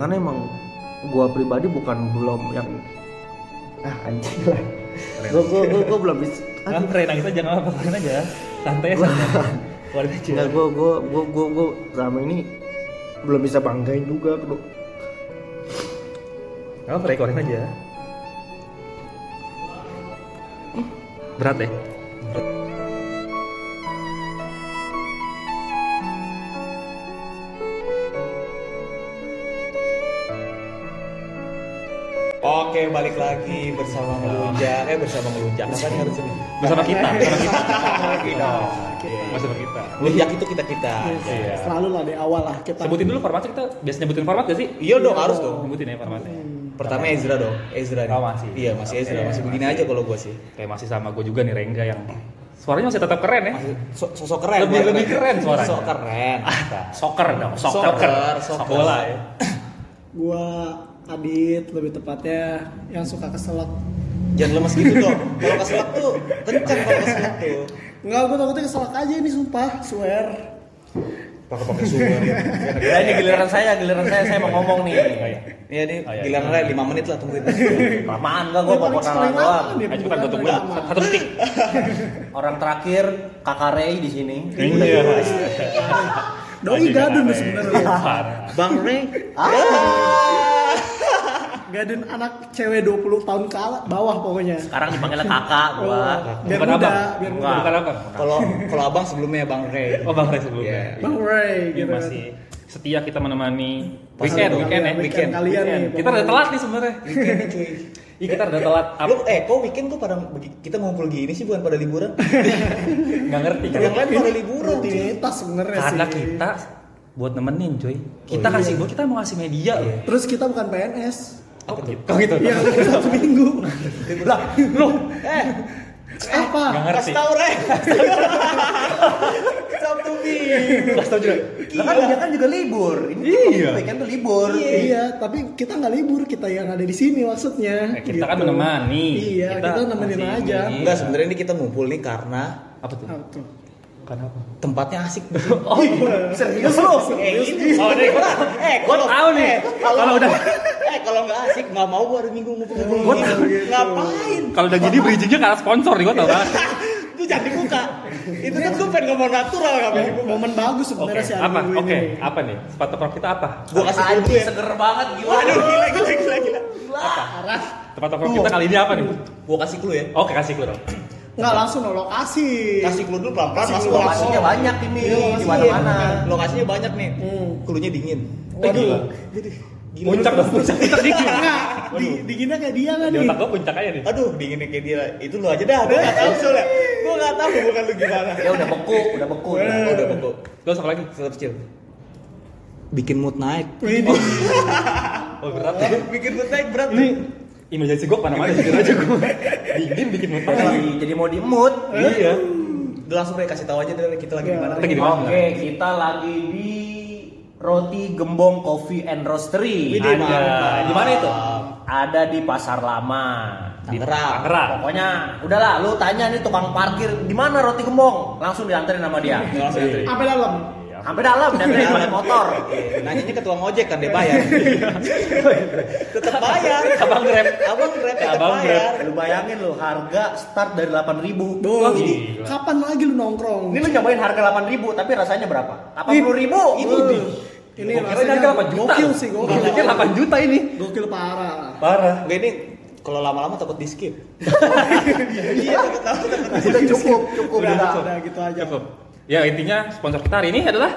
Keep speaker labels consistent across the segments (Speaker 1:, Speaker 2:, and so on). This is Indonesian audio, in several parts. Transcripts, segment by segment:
Speaker 1: karena emang gua pribadi bukan belum yang ah anjing lah gua, gua, gua, gua belum bisa ah,
Speaker 2: Kan Rena kita jangan apa-apain aja. Santai santai. Keluarin aja.
Speaker 1: Enggak, gua, gua, gua, gua, gua selama ini belum bisa banggain juga bro
Speaker 2: Enggak apa-apa, keluarin aja. Berat deh.
Speaker 3: Oke, balik lagi bersama ngelunjak. Eh, bersama ngelunjak. Apa nih harus ini?
Speaker 2: Bersama kita, bersama kita.
Speaker 3: Lagi dong.
Speaker 2: Bersama kita.
Speaker 3: Ngelunjak itu kita-kita.
Speaker 2: Iya.
Speaker 4: Selalu lah di awal lah kita.
Speaker 2: Sebutin dulu formatnya kita biasa nyebutin format gak sih?
Speaker 3: Iya dong, harus dong. Hmm.
Speaker 2: Nyebutin ya formatnya.
Speaker 3: Pertama Ezra dong. Ezra nih.
Speaker 2: Oh, masih.
Speaker 3: Iya, masih
Speaker 2: Oke,
Speaker 3: Ezra. Masih begini
Speaker 2: masih.
Speaker 3: aja kalau gua sih.
Speaker 2: Kayak masih sama gue juga nih Rengga yang suaranya masih tetap keren ya.
Speaker 3: Masih so- sosok keren.
Speaker 2: Lebih-
Speaker 3: gua
Speaker 2: lebih keren suaranya.
Speaker 3: Sosok keren.
Speaker 2: Soccer dong, soccer,
Speaker 3: Soccer,
Speaker 2: Sepak
Speaker 3: soccer.
Speaker 2: bola ya.
Speaker 4: Gua Adit lebih tepatnya yang suka keselak.
Speaker 3: Jangan lemes gitu dong. Kalau keselak tuh kencang kalau keselak tuh.
Speaker 4: Enggak, gua takutnya keselak aja ini sumpah, swear.
Speaker 3: Pakai-pakai sumber.
Speaker 1: ya ini giliran saya giliran saya saya mau ngomong nih
Speaker 3: Iya, ini
Speaker 2: Oh, iya.
Speaker 3: giliran Ray 5 menit lah tungguin.
Speaker 1: lamaan gak
Speaker 4: Iya,
Speaker 1: gua mau kenalan doang
Speaker 2: Ayo cepetan gue tungguin satu detik.
Speaker 1: orang terakhir kakak Ray di sini
Speaker 2: Iya.
Speaker 4: Doi gadun
Speaker 2: eh.
Speaker 4: tuh sebenarnya.
Speaker 3: Bang Ray.
Speaker 1: Ah.
Speaker 4: Gadun anak cewek 20 tahun ke ala- bawah pokoknya.
Speaker 2: Iya.
Speaker 1: sekarang dipanggilnya kakak gua
Speaker 4: Biar
Speaker 2: Bukan
Speaker 4: muda,
Speaker 2: abang.
Speaker 4: biar muda.
Speaker 2: Bukan abang.
Speaker 3: Kalau kalau Abang sebelumnya Bang Ray.
Speaker 2: Oh Bang Ray sebelumnya.
Speaker 3: Iya.
Speaker 4: Bang Ray
Speaker 2: Ini
Speaker 4: gitu.
Speaker 2: masih setia kita menemani
Speaker 3: Pasti
Speaker 2: weekend,
Speaker 3: dong.
Speaker 2: weekend ya.
Speaker 4: Weekend kalian
Speaker 2: Weekend.
Speaker 4: nih, Bang
Speaker 2: Kita udah
Speaker 4: Ray.
Speaker 2: telat nih sebenarnya.
Speaker 3: Weekend nih, cuy.
Speaker 2: Iya kita udah telat.
Speaker 3: Lu eh kok weekend kok pada kita ngumpul gini sih bukan pada liburan?
Speaker 2: Enggak ngerti kan?
Speaker 3: Yang lain pada liburan cuy.
Speaker 4: Rutinitas sebenarnya sih.
Speaker 2: Karena kita buat nemenin coy. Kita
Speaker 4: iya.
Speaker 2: kasih buat kita mau kasih media loh.
Speaker 4: Terus kita bukan PNS.
Speaker 2: Oh gitu. Oh, gitu.
Speaker 4: Iya, satu minggu.
Speaker 2: Lah, lu
Speaker 3: Eh,
Speaker 4: Apa? Ah,
Speaker 2: Nggak ngerti.
Speaker 3: kasih tau Ray. Sabtu minggu.
Speaker 2: kasih tau juga.
Speaker 1: Lah kan dia kan juga libur ini
Speaker 2: Iya.
Speaker 1: kan tuh libur
Speaker 4: Iya, tapi kita nggak libur, kita yang ada di sini maksudnya. Gitu.
Speaker 2: Eh, kita kan menemani.
Speaker 4: Iya, kita, nemenin
Speaker 2: masih
Speaker 4: aja.
Speaker 2: ini.
Speaker 3: Enggak sebenarnya ini kita ngumpul nih karena
Speaker 2: Apa tuh?
Speaker 4: Ah, tuh.
Speaker 2: Kenapa?
Speaker 3: tempatnya asik.
Speaker 1: Eh,
Speaker 2: Oh,
Speaker 1: serius lu
Speaker 3: Eh, ini.
Speaker 2: Oh, nih, gua-
Speaker 3: eh,
Speaker 2: gua
Speaker 3: kalau-
Speaker 2: tahu nih.
Speaker 3: eh,
Speaker 2: Kalau
Speaker 3: Kalau
Speaker 2: udah-
Speaker 3: udah eh kalau nggak asik nggak mau gua hari Minggu ngumpul-ngumpul
Speaker 2: Gua
Speaker 3: gini.
Speaker 2: tahu
Speaker 4: gitu.
Speaker 3: Ngapain?
Speaker 2: kalau udah gini bridgingnya karena sponsor nih gua tau banget.
Speaker 3: Itu jangan dibuka. Itu kan gua pengen ngomong natural nggak pengen dibuka.
Speaker 4: Iya, Momen bagus
Speaker 2: Oke,
Speaker 4: sebenarnya sih hari
Speaker 2: apa?
Speaker 4: Minggu
Speaker 2: Oke,
Speaker 4: ini.
Speaker 2: apa nih? Sepatu prof kita apa?
Speaker 3: Gua kasih tahu dulu ya.
Speaker 1: seger banget gila
Speaker 3: Waduh, gila gila gila gila.
Speaker 2: Sepatu prof kita kali ini apa nih?
Speaker 3: Gua kasih clue ya.
Speaker 2: Oke, kasih gue dong.
Speaker 4: Nggak langsung no lokasi.
Speaker 3: Kasih clue dulu pelan-pelan
Speaker 4: Kasih
Speaker 3: masuk
Speaker 4: clue,
Speaker 3: langsung.
Speaker 1: lokasinya banyak ini
Speaker 4: Iya,
Speaker 1: di
Speaker 4: lokasinya
Speaker 1: mana-mana
Speaker 3: Lokasinya banyak nih.
Speaker 4: Hmm.
Speaker 3: Klunya dingin.
Speaker 2: Eh, gila.
Speaker 4: Waduh. Jadi
Speaker 3: Gila.
Speaker 2: Puncak dong, puncak kita dikit.
Speaker 3: Nah,
Speaker 4: Nggak, di,
Speaker 2: Waduh.
Speaker 4: dinginnya kayak dia nggak
Speaker 2: Di
Speaker 4: nih?
Speaker 2: otak gua puncak aja nih.
Speaker 3: kan Aduh, dinginnya kayak dia. Itu lu aja dah. Gua enggak tahu soalnya. Gua enggak tahu bukan lu gimana.
Speaker 1: ya udah beku udah beku
Speaker 3: Oh, udah pokok.
Speaker 2: Gak usah lagi.
Speaker 3: Tetap chill. Bikin mood naik.
Speaker 4: Widih.
Speaker 2: Oh, berat ya.
Speaker 3: Bikin mood naik berat.
Speaker 2: Ini imajinasi gua kemana-mana jujur aja gua. Dingin bikin mood
Speaker 1: Dia
Speaker 2: banget.
Speaker 1: lagi jadi mau diemut
Speaker 2: Iya.
Speaker 3: Udah langsung deh kasih tahu aja deh kita lagi di mana.
Speaker 2: Kita
Speaker 3: Ray.
Speaker 2: gini banget.
Speaker 1: Oke, kita lagi di Roti Gembong Coffee and Roastery.
Speaker 3: Widih,
Speaker 1: Ada.
Speaker 3: mantap.
Speaker 1: Di mana itu? Ada di Pasar Lama.
Speaker 3: Tangerang.
Speaker 2: Tangerang.
Speaker 1: Pokoknya udahlah lu tanya nih tukang parkir di mana roti gembong langsung dianterin sama dia.
Speaker 3: Langsung
Speaker 2: Iya.
Speaker 3: itu.
Speaker 4: Sampai dalam.
Speaker 1: Sampai dalam dianterin pakai motor.
Speaker 3: Iya. Nanyanya ketua ngojek kan dia bayar. tetap bayar.
Speaker 2: Abang Grab.
Speaker 3: Abang Grab tetap
Speaker 2: Abang Grab.
Speaker 3: bayar.
Speaker 1: Lu bayangin lu harga start dari 8000.
Speaker 4: Duh,
Speaker 2: gila.
Speaker 4: kapan lagi lu nongkrong?
Speaker 1: Ini lu nyobain harga 8000 tapi rasanya berapa? 80.000.
Speaker 3: Ini di.
Speaker 4: Ini
Speaker 2: Gua kira ini harga 8 juta.
Speaker 4: Gokil sih,
Speaker 2: Gua
Speaker 4: gokil.
Speaker 2: pikir 8 juta ini.
Speaker 4: Gokil parah.
Speaker 2: Parah.
Speaker 3: Oke, ini kalau lama-lama takut di skip. Iya, takut takut takut.
Speaker 1: Udah cukup, cukup
Speaker 4: Udah,
Speaker 1: udah.
Speaker 4: udah, gitu aja.
Speaker 2: Cukup. Ya intinya sponsor kita hari ini adalah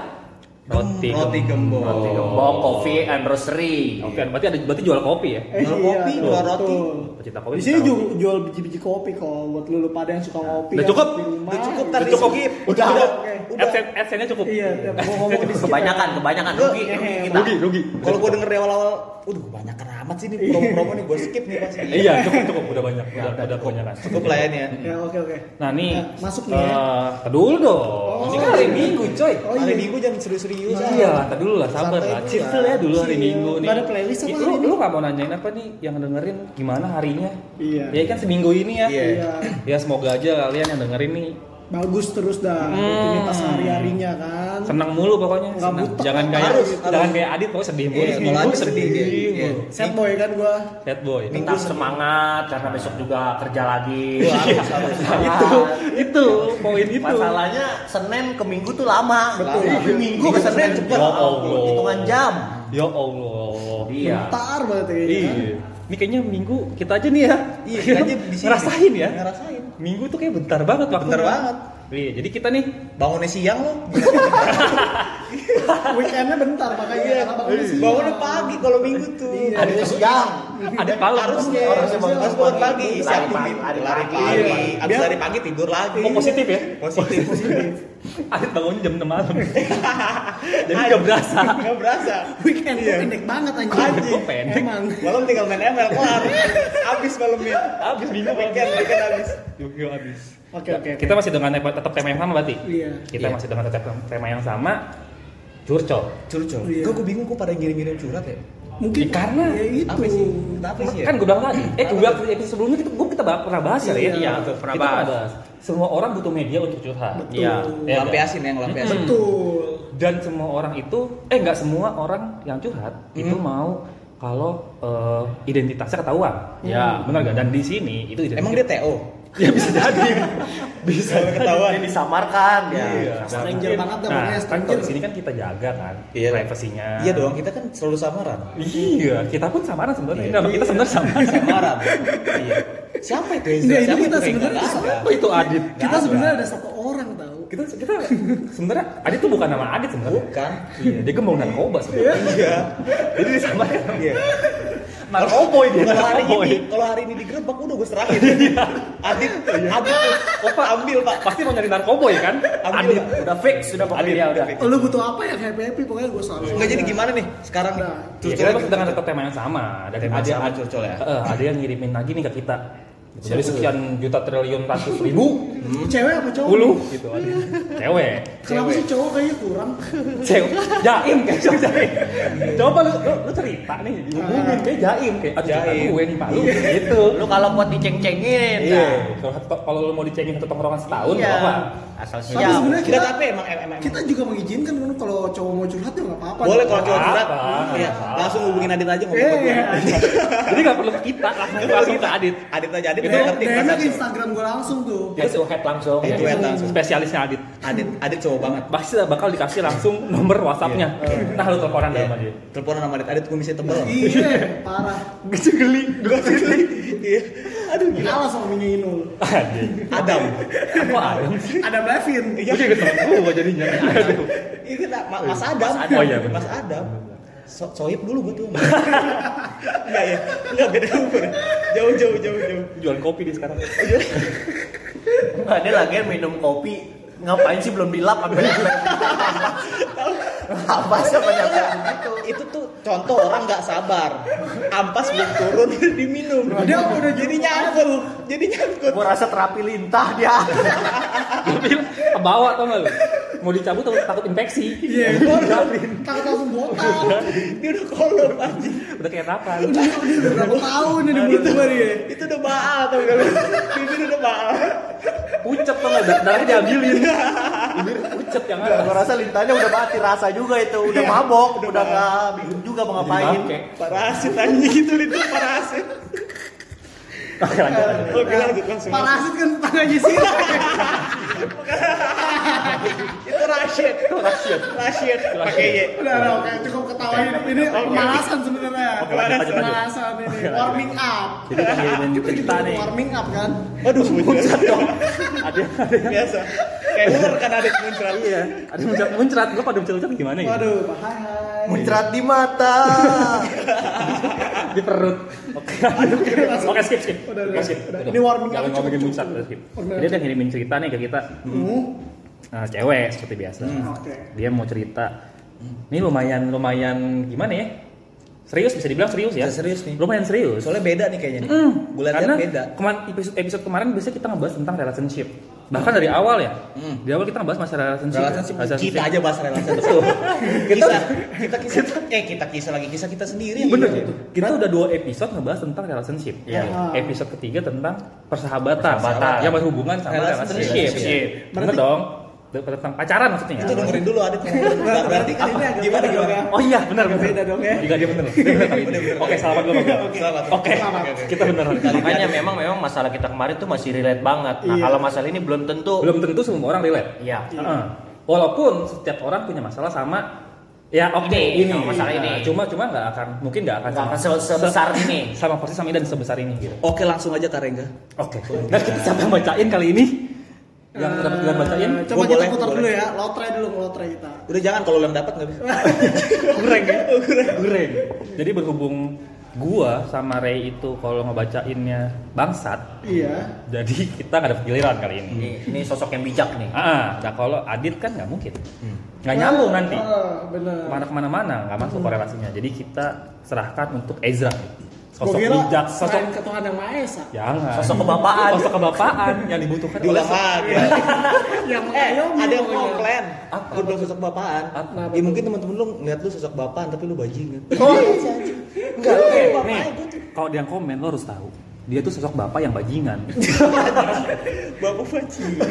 Speaker 2: Hmm, roti.
Speaker 3: Roti gembong.
Speaker 2: Roti
Speaker 1: Gembong Coffee and Roastery.
Speaker 2: Oke, berarti ada berarti jual kopi ya.
Speaker 4: Eh,
Speaker 3: Jual
Speaker 4: iya,
Speaker 3: kopi, jual
Speaker 4: betul.
Speaker 3: roti.
Speaker 2: Pecinta kopi.
Speaker 4: Di sini
Speaker 2: pecinta
Speaker 4: jual, jual biji-biji kopi kalau buat lu, lu pada yang suka ngopi.
Speaker 2: Udah
Speaker 4: yang
Speaker 2: cukup?
Speaker 4: di rumah.
Speaker 3: Udah cukup
Speaker 2: Udah
Speaker 3: tadi
Speaker 2: cukup.
Speaker 3: skip.
Speaker 4: Udah,
Speaker 3: Udah.
Speaker 4: oke.
Speaker 2: kopi.
Speaker 3: Udah.
Speaker 2: Adsen- adsense-nya cukup.
Speaker 4: Iya, tiap gua ngomong di sini.
Speaker 1: Kebanyakan, kebanyakan rugi, rugi kita.
Speaker 2: Rugi, rugi.
Speaker 3: Kalau gua denger dari awal-awal, waduh banyak keramat sih nih promo-promo nih gua skip nih pasti.
Speaker 2: Iya, cukup cukup udah banyak. Udah udah banyak kan.
Speaker 3: Cukup lah ya nih ya.
Speaker 4: Ya, oke, oke.
Speaker 2: Nah, nih
Speaker 4: Eh, masuk nih ya.
Speaker 2: eh, tar dulu dong. Ini kan hari Minggu, coy.
Speaker 4: Oh,
Speaker 3: Hari
Speaker 4: iya.
Speaker 3: Minggu jangan serius-serius. ah.
Speaker 2: Iya lah, tar dulu lah, sabar
Speaker 3: Santai
Speaker 2: lah.
Speaker 3: dulu
Speaker 2: Chill
Speaker 3: lah.
Speaker 2: ya dulu hari
Speaker 4: Chill.
Speaker 2: Minggu nih.
Speaker 4: Nggak ada playlist apa
Speaker 2: Ih,
Speaker 4: hari
Speaker 2: Lu,
Speaker 4: ini?
Speaker 2: lu nggak mau nanyain apa nih yang dengerin gimana harinya?
Speaker 4: Iya.
Speaker 2: Ya kan seminggu ini ya.
Speaker 3: Iya.
Speaker 4: Iya.
Speaker 2: Ya semoga aja kalian yang dengerin nih
Speaker 4: bagus terus dah rutinitas
Speaker 3: Hmm.
Speaker 4: hari harinya kan
Speaker 2: Senang mulu pokoknya.
Speaker 4: Nggak
Speaker 2: senang.
Speaker 4: butek.
Speaker 2: Jangan kayak
Speaker 3: Harus,
Speaker 2: jangan
Speaker 3: harus.
Speaker 2: kayak Adit pokoknya sedih mulu.
Speaker 3: Iya, kalau Adit sedih dia. Iya.
Speaker 2: mulu.
Speaker 4: set boy kan gua
Speaker 2: Bad boy.
Speaker 1: tetap semangat karena besok juga kerja lagi
Speaker 3: Wah, harus, harus.
Speaker 1: itu
Speaker 2: itu poin itu.
Speaker 1: masalahnya Senin ke Minggu tuh lama
Speaker 3: Betul.
Speaker 1: Iya. Minggu ke Senin cepet
Speaker 2: Ya Allah.
Speaker 1: hitungan jam
Speaker 2: Ya Allah.
Speaker 1: iya
Speaker 4: bentar banget ya kan?
Speaker 2: Iya. Ini kayaknya minggu kita aja nih ya.
Speaker 3: Iya, kita aja di sini.
Speaker 2: Ngerasain ya.
Speaker 3: Ngerasain.
Speaker 2: Minggu tuh kayak bentar banget waktu.
Speaker 3: Bentar banget.
Speaker 2: Iya, jadi kita nih
Speaker 3: Bangunnya siang loh.
Speaker 4: weekendnya bentar makanya
Speaker 3: Iya.
Speaker 4: karena bangunnya siang.
Speaker 3: Bangunnya pagi kalau minggu tuh.
Speaker 4: Iya.
Speaker 1: ada siang
Speaker 2: ada malam.
Speaker 3: Harusnya
Speaker 1: Harusnya bangun
Speaker 3: harus bangun
Speaker 1: pagi.
Speaker 3: pagi, isi
Speaker 1: Lari
Speaker 3: aktif
Speaker 1: pagi, lari
Speaker 3: lari
Speaker 1: pagi.
Speaker 3: pagi,
Speaker 1: Iya.
Speaker 3: abis
Speaker 4: Biar-
Speaker 3: lari pagi tidur lagi.
Speaker 2: Oh, positif ya?
Speaker 3: Positif, positif.
Speaker 2: Adit bangunnya jam 6 malam. jadi nggak berasa.
Speaker 3: Gak berasa.
Speaker 4: weekend
Speaker 3: Iya.
Speaker 4: tuh pendek banget anjing
Speaker 2: Anjing, gua pendek.
Speaker 4: emang
Speaker 3: Malam tinggal main ML kelar. Abis malamnya.
Speaker 2: Abis minggu
Speaker 3: Weekend, weekend abis.
Speaker 2: Minggu habis.
Speaker 4: oke oke oke.
Speaker 2: Kita masih dengan tetap tema yang sama berarti.
Speaker 4: iya
Speaker 2: Kita
Speaker 3: Iya.
Speaker 2: masih dengan tetap tema yang sama. Curcol.
Speaker 3: Curcol.
Speaker 4: Iya.
Speaker 3: Gue bingung kok pada ngirim-ngirim curhat ya.
Speaker 4: mungkin
Speaker 2: Ya, karena-
Speaker 4: ya itu
Speaker 3: Apa sih? Apa sih ya?
Speaker 2: kan gue bilang tadi, eh gue bilang episode sebelumnya kita gue kita bah- pernah bahas ya,
Speaker 4: Iya,
Speaker 2: ya,
Speaker 4: iya,
Speaker 2: Kita
Speaker 1: betul, pernah bahas.
Speaker 2: Semua orang butuh media untuk curhat.
Speaker 4: Betul.
Speaker 2: Iya. iya kan?
Speaker 3: Lampiasin yang lampiasin.
Speaker 4: betul
Speaker 2: dan semua orang itu eh nggak semua orang yang curhat itu
Speaker 3: Hmm.
Speaker 2: mau kalau eh, identitasnya ketahuan ya benar nggak dan di sini itu identitas
Speaker 3: Emang dia TO?
Speaker 2: ya bisa jadi bisa
Speaker 3: Kalau ketahuan.
Speaker 1: Ini disamarkan ya
Speaker 2: Iya.
Speaker 4: stranger
Speaker 2: Mungkin-
Speaker 4: banget dah
Speaker 2: nah, kan
Speaker 4: pokoknya,
Speaker 2: kalau
Speaker 4: stranger.
Speaker 2: di sini kan kita jaga kan
Speaker 3: Iya.
Speaker 2: privasinya
Speaker 3: Iya dong, kita kan selalu samaran.
Speaker 2: iya kita pun samaran sebenarnya
Speaker 3: Iya.
Speaker 2: Nama kita sebenarnya sama
Speaker 3: Samaran. iya. Siapa itu
Speaker 4: Nah,
Speaker 3: Ezra?
Speaker 4: ini
Speaker 3: Siapa itu
Speaker 4: kita
Speaker 3: Rengga?
Speaker 4: sebenarnya
Speaker 3: Nggak ada.
Speaker 2: apa itu Adit
Speaker 4: kita
Speaker 3: ada.
Speaker 4: sebenarnya ada satu orang tahu
Speaker 2: kita kita sebenarnya Adit tuh bukan nama Adit sebenarnya
Speaker 3: Bukan.
Speaker 2: iya dia gemuk narkoba sebenarnya
Speaker 3: Iya.
Speaker 2: jadi disamakan
Speaker 3: Iya.
Speaker 2: narkoboy dia
Speaker 3: Kalau hari
Speaker 2: narkoboy
Speaker 3: ini, kalau hari ini digerebek udah gue serahin. Adit,
Speaker 2: Iya.
Speaker 3: Adit, Opa ambil Pak.
Speaker 2: pasti mau nyari narkoboy kan
Speaker 3: Ambil,
Speaker 2: Adit
Speaker 3: Pak.
Speaker 1: udah fix sudah
Speaker 2: Adit,
Speaker 1: pokoknya udah
Speaker 3: udah fix.
Speaker 4: Oh, lu butuh apa yang happy happy pokoknya gue selalu
Speaker 3: Enggak jadi gimana nih sekarang nih?
Speaker 4: Nah.
Speaker 2: Ya, Terus
Speaker 3: Curcol-
Speaker 2: iya, kita dengan tetap tema yang sama dari
Speaker 3: Tema
Speaker 2: ada
Speaker 3: sama,
Speaker 2: ada-
Speaker 3: curcol ya?
Speaker 2: Heeh, ada yang ngirimin lagi nih ke kita. Jadi sekian juta triliun ratus ribu
Speaker 4: Hmm? cewek apa cowok
Speaker 2: puluh gitu ada. Cewek.
Speaker 4: kenapa
Speaker 3: Cewek.
Speaker 4: sih cowok kayaknya kurang
Speaker 2: Cewek. Jaim kayak cowok jaim. Coba lu lu, lu cerita nih dihubungin kayak jaim kayak aduh cerita
Speaker 3: Jaim.
Speaker 2: gue nih Pak lu gitu.
Speaker 1: lu kalau buat diceng-cengin
Speaker 2: Iya.
Speaker 1: nah.
Speaker 2: Kalau kalau lu mau dicengin satu tongkrongan setahun
Speaker 1: Iya.
Speaker 2: enggak apa.
Speaker 1: asal
Speaker 4: tapi
Speaker 1: siap
Speaker 4: sebenarnya
Speaker 3: Enggak
Speaker 4: kita
Speaker 3: tapi Ya, emang emang emang-
Speaker 4: kita juga mengizinkan kan kalau cowok mau curhat ya nggak apa-apa
Speaker 3: boleh kalau cowok
Speaker 2: Apa?
Speaker 3: curhat,
Speaker 2: Apa?
Speaker 3: iya, langsung hubungin Adit aja ngomong
Speaker 4: Iya,
Speaker 3: ke gue.
Speaker 4: iya.
Speaker 2: Jadi enggak perlu ke kita langsung langsung ke Adit.
Speaker 3: Adit aja Adit
Speaker 2: Itu
Speaker 3: udah ngerti
Speaker 4: DM
Speaker 3: perasaan
Speaker 4: ke
Speaker 3: cowok.
Speaker 4: Eh, Instagram gue langsung tuh
Speaker 2: Ya itu head langsung.
Speaker 3: Itu head langsung.
Speaker 2: Spesialisnya Adit.
Speaker 3: Adit Adit cowok banget.
Speaker 2: Pasti bakal dikasih langsung nomor WhatsApp-nya. Nah, lu teleponan
Speaker 3: Iya.
Speaker 2: sama dia.
Speaker 3: Teleponan sama Adit, Adit kumisnya tebel.
Speaker 4: iya parah
Speaker 2: Gitu geli, gue geli.
Speaker 3: Iya. Aduh gila.
Speaker 4: kalah suaminya Inul
Speaker 2: Anjing.
Speaker 3: Adam.
Speaker 2: Apa Adam?
Speaker 4: ada Blevin
Speaker 2: Gue kayak ketemu gue jadinya. Aduh.
Speaker 3: Iya kita Ma- Mas Adam.
Speaker 2: Mas Adam. Oh, iya, bener.
Speaker 3: Mas Adam. So sohib dulu gue tuh. Enggak ya. Enggak beda umur. Jauh jauh jauh jauh.
Speaker 2: Jualan kopi di sekarang.
Speaker 1: Nggak ada lagi yang minum kopi ngapain sih belum dilap sampai apa sih banyak gitu
Speaker 3: Iya. itu tuh contoh orang nggak sabar ampas belum turun diminum
Speaker 4: Dia udah
Speaker 3: jadi nyangkut jadi nyangkut
Speaker 1: gua rasa terapi lintah dia
Speaker 2: Gue bilang, kebawa tau gak lu? Mau dicabut takut, takut infeksi.
Speaker 4: iya takut langsung botak
Speaker 3: dia udah kolom anjing
Speaker 2: Udah kayak apa?
Speaker 4: udah udah berapa tahun ini butuh gue dia
Speaker 3: itu udah baal tau gak lu bibir udah baal
Speaker 2: Pucet tau gak? Darahnya diambilin. Bibir pucet yang
Speaker 1: Gua
Speaker 2: atas.
Speaker 1: rasa lintahnya udah mati rasa juga itu udah mabok udah nggak bingung juga mau ngapain
Speaker 2: Jadi bangke.
Speaker 3: parasit anjing gitu itu parasit
Speaker 2: Oke lanjut. lanjut.
Speaker 3: oke lanjut langsung
Speaker 4: parasit Nah, kan tangannya sih
Speaker 3: itu Rashid
Speaker 2: Itu Rashid.
Speaker 3: Rashid pakai Y
Speaker 4: udah udah oke cukup ketawain ini pemalasan sebenarnya
Speaker 2: Oke, lanjut, lanjut, lanjut.
Speaker 4: pemalasan ini
Speaker 2: Oke, lanjut.
Speaker 4: warming up
Speaker 2: Jadi kita ngirimin
Speaker 4: kita
Speaker 2: cerita
Speaker 4: juga
Speaker 2: nih.
Speaker 4: warming up kan
Speaker 3: aduh muncrat dong
Speaker 2: Ada ada yang
Speaker 3: biasa kayak ular kan ada muncrat
Speaker 2: iya. Ada yang muncrat muncrat. Gue pada muncrat muncrat gimana ya?
Speaker 4: waduh bahaya
Speaker 1: muncrat di mata
Speaker 2: Di perut. Oke. lanjut. Oke skip skip.
Speaker 4: Udah, udah.
Speaker 2: Oke, skip.
Speaker 4: Udah. Ini warming up,
Speaker 2: Jangan
Speaker 4: cukup,
Speaker 2: ngomongin
Speaker 4: cukup.
Speaker 2: muncrat. udah, skip.
Speaker 4: Warming
Speaker 2: Jadi
Speaker 4: up.
Speaker 2: dia ngirimin cerita nih ke kita.
Speaker 4: Hmm.
Speaker 2: Nah, cewek seperti biasa.
Speaker 4: oke
Speaker 2: Dia mau cerita. Ini lumayan lumayan gimana ya? Serius bisa dibilang serius ya?
Speaker 3: Bisa serius nih.
Speaker 2: Lumayan serius.
Speaker 3: soalnya beda nih kayaknya nih
Speaker 2: Hmm,
Speaker 3: gue lihat
Speaker 2: karena
Speaker 3: beda
Speaker 2: Kemarin episode, episode kemarin biasanya kita ngebahas tentang relationship. bahkan dari awal ya
Speaker 3: Hmm.
Speaker 2: di awal kita ngebahas masalah relationship ya.
Speaker 3: Relationship,
Speaker 2: Relationship.
Speaker 3: kita aja bahas relationship. kita kita kisah eh kita kisah lagi kisah kita sendiri.
Speaker 2: bener
Speaker 3: Iya.
Speaker 2: kita udah dua episode ngebahas tentang relationship
Speaker 3: Iya.
Speaker 2: Ah. episode ketiga tentang persahabatan,
Speaker 3: Persahabatan.
Speaker 2: yang berhubungan sama
Speaker 3: Relationship.
Speaker 2: relationship, Iya.
Speaker 3: Relationship.
Speaker 2: bener dong tentang pacaran maksudnya
Speaker 3: Itu dengerin dulu ada berarti
Speaker 4: kan ini agak
Speaker 3: gimana
Speaker 4: beda dong
Speaker 3: gimana?
Speaker 4: ya.
Speaker 2: Oh iya benar benar.
Speaker 4: Beda dong ya.
Speaker 2: Juga dia benar. Dia benar kali ini. Oke salah gue Bang.
Speaker 3: Selamat.
Speaker 2: Oke kita benar.
Speaker 5: Makanya memang memang masalah kita kemarin tuh masih relate banget. Nah,
Speaker 4: Iya.
Speaker 5: kalau masalah ini belum tentu.
Speaker 2: Belum tentu semua orang relate.
Speaker 5: Iya.
Speaker 2: Heeh. Walaupun setiap orang punya masalah sama ya oke
Speaker 5: Ini,
Speaker 2: ini,
Speaker 5: sama
Speaker 2: Nah,
Speaker 5: masalah ini.
Speaker 2: cuma cuma nggak akan mungkin nggak akan
Speaker 5: Nggak akan se- sebesar ini.
Speaker 2: sama persis sama ini dan sebesar ini gitu.
Speaker 3: Oke langsung aja Karengga.
Speaker 2: Oke. Nah kita siapa yang bacain kali ini? Yang dapat kita bacain?
Speaker 4: Eh, Coba
Speaker 3: Gua
Speaker 4: kita
Speaker 3: boleh,
Speaker 4: putar
Speaker 3: boleh.
Speaker 4: dulu ya, lotre dulu lotre kita.
Speaker 3: Udah jangan kalau lo yang dapat nggak bisa.
Speaker 2: Goreng ya? Goreng. Jadi berhubung gua sama Ray itu kalau ngebacainnya bangsat,
Speaker 4: Iya.
Speaker 2: jadi kita nggak ada giliran kali ini.
Speaker 5: Ini, ini sosok yang bijak nih.
Speaker 2: Ah, nah kalau Adit kan nggak mungkin, nggak nyambung nanti.
Speaker 4: Eh, bener.
Speaker 2: Kemana kemana mana nggak masuk korelasinya. Jadi kita serahkan untuk Ezra,
Speaker 4: Gua
Speaker 2: sosok
Speaker 4: kira
Speaker 2: bijak, sosok Ya.
Speaker 4: selain ke Tuhan yang Maha Esa
Speaker 2: jangan,
Speaker 5: Sosok kebapaan.
Speaker 2: sosok kebapaan yang dibutuhkan oleh
Speaker 3: Diulang lagi.
Speaker 4: yang
Speaker 3: Eh,
Speaker 4: mengayomi.
Speaker 3: ada yang
Speaker 4: pokoknya.
Speaker 3: komplain. Aku udah sosok bapaan.
Speaker 4: Apa
Speaker 3: Ya mungkin teman-teman lu ngeliat lu sosok bapaan tapi lu bajingan.
Speaker 5: Iya.
Speaker 4: Oh,
Speaker 3: Enggak, lu
Speaker 4: Iya,
Speaker 2: Oke,
Speaker 3: bapak
Speaker 2: eh, nih,
Speaker 3: aja tuh.
Speaker 2: kalau dia yang komen lo harus tahu. Dia tuh sosok bapak yang bajingan.
Speaker 3: Bapak bajingan.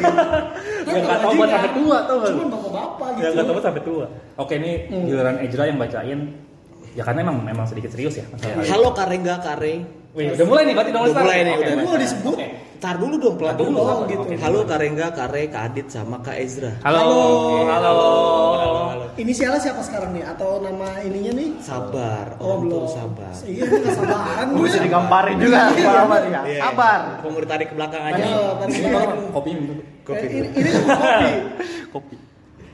Speaker 2: yang nggak tahu buat sampai tua tau nggak lu? Iya,
Speaker 4: Cuman bapak-bapak gitu.
Speaker 2: Yang nggak tahu buat sampai tua. Oke ini
Speaker 4: Hmm.
Speaker 2: giliran Ezra yang bacain. Ya karena emang memang sedikit serius ya. masalah ini.
Speaker 3: Halo Karengga Kareng.
Speaker 2: Wih, udah mulai nih berarti dong.
Speaker 3: Iya. Udah
Speaker 2: Ustaz?
Speaker 3: mulai nih,
Speaker 2: Oke,
Speaker 3: udah.
Speaker 2: baik.
Speaker 4: Gua disebut.
Speaker 2: Oke.
Speaker 3: Tar dulu dong pelan
Speaker 2: Tar dulu,
Speaker 3: pelan
Speaker 2: pelan,
Speaker 3: gitu.
Speaker 2: oke.
Speaker 3: Halo Karengga Kare, Kak Adit sama Kak Ezra.
Speaker 2: Halo,
Speaker 4: Halo.
Speaker 2: halo.
Speaker 4: Inisialnya siapa sekarang nih? Atau nama ininya nih?
Speaker 3: Sabar, orang
Speaker 4: belum.
Speaker 3: tuh sabar.
Speaker 4: Iya, gue gak sabaran gue.
Speaker 1: Bisa digamparin juga, sabar ya.
Speaker 3: Iya.
Speaker 1: Sabar.
Speaker 3: Gua mau ditarik ke belakang aja.
Speaker 4: Ayo, tadi
Speaker 2: Ini
Speaker 4: kita
Speaker 2: tolong kopi minum dulu.
Speaker 3: Kopi
Speaker 4: Eh,
Speaker 3: dulu.
Speaker 4: ini, ini kopi.
Speaker 2: Kopi.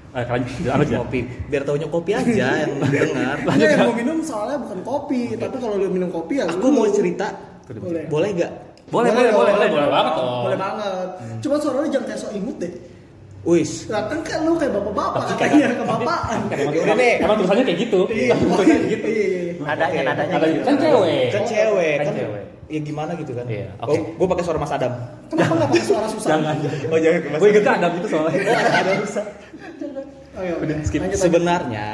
Speaker 2: Eh, kalian lanjut ya.
Speaker 3: Kopi. Biar taunya kopi aja yang dengar.
Speaker 4: Iya, yang mau minum soalnya bukan kopi, tapi kalau lu minum kopi ya lu-
Speaker 3: Aku mau cerita.
Speaker 4: Boleh.
Speaker 3: Boleh nggak?
Speaker 2: Boleh, boleh, boleh, boleh, boleh banget Hmm. dong.
Speaker 4: Boleh banget. Cuma suara lu jangan kayak sok imut deh.
Speaker 3: Wis.
Speaker 4: Nah, kan kan lu kayak bapak-bapak katanya kebapaan.
Speaker 2: Emang-
Speaker 3: Yaudah deh.
Speaker 2: Emang tulisannya kayak gitu.
Speaker 4: Iya,
Speaker 2: Bentuknya kayak gitu.
Speaker 4: Iya, iya, iya.
Speaker 5: Nadanya,
Speaker 3: Oke.
Speaker 5: nadanya.
Speaker 2: Ada
Speaker 5: gitu.
Speaker 2: kan cewek.
Speaker 3: Kan cewek,
Speaker 2: Kan
Speaker 3: kan
Speaker 2: cewek.
Speaker 3: Ya gimana gitu kan?
Speaker 2: Iya,
Speaker 3: Oh,
Speaker 2: oke.
Speaker 3: gua pakai suara Mas Adam.
Speaker 4: Kenapa nggak pakai suara susah?
Speaker 2: Jangan.
Speaker 3: Oh, jangan
Speaker 2: Gue inget Adam itu soalnya.
Speaker 4: Oh, iya,
Speaker 2: Udah, skip.
Speaker 4: Lanjut, lanjut.
Speaker 3: Sebenarnya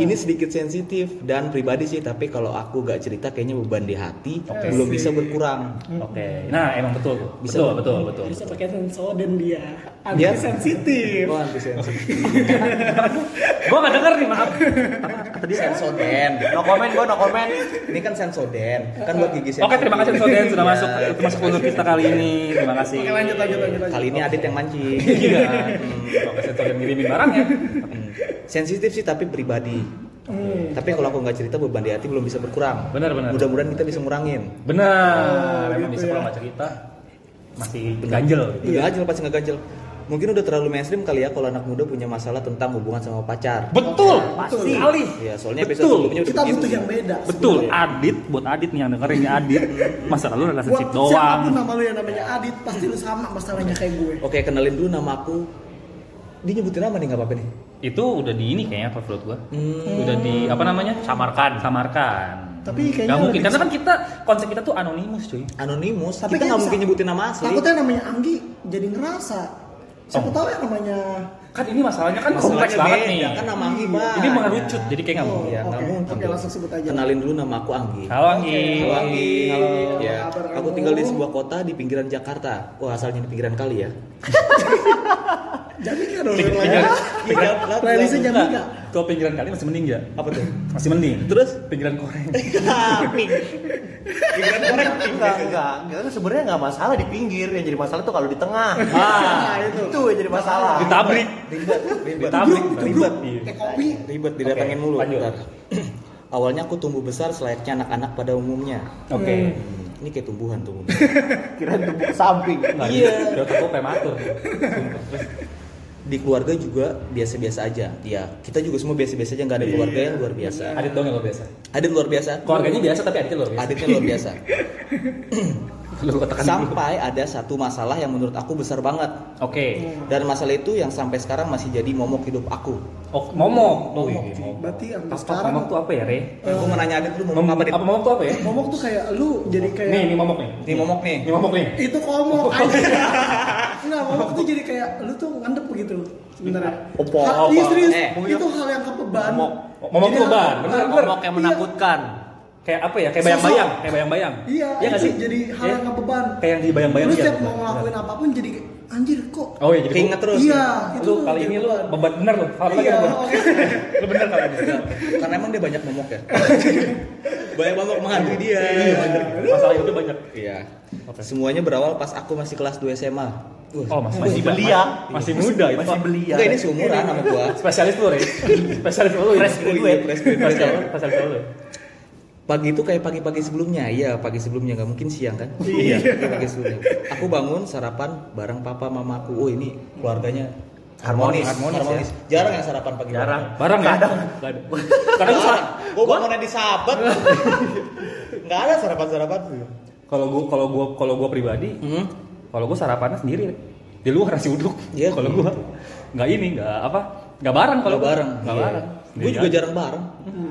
Speaker 3: ini sedikit sensitif dan pribadi sih, tapi kalau aku gak cerita kayaknya beban di hati
Speaker 4: Oke.
Speaker 3: belum bisa berkurang.
Speaker 2: Oke. Nah, emang betul. tuh.
Speaker 3: Bisa.
Speaker 2: Betul, betul, betul.
Speaker 4: Bisa pakai sensoden dia. Anti
Speaker 3: Dia- Ya?
Speaker 4: sensitif.
Speaker 3: Wah, anti sensitif.
Speaker 2: Gue gak denger nih, maaf. Apa tadi?
Speaker 3: Sensoden.
Speaker 5: No comment, gua no comment.
Speaker 3: Ini kan sensoden, kan buat gigi sensitif.
Speaker 2: Oke, terima kasih Soden sudah
Speaker 3: Iya,
Speaker 2: masuk
Speaker 3: terima
Speaker 2: masuk untuk
Speaker 3: kasih.
Speaker 2: kita kali ini. Terima kasih.
Speaker 4: Oke, lanjut, lanjut, lanjut, lanjut.
Speaker 3: Kali ini Adit yang mancing.
Speaker 2: Iya. Oke, Soden ngirimin ya. barangnya.
Speaker 3: Hmm. Sensitif sih tapi pribadi.
Speaker 4: Hmm.
Speaker 3: Tapi kalau aku nggak cerita beban di hati belum bisa berkurang.
Speaker 2: Benar, benar.
Speaker 3: Mudah-mudahan kita bisa ngurangin.
Speaker 2: Benar.
Speaker 4: Oh,
Speaker 2: Emang
Speaker 4: gitu
Speaker 2: bisa
Speaker 4: ya.
Speaker 2: kalau nggak cerita masih ganjel. gitu.
Speaker 3: Iya. Ganjel pasti nggak ganjel. Mungkin udah terlalu mainstream kali ya kalau anak muda punya masalah tentang hubungan sama pacar.
Speaker 2: Betul,
Speaker 4: betul.
Speaker 2: pasti kali.
Speaker 3: Iya, soalnya episode
Speaker 2: betul.
Speaker 3: sebelumnya udah
Speaker 4: Kita
Speaker 3: begitu.
Speaker 4: butuh yang beda.
Speaker 2: Betul, Adit buat Adit nih yang dengerin ini Adit. Masa lalu relationship
Speaker 4: Buat
Speaker 2: doang.
Speaker 4: siapapun nama lu yang namanya Adit, pasti lu sama masalahnya kayak gue.
Speaker 3: Oke, kenalin dulu nama aku. Dia nyebutin nama nih nggak apa-apa nih.
Speaker 2: Itu udah di ini kayaknya kalau menurut gua.
Speaker 3: Hmm.
Speaker 2: Udah di apa namanya?
Speaker 5: Samarkan.
Speaker 2: Samarkan.
Speaker 4: Tapi
Speaker 2: Nggak
Speaker 4: kayaknya
Speaker 2: mungkin
Speaker 4: lebih-
Speaker 2: karena kan kita konsep kita tuh anonimus cuy.
Speaker 3: Anonimus. kita
Speaker 4: Tapi kayak
Speaker 3: kan nggak
Speaker 4: bisa-
Speaker 3: mungkin nyebutin nama asli.
Speaker 4: Takutnya namanya Anggi jadi ngerasa. Siapa
Speaker 2: Oh.
Speaker 4: tahu yang namanya
Speaker 2: Kan ini masalahnya kan
Speaker 3: Masalahnya
Speaker 2: kompleks banget
Speaker 3: beda,
Speaker 2: nih.
Speaker 3: Kan nama Anggi
Speaker 4: Iya.
Speaker 3: banyak.
Speaker 2: Ini mengerucut jadi kayak nggak
Speaker 4: Oh,
Speaker 2: mungkin.
Speaker 3: Iya, nggak
Speaker 4: Oke,
Speaker 3: mungkin.
Speaker 4: oke, langsung sebut aja.
Speaker 3: Kenalin dulu nama aku Anggi.
Speaker 2: Halo Anggi.
Speaker 3: Halo Anggi.
Speaker 4: Halo.
Speaker 3: Ya,
Speaker 4: Apa kabar
Speaker 3: Aku
Speaker 4: kamu?
Speaker 3: tinggal di sebuah kota di pinggiran Jakarta. Wah, asalnya di pinggiran kali ya.
Speaker 4: Jadi kan orang
Speaker 2: Pinggir-
Speaker 4: lain.
Speaker 2: pinggir-
Speaker 3: Pinggiran
Speaker 4: Playlistnya jam
Speaker 2: Enggak,
Speaker 4: tiga.
Speaker 2: Kalau pinggiran kali masih mending ya?
Speaker 3: apa tuh?
Speaker 2: Masih mending.
Speaker 3: Terus?
Speaker 2: pinggiran koreng.
Speaker 3: Pinggiran korek
Speaker 5: Enggak, enggak. Enggak, itu sebenarnya enggak masalah di pinggir. Yang jadi masalah tuh kalau di tengah.
Speaker 4: Nah, itu.
Speaker 5: Itu yang jadi masalah.
Speaker 2: Ditabrik.
Speaker 3: Ribet, ribet.
Speaker 2: Ditabrik,
Speaker 4: Itu
Speaker 2: ribet. Iya.
Speaker 4: Kayak kopi.
Speaker 3: Ribet didatengin mulu.
Speaker 2: lanjut.
Speaker 3: Bentar. Awalnya aku tumbuh besar selayaknya anak-anak pada umumnya.
Speaker 2: Oke.
Speaker 3: Hmm, Ini kayak tumbuhan tuh.
Speaker 1: Kira tubuh ke samping.
Speaker 2: Iya. Udah gue prematur.
Speaker 3: Di keluarga juga biasa-biasa aja. Ya, kita juga semua biasa-biasa aja nggak ada keluarga yang luar biasa.
Speaker 2: Adit dong yang luar biasa.
Speaker 3: Ada yang luar biasa?
Speaker 2: Keluarganya biasa tapi aditnya luar biasa.
Speaker 3: Aditnya luar biasa.
Speaker 2: Lu katakan dulu. Oke.
Speaker 3: sampai ada satu masalah yang menurut aku besar banget dan masalah itu yang sampai sekarang masih jadi momok hidup aku
Speaker 2: Oh, momok. Oh, iya,
Speaker 4: Oke,
Speaker 2: momok.
Speaker 4: Berarti sampai
Speaker 2: Apa-
Speaker 4: sekarang
Speaker 2: Momok tuh apa ya, Re?
Speaker 3: aku mau nanya Adit dulu
Speaker 2: Mom-
Speaker 3: momok apa Dit?
Speaker 2: apa momok tuh apa ya?
Speaker 4: momok tuh kayak lu jadi kayak
Speaker 2: Nih, ini momok nih.
Speaker 3: ini momok nih
Speaker 2: Ini momok nih.
Speaker 4: itu komok aja. Enggak, momok tuh jadi kayak lu tuh ngendep gitu sebenarnya.
Speaker 3: Opo,
Speaker 4: Hal-
Speaker 3: opo.
Speaker 4: Iya serius,
Speaker 3: Eh,
Speaker 4: itu hal yang kebeban.
Speaker 5: Momok.
Speaker 2: Momok
Speaker 4: Jadi
Speaker 2: tuh
Speaker 4: hal-
Speaker 2: beban, bener,
Speaker 4: hal-
Speaker 2: bener.
Speaker 5: Momok yang
Speaker 4: Iya.
Speaker 5: menakutkan.
Speaker 2: Kayak apa ya? Kayak bayang-bayang, kayak bayang-bayang.
Speaker 4: Iya,
Speaker 2: iya nggak
Speaker 4: itu
Speaker 2: sih?
Speaker 4: jadi hal
Speaker 2: Iya.
Speaker 4: yang kebeban.
Speaker 2: Kayak yang dibayang-bayang
Speaker 4: Lu
Speaker 2: gitu.
Speaker 4: setiap mau ngelakuin apapun jadi kayak, anjir kok.
Speaker 2: Oh iya, jadi
Speaker 3: keinget terus
Speaker 4: iya, itu
Speaker 2: Lu kali ini lu beban bener lu. Kalau
Speaker 4: Iya,
Speaker 2: Lu bener Iya. kali ini.
Speaker 3: karena emang dia banyak momok ya banyak momok menghantui dia
Speaker 2: Masalah itu banyak.
Speaker 3: iya semuanya berawal pas aku masih kelas 2 SMA Wah,
Speaker 2: Oh, masih, masih
Speaker 5: belia.
Speaker 2: Masih muda itu.
Speaker 5: Masih belia.
Speaker 3: Enggak, ini seumuran sama gua.
Speaker 2: Spesialis lu, Re. Spesialis lu. ya?
Speaker 5: Fresh graduate.
Speaker 3: Fresh
Speaker 2: Spesialis
Speaker 3: graduate.
Speaker 2: lu, spesialis lu. ya?
Speaker 3: Pagi itu kayak pagi-pagi sebelumnya, iya pagi sebelumnya nggak mungkin siang kan?
Speaker 2: Iya.
Speaker 3: Kayak pagi sebelumnya. Aku bangun sarapan bareng papa mamaku. Oh ini keluarganya harmonis, harmonis, Jarang yang sarapan pagi.
Speaker 5: Jarang.
Speaker 2: Barang ya?
Speaker 5: Kadang.
Speaker 2: Nggak ada. Kadang tuh
Speaker 3: Jarang. Gua bangunnya di sahabat. Nggak ada sarapan sarapan.
Speaker 2: kalau gua kalau gua kalau gua pribadi
Speaker 3: Hmm.
Speaker 2: kalau gua sarapannya sendiri di luar nasi uduk
Speaker 3: Iya,
Speaker 2: kalau gua nggak ini nggak apa nggak bareng kalau
Speaker 3: Kalau bareng.
Speaker 2: nggak
Speaker 3: Iya.
Speaker 2: bareng
Speaker 3: Gua juga jarang bareng.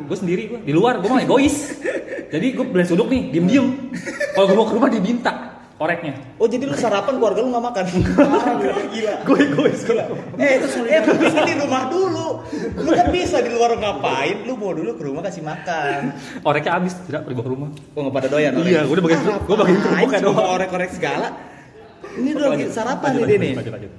Speaker 2: gue sendiri gua di luar gua mah egois jadi gua beli nasi uduk nih diem diem kalau gua mau ke rumah diminta koreknya
Speaker 3: Oh jadi lu sarapan keluarga lu nggak makan? Gila.
Speaker 2: gue egois gua.
Speaker 3: Eh, eh bisa di rumah dulu. Lu kan bisa di luar ngapain? Lu mau dulu ke rumah kasih makan.
Speaker 2: koreknya habis tidak pergi gua ke rumah
Speaker 3: Gua nggak pada doyan.
Speaker 2: iya gua udah bagian gua bagian kerupuk ya doang
Speaker 3: Korek-korek segala. Ini udah lagi
Speaker 2: Lanjut,
Speaker 3: sarapan
Speaker 2: lanjut,
Speaker 3: nih dia
Speaker 2: lanjut,
Speaker 3: nih.
Speaker 2: lanjut, lanjut.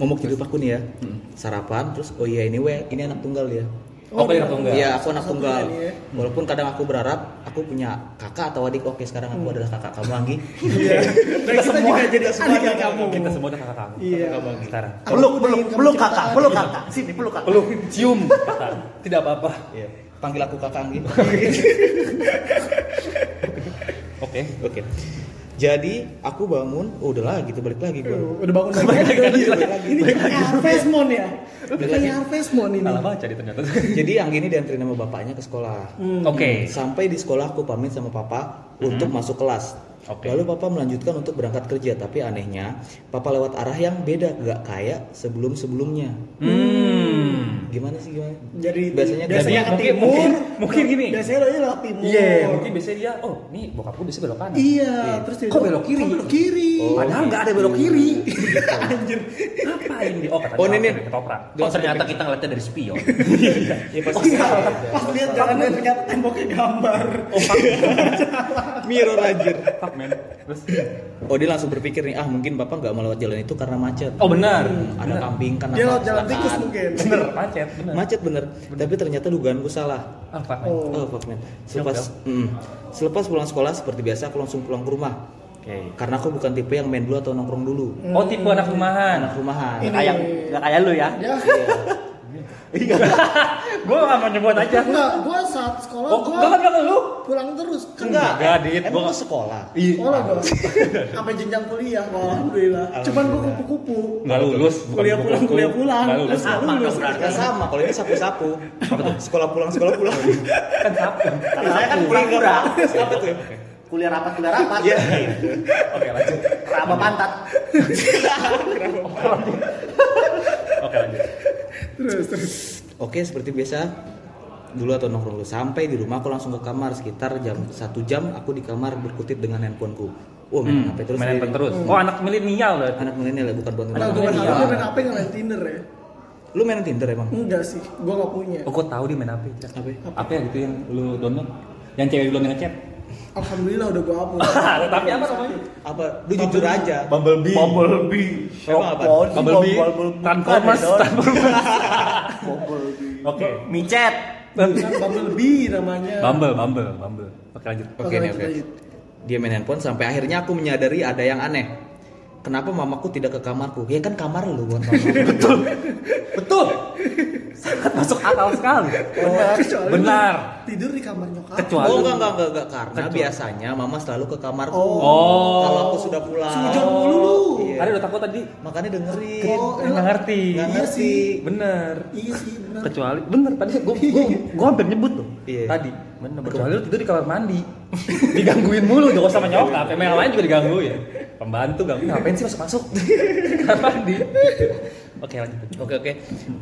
Speaker 3: Momok hidup aku nih ya.
Speaker 2: Hmm.
Speaker 3: Sarapan terus oh iya ini weh, ini anak tunggal ya.
Speaker 2: Oh, kalian atau enggak?
Speaker 3: Iya, aku anak
Speaker 4: Satu
Speaker 3: tunggal.
Speaker 4: ini ya.
Speaker 3: Walaupun kadang aku berharap aku punya kakak atau adik. Oke, sekarang
Speaker 4: Hmm.
Speaker 3: aku adalah kakak kamu lagi.
Speaker 4: Iya. Dan kita juga jadi
Speaker 3: semua
Speaker 4: adik
Speaker 3: adik
Speaker 4: kamu.
Speaker 2: Kita semua udah kakak kamu.
Speaker 4: Iya.
Speaker 2: Kakak kamu sekarang.
Speaker 4: Aku
Speaker 5: Peluk,
Speaker 4: udah
Speaker 5: peluk,
Speaker 4: ingin kamu
Speaker 5: peluk
Speaker 4: ciptaan.
Speaker 5: kakak, peluk kakak. Sini peluk kakak.
Speaker 2: Peluk, cium, kakak. Tidak apa-apa.
Speaker 3: Iya. Panggil aku kakak Anggi.
Speaker 2: Oke.
Speaker 3: Oke. Jadi aku bangun, oh, udah lagi tuh balik lagi
Speaker 4: Aduh,
Speaker 3: gua.
Speaker 4: Udah bangun lagi. Ini kayak Harvest Moon ya.
Speaker 3: Balik lagi.
Speaker 4: Kayak Harvest Moon ini.
Speaker 2: Salah baca di ternyata.
Speaker 3: Jadi Anggi ini dianterin sama bapaknya ke sekolah.
Speaker 4: Hmm.
Speaker 2: Oke.
Speaker 3: Sampai di sekolah aku pamit sama papa untuk masuk kelas.
Speaker 2: Oke.
Speaker 3: Lalu papa melanjutkan untuk berangkat kerja, tapi anehnya papa lewat arah yang beda, nggak kayak sebelum-sebelumnya.
Speaker 2: Hmm.
Speaker 3: Gimana sih gimana?
Speaker 4: Jadi
Speaker 3: Biasanya
Speaker 4: biasanya ke
Speaker 2: mungkin-
Speaker 4: timur.
Speaker 2: mungkin- mungkin gini.
Speaker 4: Biasanya lo lewat timur.
Speaker 2: Iya, mungkin biasanya dia, oh, nih bokap gue bisa belok kanan.
Speaker 4: Iya, terus dia
Speaker 2: Kok belok kiri?
Speaker 4: Kok belok kiri? iya.
Speaker 3: Oh.
Speaker 2: Padahal nggak ada belok kiri. Anjir. Ngapain dia? Oh, katanya
Speaker 3: Oh, ini nih.
Speaker 2: orang ketoprak. Iya,
Speaker 5: Oh ternyata kita ngeliatnya dari spion.
Speaker 3: Ya
Speaker 4: Oh
Speaker 3: pasti
Speaker 4: enggak,
Speaker 3: salah.
Speaker 4: pas lihat jalan dan lihat temboknya gambar.
Speaker 2: Oh, fuck.
Speaker 3: mirror anjir.
Speaker 2: fuck, man. Terus,
Speaker 3: Oh dia langsung berpikir nih, ah mungkin papa nggak mau lewat jalan itu karena macet.
Speaker 2: oh benar.
Speaker 3: Ada kambing kan?
Speaker 4: Oh, Dia
Speaker 3: apa,
Speaker 4: lewat jalan
Speaker 3: kecelakaan.
Speaker 4: tikus mungkin.
Speaker 2: Benar, macet, benar.
Speaker 3: Macet bener. Tapi ternyata dugaanku salah.
Speaker 2: Ah, fuck, man.
Speaker 3: Oh,
Speaker 4: Oh.
Speaker 3: fuck man. Selepas, mm, selepas pulang sekolah seperti biasa aku langsung pulang ke rumah
Speaker 2: Oke.
Speaker 3: karena aku bukan tipe yang main dulu atau nongkrong dulu.
Speaker 2: Oh, tipe anak rumahan.
Speaker 3: Anak rumahan.
Speaker 4: Ini.
Speaker 5: Kayak nggak kayak lu ya.
Speaker 4: Ya,
Speaker 2: Gue Iya. nggak mau nyebut aja.
Speaker 4: enggak, gua saat sekolah
Speaker 2: Oh,
Speaker 4: gua
Speaker 2: enggak kan enggak lu?
Speaker 4: pulang terus.
Speaker 3: Enggak,
Speaker 2: Enggak, Dit.
Speaker 3: emang
Speaker 2: Gua-
Speaker 3: ke sekolah.
Speaker 2: Iya.
Speaker 4: Sekolah gua. Sampai jenjang kuliah, gua alhamdulillah. Cuman gua kupu-kupu.
Speaker 2: Nggak lulus. bukan
Speaker 4: Kuliah
Speaker 2: bukan
Speaker 4: pulang,
Speaker 2: buku.
Speaker 4: kuliah pulang.
Speaker 2: Nggak lulus.
Speaker 4: Terus nggak lulus.
Speaker 3: Ya sama, kalau ini sapu-sapu. sekolah pulang, sekolah pulang. Iya,
Speaker 2: Kan sapu.
Speaker 5: Kalau saya kan kurang-kurang.
Speaker 3: Apa tuh?
Speaker 5: Kuliah rapat, kuliah rapat.
Speaker 3: Iya.
Speaker 2: Oke, lanjut.
Speaker 5: Raba pantat.
Speaker 2: Oke, lanjut.
Speaker 4: Terus terus.
Speaker 3: Oke, seperti biasa dulu atau nongkrong dulu sampai di rumah aku langsung ke kamar sekitar jam satu jam aku di kamar berkutit dengan handphoneku. Wah, Hmm. main
Speaker 2: Hmm,
Speaker 3: HP terus.
Speaker 2: Main
Speaker 3: sendiri.
Speaker 2: handphone terus. Oh, anak milenial berarti.
Speaker 3: Anak milenial ya, bukan buat
Speaker 4: Nah,
Speaker 2: Anak
Speaker 4: gua main
Speaker 2: milenial.
Speaker 4: apa? Gua main apa yang main Tinder ya?
Speaker 3: Lu main Tinder emang?
Speaker 4: Enggak sih, gua enggak punya.
Speaker 2: Oh, gue tahu dia main apa ya?
Speaker 3: Apa?
Speaker 2: Apa ya gitu yang lu download? Yang cewek duluan yang ngechat?
Speaker 4: Alhamdulillah udah gua hapus.
Speaker 2: Tapi apa namanya?
Speaker 3: Apa? Lu jujur aja.
Speaker 5: Bumblebee. Bumblebee.
Speaker 3: Emang apa?
Speaker 5: Rockpon.
Speaker 2: Bumblebee,
Speaker 5: Bumblebee.
Speaker 2: Transformers,
Speaker 5: Bukan, Don.
Speaker 2: Transformers.
Speaker 5: Bumblebee.
Speaker 2: Oke.
Speaker 5: Micet.
Speaker 4: Bukan Bumblebee namanya.
Speaker 2: Bumble, Bumble, Bumble. Oke lanjut.
Speaker 3: Oke nih,
Speaker 4: lanjut,
Speaker 3: oke.
Speaker 4: lanjut.
Speaker 3: Dia main handphone sampai akhirnya aku menyadari ada yang aneh. Kenapa mamaku tidak ke kamarku? Ya kan kamar lu bukan kamar.
Speaker 2: Betul, betul. Sangat masuk akal sekali.
Speaker 4: Benar. Kecuali
Speaker 2: Benar.
Speaker 4: Tidur di kamar nyokap.
Speaker 2: Kecuali.
Speaker 3: oh enggak enggak enggak, enggak. karena biasanya mama selalu ke kamarku.
Speaker 2: Oh.
Speaker 3: Kalau aku sudah pulang.
Speaker 4: Sudah mulu lu.
Speaker 3: Iya.
Speaker 2: Ada udah takut tadi?
Speaker 3: Makanya dengerin.
Speaker 4: Oh,
Speaker 2: Nggak ngerti.
Speaker 3: Nggak
Speaker 4: iya
Speaker 3: ngerti.
Speaker 4: sih.
Speaker 2: Bener.
Speaker 4: Iya sih, benar.
Speaker 2: kecuali bener tadi gue gue gue hampir nyebut tuh
Speaker 3: Iya.
Speaker 2: tadi bener kecuali lu tidur di kamar mandi digangguin mulu dong sama nyokap emang yang lain juga digangguin pembantu gangguin ngapain sih masuk masuk kamar mandi oke lanjut
Speaker 3: Oke oke.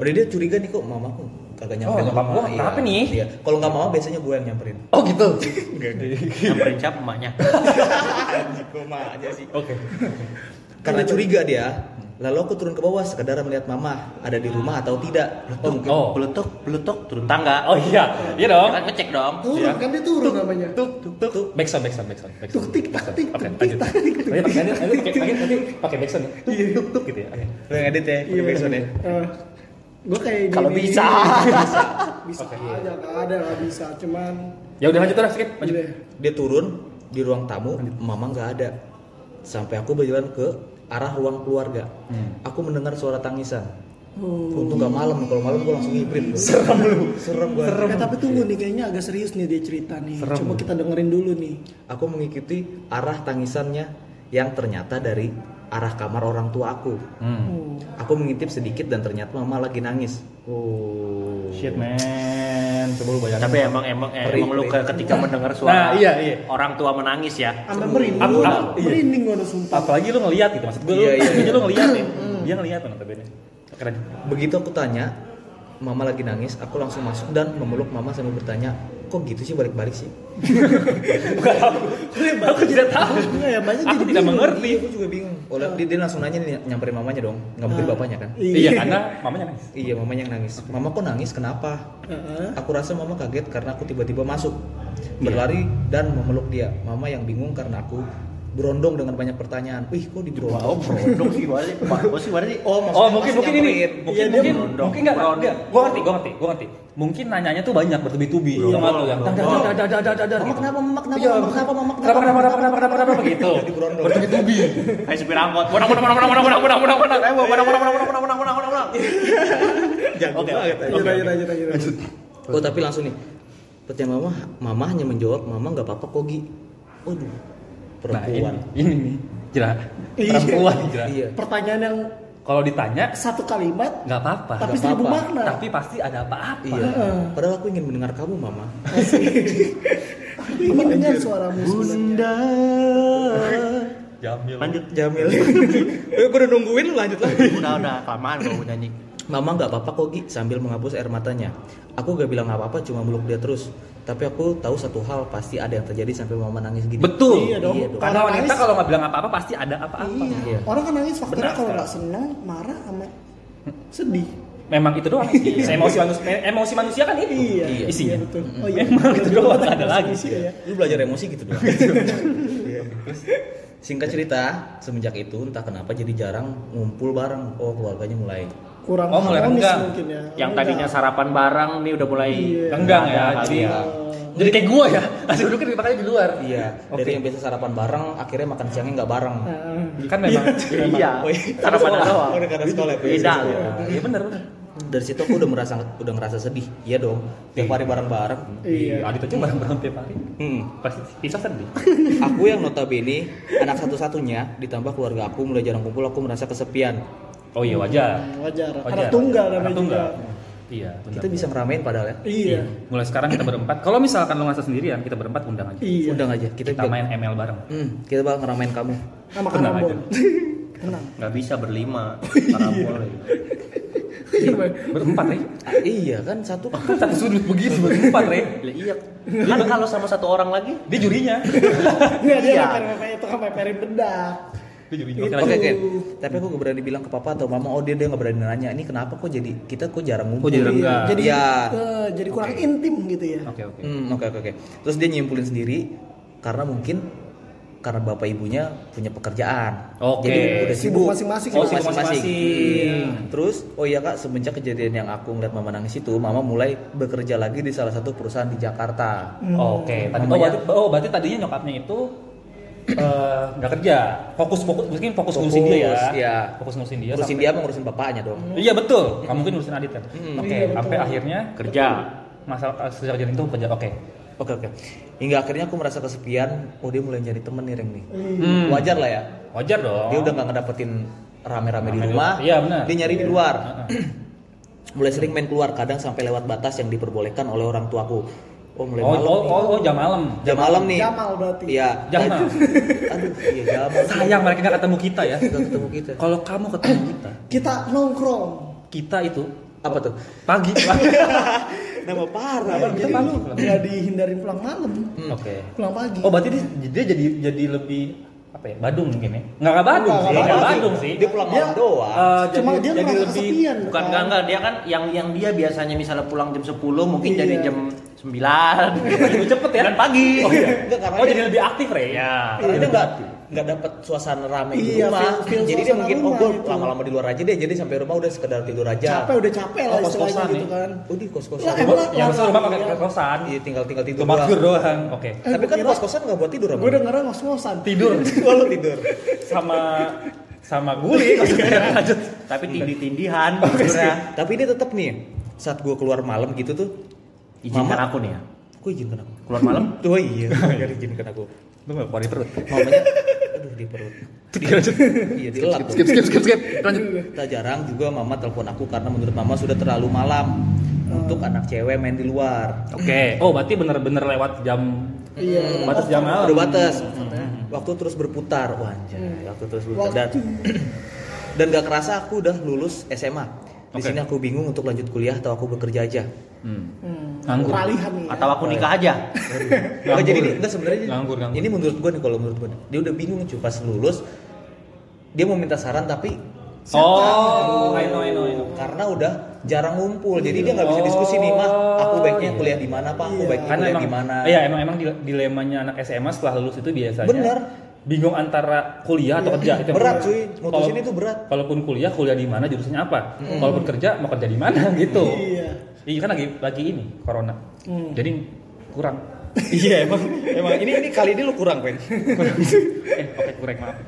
Speaker 3: Udah dia curiga nih kok mama aku kagak
Speaker 2: Oh,
Speaker 3: nyamperin.
Speaker 2: nyokap
Speaker 3: rumah.
Speaker 2: gua,
Speaker 3: Iya.
Speaker 2: kenapa nih?
Speaker 3: Iya. Kalau nggak mau biasanya gue yang nyamperin.
Speaker 2: oh gitu
Speaker 5: Nyamperin siapa emaknya?
Speaker 3: Gue mah aja sih.
Speaker 2: oke
Speaker 3: Karena curiga dia, lalu aku turun ke bawah sekedar melihat mama ada di rumah atau tidak.
Speaker 5: Beletuk,
Speaker 2: Oh.
Speaker 5: beletuk, beletuk, turun tangga.
Speaker 2: oh iya iya dong
Speaker 5: Kan ngecek dong.
Speaker 4: Turun
Speaker 2: ya.
Speaker 4: kan dia turun namanya.
Speaker 2: tuk tuk tuk back sound back sound back sound back sound.
Speaker 4: Tuk, tik,
Speaker 2: Back sound.
Speaker 4: tik,
Speaker 2: oke
Speaker 4: tuk,
Speaker 2: lanjut
Speaker 4: tik, tik,
Speaker 2: Lanjut,
Speaker 4: tuk, tik, Iya.
Speaker 2: lanjut, lanjut, pakai pakai nanti pakai back sound ya tuk tuk tuk gitu ya oke
Speaker 3: Lu yang edit ya, pakai backsound ya.
Speaker 4: gue Iya. Eh, kayak gini.
Speaker 5: Kalau bisa.
Speaker 4: bisa, bisa
Speaker 2: Oke.
Speaker 4: aja nggak ada nggak bisa cuman
Speaker 2: ya udah lanjut udah skip lanjut
Speaker 4: Udah.
Speaker 3: Dia turun di ruang tamu, mama nggak ada. Sampai aku berjalan ke arah ruang keluarga. Aku mendengar suara tangisan. Untung nggak malam, kalau malam gue langsung ngibrit. Serem lu, serem gue.
Speaker 4: Eh, tapi tunggu nih kayaknya agak serius nih dia cerita nih
Speaker 2: Serem.
Speaker 4: coba kita dengerin dulu nih
Speaker 3: Aku mengikuti arah tangisannya yang ternyata dari arah kamar orang tua aku.
Speaker 2: hmm.
Speaker 4: oh.
Speaker 3: Aku mengintip sedikit dan ternyata mama lagi nangis. Oh.
Speaker 2: shit man coba lu bayangin
Speaker 5: Tapi emang emang
Speaker 3: Perih,
Speaker 5: emang lu
Speaker 3: perih.
Speaker 5: ke- ketika mendengar
Speaker 2: nah
Speaker 5: suara
Speaker 2: iya iya
Speaker 5: orang tua menangis ya.
Speaker 4: sampai merinding
Speaker 2: Aku-
Speaker 4: gua,
Speaker 2: aku- iya.
Speaker 4: merinding gue sumpah
Speaker 2: apalagi lu ngelihat gitu maksud gue
Speaker 3: Iya,
Speaker 2: lu,
Speaker 3: iya, iya.
Speaker 2: lu ngelihat nih dia ngelihat tuh notabene keren
Speaker 3: Begitu aku tanya, mama lagi nangis, aku langsung masuk dan memeluk mama sambil bertanya, kok gitu sih balik-balik sih?
Speaker 2: Gak tahu. aku tidak tahu
Speaker 4: Iya, ya, banyak
Speaker 2: aku
Speaker 4: jadi
Speaker 2: tidak
Speaker 4: bingung.
Speaker 2: mengerti
Speaker 3: Aku juga bingung. Oleh dia, dia langsung nanya nih, nyamperin mamanya dong, nggak mungkin bapaknya kan?
Speaker 2: iya karena mamanya nangis
Speaker 3: Iya, mamanya yang nangis. Mama kok nangis? Kenapa?
Speaker 4: Heeh.
Speaker 3: Aku rasa mama kaget karena aku tiba-tiba masuk, berlari dan memeluk dia. Mama yang bingung karena aku berondong dengan banyak pertanyaan. Wih, kok di
Speaker 5: Wow, brodong sih berarti. Brodong sih berarti.
Speaker 3: Oh,
Speaker 2: Oh mungkin mungkin ini
Speaker 3: Iya,
Speaker 2: mungkin
Speaker 5: dia
Speaker 2: mungkin
Speaker 5: berondong.
Speaker 2: mungkin nggak
Speaker 5: Berondong.
Speaker 2: nggak gue ngerti gue ngerti gue ngerti mungkin nanyanya tuh banyak bertubi-tubi Iya.
Speaker 5: Berondong.
Speaker 2: sama tuh yang dadar dadar dadar dadar dadar
Speaker 3: Mama
Speaker 2: gitu.
Speaker 3: kenapa? Mama kenapa?
Speaker 2: Iya,
Speaker 3: Mama kenapa? Mama
Speaker 2: kenapa kenapa kenapa kenapa kenapa kenapa gitu
Speaker 3: Jadi berondong.
Speaker 2: bertubi-tubi
Speaker 5: Kayak supir angkot.
Speaker 2: mana mana mana mana mana mana mana mana
Speaker 5: Eh, mana mana mana mana mana mana mana.
Speaker 3: Jago
Speaker 2: Oke,
Speaker 3: banget.
Speaker 4: lanjut lanjut lanjut lanjut, lanjut.
Speaker 3: Oh tapi langsung nih. Pertanyaan mama, mama hanya menjawab, mama nggak apa-apa kok Gi. Waduh,
Speaker 2: nah
Speaker 3: perempuan.
Speaker 2: ini ini nih jerah
Speaker 4: Iya.
Speaker 2: perempuan jerah
Speaker 3: iya.
Speaker 4: pertanyaan yang
Speaker 2: kalau ditanya
Speaker 4: satu kalimat
Speaker 2: nggak apa-apa
Speaker 4: tapi
Speaker 3: nggak
Speaker 4: seribu
Speaker 3: apa-apa.
Speaker 4: makna
Speaker 2: tapi pasti ada apa-apa
Speaker 3: Iya. Padahal aku ingin mendengar kamu mama.
Speaker 4: Aku ingin dengar suaramu sebenarnya.
Speaker 5: Bunda.
Speaker 2: Jamil
Speaker 5: Lanjut.
Speaker 3: Jamil. Eh, gue udah nungguin lu lanjut lagi.
Speaker 5: Udah udah kelamaan kalau nyanyi.
Speaker 3: Mama nggak apa-apa kok Gi sambil menghapus air matanya. Aku gak bilang apa-apa cuma meluk dia terus. Tapi aku tahu satu hal pasti ada yang terjadi sampai mama nangis gini.
Speaker 2: betul
Speaker 4: Iya dong.
Speaker 3: Iya dong.
Speaker 2: karena
Speaker 4: Orang
Speaker 2: wanita
Speaker 4: nangis-
Speaker 2: kalau nggak bilang apa-apa pasti ada apa-apa
Speaker 4: Iya. Orang kan nangis faktornya
Speaker 2: Benar
Speaker 4: kalau
Speaker 2: sekali.
Speaker 4: nggak senang, marah, sama sedih.
Speaker 2: memang itu doang sih. emosi manusia emosi manusia kan itu
Speaker 4: Iya,
Speaker 2: isinya
Speaker 4: iya, betul. Oh, iya.
Speaker 2: Emang itu doang, nggak ada lagi.
Speaker 4: Iya, iya.
Speaker 3: Lu belajar emosi gitu doang. Iya. Singkat cerita, semenjak itu entah kenapa jadi jarang ngumpul bareng. Oh keluarganya mulai.
Speaker 4: Kurang
Speaker 2: Oh, mulai
Speaker 4: harmonis
Speaker 2: renggang.
Speaker 4: mungkin ya.
Speaker 5: Yang tadinya sarapan bareng nih udah mulai
Speaker 4: Iya.
Speaker 2: Renggang ya,
Speaker 5: Ada
Speaker 2: jadi
Speaker 5: hal
Speaker 2: jadi kayak gua ya. Nasi uduk kan dimakannya di luar.
Speaker 3: Iya.
Speaker 2: Oke.
Speaker 3: Dari yang biasa sarapan bareng, akhirnya makan siangnya nggak bareng.
Speaker 4: Heeh.
Speaker 2: Kan memang.
Speaker 5: yang- Iya.
Speaker 3: Oh, iya.
Speaker 5: Sarapan doang.
Speaker 3: udah karena sekolah. ya?
Speaker 5: Beda.
Speaker 2: Iya, Iya benar benar.
Speaker 3: Dari situ aku udah merasa udah ngerasa sedih. Iya dong. Tiap hari bareng-bareng.
Speaker 4: Iya.
Speaker 2: Iya, Adit aja bareng-bareng tiap hari.
Speaker 3: Hmm.
Speaker 2: Pasti pisah sedih.
Speaker 3: Aku yang notabene anak satu-satunya ditambah keluarga aku mulai jarang kumpul aku merasa kesepian.
Speaker 2: Oh iya wajar.
Speaker 4: Wajar.
Speaker 2: Wajar.
Speaker 4: Anak tunggal
Speaker 2: Anak
Speaker 4: namanya
Speaker 2: tunggal.
Speaker 4: juga.
Speaker 2: Iya, benar.
Speaker 3: Kita bisa ngeramein padahal ya.
Speaker 4: Iya.
Speaker 2: Mulai sekarang kita berempat. Kalau misalkan lo ngerasa sendirian, kita berempat undang aja.
Speaker 4: Iya.
Speaker 3: Undang aja. Kita,
Speaker 2: Kita main
Speaker 3: bilang,
Speaker 2: ML bareng.
Speaker 3: Hmm, kita bakal ngeramein kamu.
Speaker 4: Sama
Speaker 2: Tenang
Speaker 4: kanan
Speaker 2: aja.
Speaker 4: bon. Tenang.
Speaker 5: Gak bisa berlima. Para boleh.
Speaker 2: Oh iya,
Speaker 4: Iya,
Speaker 2: Berempat, Rey.
Speaker 3: Ah, iya kan satu.
Speaker 2: Kan satu sudut begitu berempat, Rey.
Speaker 5: Lah, Iya. Kan kalau sama satu orang lagi
Speaker 2: Dia jurinya.
Speaker 4: Nggak dia
Speaker 5: Iya.
Speaker 4: makan apa itu kan meperin bedak.
Speaker 2: Dia jurinya. Oke,
Speaker 3: Oke
Speaker 4: Itu.
Speaker 2: lanjut.
Speaker 3: oke. Tapi aku gak berani bilang ke papa atau mama. Oh dia dia nggak berani nanya. Ini kenapa kok jadi kita kok jarang ngumpul?
Speaker 2: Kok jadi renggang?
Speaker 3: Jadi ya.
Speaker 4: Eh, jadi kurang intim gitu ya.
Speaker 2: Oke, oke.
Speaker 3: Hmm, oke oke oke. Terus dia nyimpulin sendiri karena mungkin karena bapak ibunya punya pekerjaan.
Speaker 2: Oke.
Speaker 3: Jadi udah
Speaker 4: Sibuk
Speaker 3: sibuk
Speaker 4: masing-masing.
Speaker 2: Oh,
Speaker 3: Sibuk
Speaker 2: sibuk masing-masing.
Speaker 3: Hmm. Terus oh iya Kak, semenjak kejadian yang aku ngeliat mama nangis itu, mama mulai bekerja lagi di salah satu perusahaan di Jakarta.
Speaker 2: Oke, tadi oh berarti, oh berarti tadinya nyokapnya itu eh, nggak kerja, fokus fokus mungkin fokus, ngurusin dia ya,
Speaker 3: Fokus, iya.
Speaker 2: fokus ngurusin dia.
Speaker 3: Ngurusin
Speaker 2: sampai-
Speaker 3: dia mau ngurusin bapaknya dong.
Speaker 2: Iya betul, kamu mungkin ngurusin Adit kan. Oke,
Speaker 4: Iya, betul.
Speaker 2: sampai akhirnya
Speaker 5: kerja.
Speaker 2: masalah eh, sejak kejadian itu kerja. Oke,
Speaker 3: Oke oke. Hingga akhirnya aku merasa kesepian, oh dia mulai nyari temen nih Reng nih.
Speaker 4: Iya.
Speaker 2: Hmm.
Speaker 3: Wajar lah ya.
Speaker 2: wajar dong.
Speaker 3: Dia udah nggak ngedapetin rame-rame
Speaker 2: Rame
Speaker 3: di
Speaker 2: di rumah.
Speaker 3: rumah.
Speaker 2: Iya, benar.
Speaker 3: Dia nyari di luar. mulai sering main keluar kadang sampai lewat batas yang diperbolehkan oleh orang tuaku oh mulai
Speaker 2: Oh, oh,
Speaker 3: malam nih.
Speaker 2: oh, oh, jam malam.
Speaker 3: jam malam nih
Speaker 4: Jamal berarti.
Speaker 3: iya
Speaker 2: Jamal.
Speaker 3: aduh iya jamal
Speaker 2: Sayang mereka nggak ketemu kita ya.
Speaker 3: Nggak ketemu kita
Speaker 2: Kalau kamu ketemu kita,
Speaker 4: Kita nongkrong.
Speaker 2: kita itu
Speaker 3: apa tuh
Speaker 2: pagi.
Speaker 3: nama parah
Speaker 4: Jadi
Speaker 2: Depan
Speaker 4: lu
Speaker 2: lu.
Speaker 4: Iya, nggak dihindarin pulang malam,
Speaker 2: Hmm, Oke.
Speaker 4: pulang pagi.
Speaker 2: Oh berarti dia, dia jadi jadi lebih apa ya? Badung mungkin ya? Nggak nggak Badung
Speaker 4: Nggak,
Speaker 2: sih,
Speaker 4: nggak
Speaker 2: nggak
Speaker 4: Badung.
Speaker 2: Badung sih.
Speaker 3: dia pulang malam
Speaker 4: Dia-
Speaker 3: doang
Speaker 2: Eh,
Speaker 4: Cuma dia merasa kesepian,
Speaker 5: Iya. Bukan
Speaker 4: kan?
Speaker 5: enggak enggak dia kan yang yang dia biasanya misalnya pulang jam 10 mungkin jadi
Speaker 4: Iya.
Speaker 5: jam 9.
Speaker 2: Iya.
Speaker 5: Itu cepet ya. Dan pagi.
Speaker 2: Oh, iya.
Speaker 3: Enggak, karena
Speaker 2: oh
Speaker 3: dia-
Speaker 2: jadi lebih aktif Rey.
Speaker 5: Ya.
Speaker 3: Karena dia nggak nggak dapat suasana ramai di
Speaker 4: Iya,
Speaker 3: rumah,
Speaker 4: feel- feel
Speaker 3: jadi dia
Speaker 4: suasana
Speaker 3: mungkin oh
Speaker 4: rumah
Speaker 3: gue
Speaker 4: gitu.
Speaker 3: lama-lama di luar aja deh, jadi sampai rumah udah sekedar tidur aja.
Speaker 4: capek udah capek lah
Speaker 3: Oh,
Speaker 4: istilahnya
Speaker 3: kos-kosan
Speaker 4: gitu
Speaker 3: ya?
Speaker 4: kan.
Speaker 3: Oh di kos-kosan.
Speaker 4: Lah,
Speaker 2: Gua-
Speaker 4: emang
Speaker 2: Yang
Speaker 4: lah,
Speaker 2: besar rumah pakai
Speaker 4: iya.
Speaker 2: pakai kosan.
Speaker 3: Iya tinggal tinggal tidur
Speaker 2: Cuma tidur
Speaker 3: doang.
Speaker 2: doang. Oke.
Speaker 4: Eh,
Speaker 3: Tapi kan
Speaker 4: gua kira-
Speaker 3: kos-kosan nggak buat tidur,
Speaker 4: Gue udah ngerang ngos-ngosan.
Speaker 2: Tidur
Speaker 3: Kalau tidur.
Speaker 2: sama sama guli
Speaker 4: Iya.
Speaker 2: maksudnya. lanjut.
Speaker 5: Tapi ya. tindih-tindihan tidurnya.
Speaker 3: Tapi ini tetap nih, saat gue keluar malam gitu tuh,
Speaker 5: Izinkan
Speaker 3: Mama-
Speaker 5: aku nih ya.
Speaker 3: Kok izinkan aku?
Speaker 5: Keluar malam
Speaker 3: Tuh iya, dari izinkan aku.
Speaker 2: Lu nggak keluar di perut.
Speaker 3: Mamanya, aduh di perut. Iya, dilap.
Speaker 2: Skip skip skip skip. Lanjut.
Speaker 3: Tak jarang juga mama telepon aku karena menurut mama sudah terlalu malam untuk anak cewek main di luar.
Speaker 2: Oke. Oh berarti bener-bener lewat jam
Speaker 4: Iya.
Speaker 2: batas jam malam.
Speaker 3: Udah batas. Waktu terus berputar, wah anjay, waktu terus berputar dan dan gak kerasa aku udah lulus SMA. Di
Speaker 2: Oke.
Speaker 3: sini aku bingung untuk lanjut kuliah atau aku bekerja aja.
Speaker 2: Hmm.
Speaker 4: Hmm,
Speaker 2: Nganggur.
Speaker 4: Peralihan nih. ya.
Speaker 5: atau aku nikah aja.
Speaker 3: Nggak, Oh, jadi ini enggak sebenarnya jadi-
Speaker 2: Nganggur, nganggur.
Speaker 3: ini menurut gue nih kalau menurut gue dia udah bingung cuy pas lulus dia mau minta saran tapi
Speaker 2: Oh, I know, I know, I know.
Speaker 3: karena udah jarang ngumpul jadi dia nggak bisa diskusi nih mah aku baiknya kuliah di mana pak aku baiknya
Speaker 2: karena
Speaker 3: kuliah
Speaker 2: emang
Speaker 3: di mana
Speaker 2: iya emang emang dile- dilemanya anak SMA setelah lulus itu biasanya
Speaker 3: Bener. Iya,
Speaker 2: bingung antara kuliah atau kerja itu yang berat.
Speaker 3: Berat, cuy. Mutusin
Speaker 2: Kalau-
Speaker 3: itu berat.
Speaker 2: kalaupun kuliah kuliah di mana jurusannya apa kalaupun kerja mau kerja di mana gitu
Speaker 4: Iya.
Speaker 2: iya kan lagi lagi ini corona
Speaker 3: Mm.
Speaker 4: Hmm.
Speaker 2: jadi kurang
Speaker 3: iya emang emang ini ini kali ini lu kurang pen
Speaker 2: eh oke kurang maaf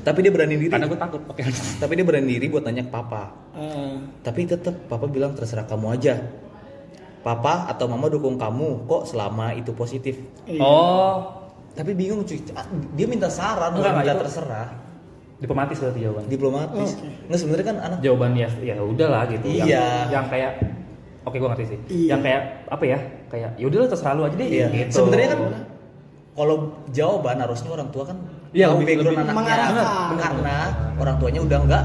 Speaker 3: tapi dia berani diri
Speaker 2: karena gue takut oke lanjut.
Speaker 3: tapi dia berani diri buat nanya ke papa
Speaker 4: Ah.
Speaker 3: tapi tetap papa bilang terserah kamu aja papa atau mama dukung kamu kok selama itu positif
Speaker 4: Iya.
Speaker 2: oh
Speaker 3: tapi bingung cuy Ah, dia minta
Speaker 2: Enggak,
Speaker 3: saran bukan minta
Speaker 2: itu-
Speaker 3: terserah
Speaker 2: diplomatis berarti ya, jawaban
Speaker 3: diplomatis
Speaker 4: Oke.
Speaker 3: nggak sebenarnya kan anak
Speaker 2: jawaban ya ya udahlah gitu
Speaker 3: Iya.
Speaker 2: yang, yang kayak oke gue ngerti sih
Speaker 4: Iya.
Speaker 2: yang kayak apa ya kayak ya udahlah terserah lu aja deh
Speaker 3: Iya.
Speaker 2: gitu
Speaker 3: sebenarnya kan kalau jawaban harusnya orang tua kan
Speaker 2: Iya,
Speaker 3: tahu
Speaker 2: lebih-
Speaker 3: background
Speaker 2: lebih
Speaker 3: anaknya
Speaker 4: mengarahkan.
Speaker 3: Benar. karena orang tuanya udah nggak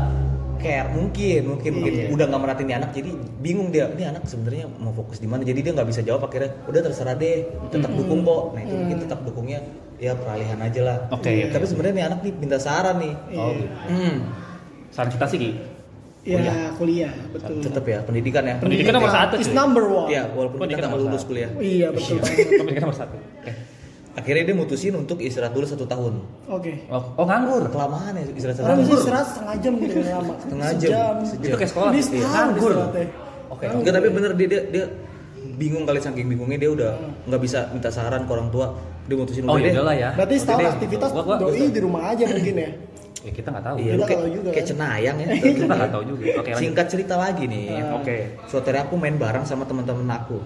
Speaker 3: care mungkin mungkin mungkin
Speaker 2: Iya.
Speaker 3: udah nggak merhatiin anak jadi bingung dia ini anak sebenarnya mau fokus di mana jadi dia nggak bisa jawab akhirnya udah terserah deh tetap dukung kok nah itu mungkin tetap dukungnya ya peralihan aja lah
Speaker 2: Mm. Oke, oke.
Speaker 3: tapi sebenarnya nih anak nih minta saran nih
Speaker 2: oh gitu
Speaker 3: hmm,
Speaker 2: saran kita sih Ki.
Speaker 4: Iya, kuliah, betul.
Speaker 3: tetap ya pendidikan ya
Speaker 2: pendidikan nomor satu,
Speaker 4: Is
Speaker 2: cuy.
Speaker 4: number one.
Speaker 3: Iya, walaupun kita
Speaker 2: Pendidikan
Speaker 3: nggak
Speaker 2: nomor
Speaker 3: lulus
Speaker 2: satu.
Speaker 3: kuliah
Speaker 4: Iya, betul. banget.
Speaker 2: Tapi kita nomor satu. Oke.
Speaker 3: akhirnya dia mutusin untuk istirahat dulu satu tahun
Speaker 4: Oke.
Speaker 2: Oh, oh, nganggur.
Speaker 3: kelamaan ya istirahat satu
Speaker 4: Orang
Speaker 3: tahun
Speaker 4: bisa istirahat setengah jam gitu kan lama.
Speaker 3: Setengah jam, sejam.
Speaker 2: Itu kayak sekolah.
Speaker 4: Ini
Speaker 2: Iya.
Speaker 4: setahun
Speaker 2: Nganggur.
Speaker 4: istirahatnya.
Speaker 2: Oke.
Speaker 3: Enggak tapi bener dia dia, dia bingung kali saking bingungnya dia udah
Speaker 4: Hmm.
Speaker 3: nggak bisa minta saran ke orang tua dia mutusin
Speaker 2: Oh,
Speaker 3: udah
Speaker 2: ya
Speaker 3: deh.
Speaker 2: udahlah ya.
Speaker 4: Berarti
Speaker 2: Oke
Speaker 4: setahun
Speaker 2: deh.
Speaker 4: aktivitas
Speaker 2: Gua- gua-
Speaker 4: doi di rumah aja mungkin ya.
Speaker 2: Ya, kita nggak tahu.
Speaker 3: Iya,
Speaker 4: Gila
Speaker 3: lu kayak,
Speaker 4: kalau juga
Speaker 3: kayak
Speaker 4: kan.
Speaker 3: cenayang ya.
Speaker 2: Kita nggak tahu juga. Oke, lanjut.
Speaker 3: Singkat cerita lagi nih.
Speaker 4: Hmm.
Speaker 2: Oke.
Speaker 3: Suatu hari aku main bareng sama teman-teman aku.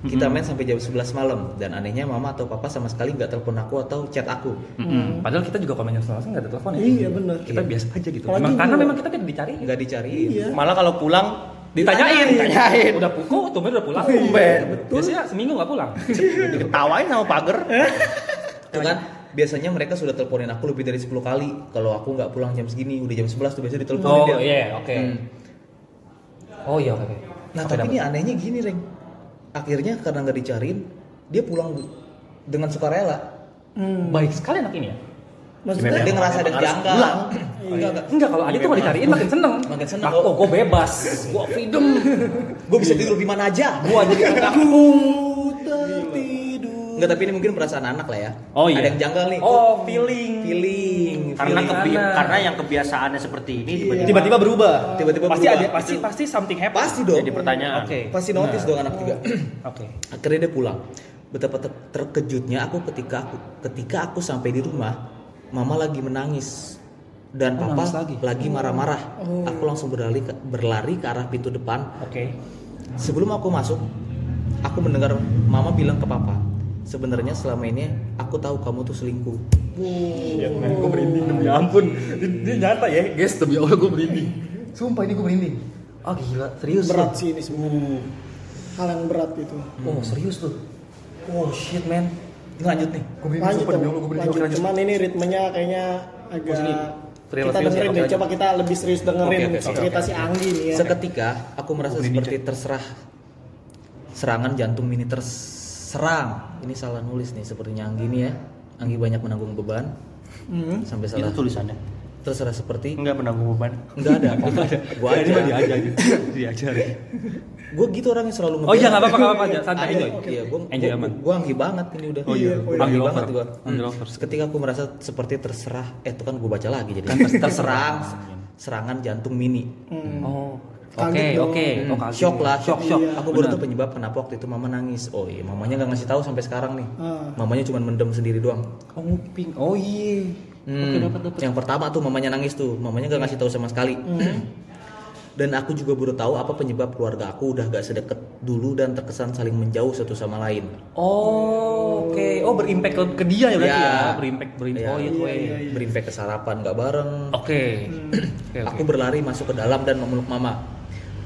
Speaker 3: Kita
Speaker 2: Hmm.
Speaker 3: main sampai jam 11 malam dan anehnya mama atau papa sama sekali nggak telepon aku atau chat aku.
Speaker 2: Mm-mm. Hmm. Padahal kita juga komen jam setengah langsung nggak ada telepon ya.
Speaker 4: Hmm. Iya, bener.
Speaker 2: Kita
Speaker 4: Iya.
Speaker 2: biasa aja gitu.
Speaker 4: Apalagi
Speaker 2: Emang, karena
Speaker 4: gua-
Speaker 2: memang kita tidak dicari.
Speaker 3: Nggak dicariin.
Speaker 4: Iya.
Speaker 5: Malah kalau pulang
Speaker 2: Ditanyain,
Speaker 5: ditanyain.
Speaker 2: Udah pukul, tuh udah pulang. betul. Biasanya seminggu nggak pulang.
Speaker 5: Diketawain sama pagar.
Speaker 3: Tuh kan biasanya mereka sudah teleponin aku lebih dari 10 kali. Kalau aku nggak pulang jam segini, udah jam 11 tuh biasanya diteleponin
Speaker 2: Oh
Speaker 3: dia.
Speaker 2: iya, oke.
Speaker 3: Hmm.
Speaker 2: Oh iya, oke. oke.
Speaker 3: Nah
Speaker 2: Oke,
Speaker 3: tapi
Speaker 2: dapet.
Speaker 3: ini anehnya gini Reng Akhirnya karena nggak dicariin Dia pulang dengan sukarela
Speaker 4: Hmm.
Speaker 2: baik sekali anak ini ya.
Speaker 4: Maksudnya
Speaker 3: Dia ngerasa ada
Speaker 5: harus
Speaker 3: dianggap
Speaker 5: pulang.
Speaker 3: Enggak, enggak
Speaker 2: Enggak kalau Adi tuh kalau dicariin makin seneng.
Speaker 3: Makin seneng.
Speaker 2: Mak- Oh, gue bebas. Gue freedom.
Speaker 3: Gue bisa tidur di mana aja
Speaker 2: Gue jadi anak
Speaker 4: Ku tertidur.
Speaker 3: Enggak tapi ini mungkin perasaan anak lah ya
Speaker 2: Oh iya.
Speaker 3: Ada yang janggal nih
Speaker 2: Oh, feeling.
Speaker 3: Feeling
Speaker 5: Karena
Speaker 3: feeling. Iya.
Speaker 5: kebi-
Speaker 2: Karena-
Speaker 5: karena yang kebiasaannya seperti ini tiba-tiba
Speaker 2: Tiba-tiba berubah.
Speaker 3: Tiba-tiba
Speaker 2: pasti
Speaker 3: berubah.
Speaker 2: ada pasti Nah. pasti something happen.
Speaker 3: Pasti dong
Speaker 5: jadi pertanyaan.
Speaker 2: Oke.
Speaker 3: Pasti notice dong anak juga
Speaker 2: Oke.
Speaker 3: Akhirnya dia pulang Betapa ter- terkejutnya aku ketika aku ketika aku sampai di rumah Mama lagi menangis dan
Speaker 2: Oh,
Speaker 3: papa
Speaker 2: nangis lagi.
Speaker 3: lagi, marah-marah. Aku langsung berlari ke- berlari ke arah pintu depan
Speaker 2: Oke.
Speaker 3: Sebelum aku masuk, aku mendengar mama bilang ke papa, sebenarnya selama ini aku tahu kamu tuh selingkuh.
Speaker 2: Shit, man, gue merinding demi ampun. Ini nyata ya, guys. Demi Allah gue merinding. Sumpah ini gue merinding. Ah gila, serius
Speaker 4: berat
Speaker 2: lu?
Speaker 4: sih ini semua hal yang berat gitu
Speaker 2: Oh serius tuh. Oh shit man. Ini lanjut nih.
Speaker 1: Gue beli
Speaker 4: lanjut
Speaker 1: sumpah demi
Speaker 4: dong,
Speaker 1: Allah gue beli
Speaker 4: lanjut
Speaker 1: lanjut.
Speaker 4: cuman ini ritmenya kayaknya agak
Speaker 2: sini, thriller
Speaker 4: kita
Speaker 2: film sih,
Speaker 4: dengerin deh
Speaker 2: oke,
Speaker 4: coba kita lebih serius dengerin
Speaker 3: Oke, oke, oke,
Speaker 4: cerita si Anggi nih ya
Speaker 3: Seketika aku merasa seperti terserah serangan jantung mini terserang. Ini salah nulis nih sepertinya Anggi nih ya. Anggi banyak menanggung beban
Speaker 4: Hmm.
Speaker 3: sampai
Speaker 5: Itu
Speaker 3: salah
Speaker 5: tulisannya.
Speaker 3: terserah seperti
Speaker 5: Enggak menanggung beban.
Speaker 3: enggak ada. Enggak ada. Gua aja.
Speaker 5: aja. Diajarin.
Speaker 3: Gua gitu orangnya selalu
Speaker 2: Oh iya nggak
Speaker 3: ngebantu.
Speaker 2: apa-apa nggak apa-apa aja. santai aja.
Speaker 3: Iya, iya, gua,
Speaker 2: Enjoy
Speaker 3: gua,
Speaker 2: aman.
Speaker 3: gua anggi banget ini udah.
Speaker 5: Oh iya,
Speaker 3: Gua
Speaker 5: oh iya.
Speaker 3: anggi
Speaker 2: Anggi
Speaker 3: banget
Speaker 2: lover.
Speaker 3: gua.
Speaker 2: Anggi
Speaker 3: Hmm.
Speaker 2: lovers.
Speaker 3: Ketika aku merasa seperti terserah, eh itu kan gua baca lagi jadi terserang serangan jantung mini.
Speaker 4: Hmm.
Speaker 2: Oh. Oke,
Speaker 4: Kaget dong.
Speaker 2: oke.
Speaker 3: Hmm,
Speaker 2: Oh, kaget.
Speaker 3: shock lah, shock, shock.
Speaker 4: Iya.
Speaker 3: Aku baru tahu penyebab kenapa waktu itu mama nangis. Oh iya, mamanya nggak ngasih tahu sampai sekarang nih.
Speaker 4: Ah.
Speaker 3: Mamanya cuma mendem sendiri doang.
Speaker 2: Oh nguping. Oh iya.
Speaker 3: Hmm, Yang pertama tuh mamanya nangis tuh, mamanya nggak ngasih tahu sama sekali. Dan aku juga baru tahu apa penyebab keluarga aku udah gak sedekat dulu dan terkesan saling menjauh satu sama lain.
Speaker 2: Oh, oke. Oh, berimpact ke, ke dia ya berarti ya. Berimpact, berimpact.
Speaker 3: Ya,
Speaker 2: Oh iya, Oh,
Speaker 3: gue
Speaker 2: gue.
Speaker 3: berimpact ke sarapan nggak bareng.
Speaker 2: Oke. Oke,
Speaker 3: Aku
Speaker 2: oke.
Speaker 3: berlari masuk ke dalam dan memeluk mama.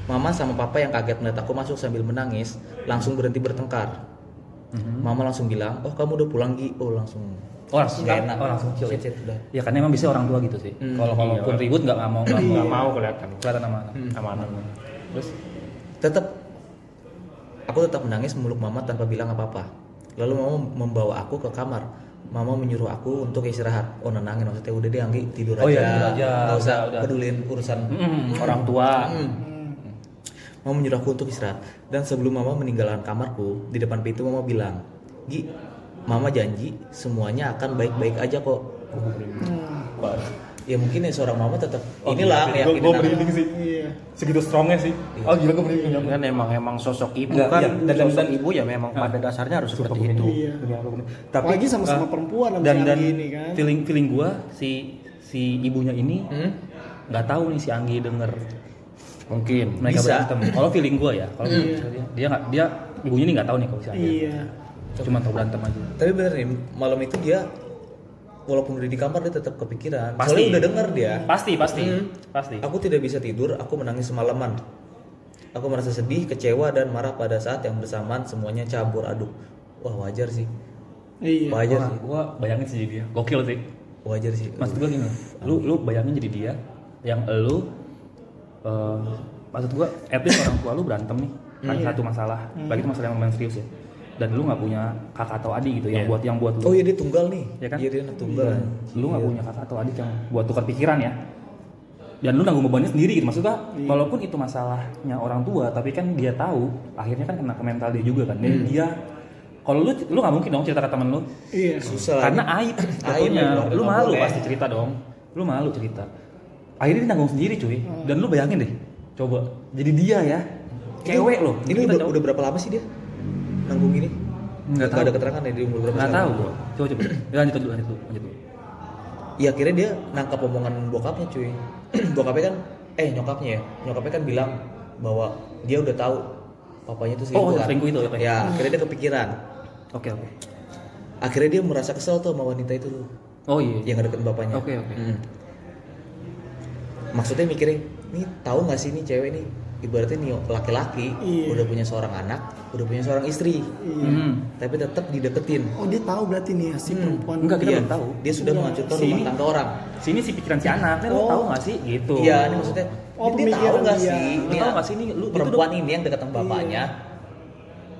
Speaker 3: Mama sama papa yang kaget melihat aku masuk sambil menangis, langsung berhenti bertengkar.
Speaker 2: Mhm.
Speaker 3: Mama langsung bilang, oh kamu udah pulang Gi? Oh langsung.
Speaker 2: Oh, langsung
Speaker 3: Nggak
Speaker 2: enak. Oh, langsung
Speaker 3: Shit,
Speaker 2: chill.
Speaker 3: shit, udah.
Speaker 2: Ya karena emang bisa orang tua gitu sih.
Speaker 3: Hmm.
Speaker 2: Kalau kalau pun ribut nggak nggak mau nggak mau.
Speaker 5: Enggak Iya. Hmm. mau kelihatan.
Speaker 2: Kelihatan sama anak.
Speaker 5: Sama anak.
Speaker 2: Terus
Speaker 3: Tetap, aku tetap menangis memeluk mama tanpa bilang apa-apa. Lalu mama membawa aku ke kamar. Mama menyuruh aku untuk istirahat. Oh nenangin maksudnya udah deh Anggi tidur
Speaker 2: Oh,
Speaker 3: aja.
Speaker 2: iya, tidur aja.
Speaker 3: Nggak usah
Speaker 2: Udah, Mhm. udah.
Speaker 3: pedulin urusan
Speaker 2: orang tua.
Speaker 3: Mama menyuruh aku untuk istirahat dan sebelum mama meninggalkan kamarku di depan pintu mama bilang, Gi, mama janji semuanya akan baik-baik aja kok. Ya mungkin ya seorang mama tetap
Speaker 2: Oh, iya,
Speaker 3: inilah meyakini anak.
Speaker 2: sih.
Speaker 4: iya
Speaker 2: Segitu strongnya sih. Oh gila gue merinding.
Speaker 5: kan emang emang sosok ibu kan
Speaker 2: Enggak, iya. Dan- dan-
Speaker 5: sosok
Speaker 2: dan-
Speaker 5: ibu ya memang pada dasarnya harus seperti itu
Speaker 4: iya
Speaker 2: Tapi
Speaker 4: Apalagi
Speaker 2: eh,
Speaker 4: sama-sama perempuan sama
Speaker 2: dan
Speaker 4: si
Speaker 2: dan
Speaker 4: Anggi ini kan.
Speaker 2: feeling feeling gue si si ibunya ini
Speaker 3: Hmm?
Speaker 2: nggak tahu nih si Anggi denger
Speaker 5: mungkin
Speaker 2: mereka
Speaker 3: Bisa.
Speaker 2: berantem. Kalau feeling gue ya, kalau menurut dia dia nggak dia ibunya ini nggak tahu nih kalau si Anggi.
Speaker 4: iya
Speaker 2: Cuma tahu berantem aja.
Speaker 3: Tapi bener nih malam itu dia walaupun udah di kamar dia tetap kepikiran.
Speaker 2: Pasti.
Speaker 3: Soalnya udah denger dia.
Speaker 2: Pasti pasti pasti.
Speaker 3: Aku tidak bisa tidur, aku menangis semalaman. Aku merasa sedih, kecewa dan marah pada saat yang bersamaan semuanya campur aduk. Wah wajar sih,
Speaker 4: iya
Speaker 3: wajar
Speaker 2: Wah,
Speaker 3: sih,
Speaker 2: gue bayangin sih jadi dia. Gokil sih.
Speaker 3: wajar sih.
Speaker 2: Maksud gue gini, lu lu bayangin jadi dia yang lu eh maksud gue at least orang tua lu berantem nih kan satu masalah bagi itu masalah yang lumayan serius ya dan lu nggak punya kakak atau adik gitu yang buat yang buat lu
Speaker 3: Oh iya dia tunggal nih,
Speaker 2: Iya kan?
Speaker 3: Iya dia anak tunggal.
Speaker 2: Iya. lu
Speaker 3: Iya.
Speaker 2: nggak punya kakak atau adik yang buat tukar pikiran ya dan lu nanggung bebannya sendiri gitu maksudnya
Speaker 3: Iya.
Speaker 2: walaupun itu masalahnya orang tua tapi kan dia tahu akhirnya kan kena ke mental dia juga kan dan
Speaker 3: Hmm.
Speaker 2: dia kalau lu lu nggak mungkin dong cerita ke temen lu
Speaker 4: iya
Speaker 3: Susah.
Speaker 2: karena aib sebetulnya
Speaker 3: ya, keluarga
Speaker 2: lu
Speaker 3: nggak
Speaker 2: malu
Speaker 3: boleh.
Speaker 2: pasti cerita dong lu malu cerita akhirnya dia nanggung sendiri cuy dan lu bayangin deh coba jadi dia ya cewek loh
Speaker 3: Hmm. Ini
Speaker 2: Kita
Speaker 3: udah,
Speaker 2: jauh-
Speaker 3: udah berapa lama sih dia nanggung ini?
Speaker 2: Nggak tahu.
Speaker 3: ada keterangan ya di umur berapa
Speaker 2: nggak
Speaker 3: tahun?
Speaker 2: tahu gua coba coba Ya, lanjut dulu lanjut dulu lanjut dulu
Speaker 3: Ya akhirnya dia nangkap omongan bokapnya cuy. bokapnya kan, eh nyokapnya ya, nyokapnya kan bilang bahwa dia udah tahu papanya itu selingkuh.
Speaker 2: Oh,
Speaker 3: kan.
Speaker 2: selingkuh itu, oke.
Speaker 3: Ya akhirnya dia kepikiran.
Speaker 2: oke oke
Speaker 3: Akhirnya dia merasa kesel tuh sama wanita itu tuh
Speaker 2: oh iya
Speaker 3: yang ngedeketin bapaknya.
Speaker 2: Oke, oke.
Speaker 3: Hmm. Maksudnya mikirnya, ini tahu nggak sih ini cewek nih ibaratnya nih laki-laki
Speaker 4: Iya.
Speaker 3: udah punya seorang anak, udah punya seorang istri,
Speaker 4: iya
Speaker 2: Hmm.
Speaker 3: tapi tetap dideketin.
Speaker 4: oh dia tahu berarti nih ya, si perempuan
Speaker 2: Enggak, kita
Speaker 3: Iya,
Speaker 2: belum tahu.
Speaker 3: Dia sudah menghancurkan
Speaker 2: Si
Speaker 3: rumah
Speaker 2: ini-
Speaker 3: tangga orang.
Speaker 2: Sini si pikiran si anak, kan
Speaker 4: Oh.
Speaker 2: lu tahu gak sih? Gitu.
Speaker 3: Iya, ini maksudnya.
Speaker 4: Oh,
Speaker 3: dia tahu
Speaker 4: pemikiran
Speaker 3: nggak
Speaker 4: dia.
Speaker 3: sih? Iya.
Speaker 2: Lu tahu nggak sih ini lu- itu Iya.
Speaker 3: perempuan ini yang deket sama bapaknya.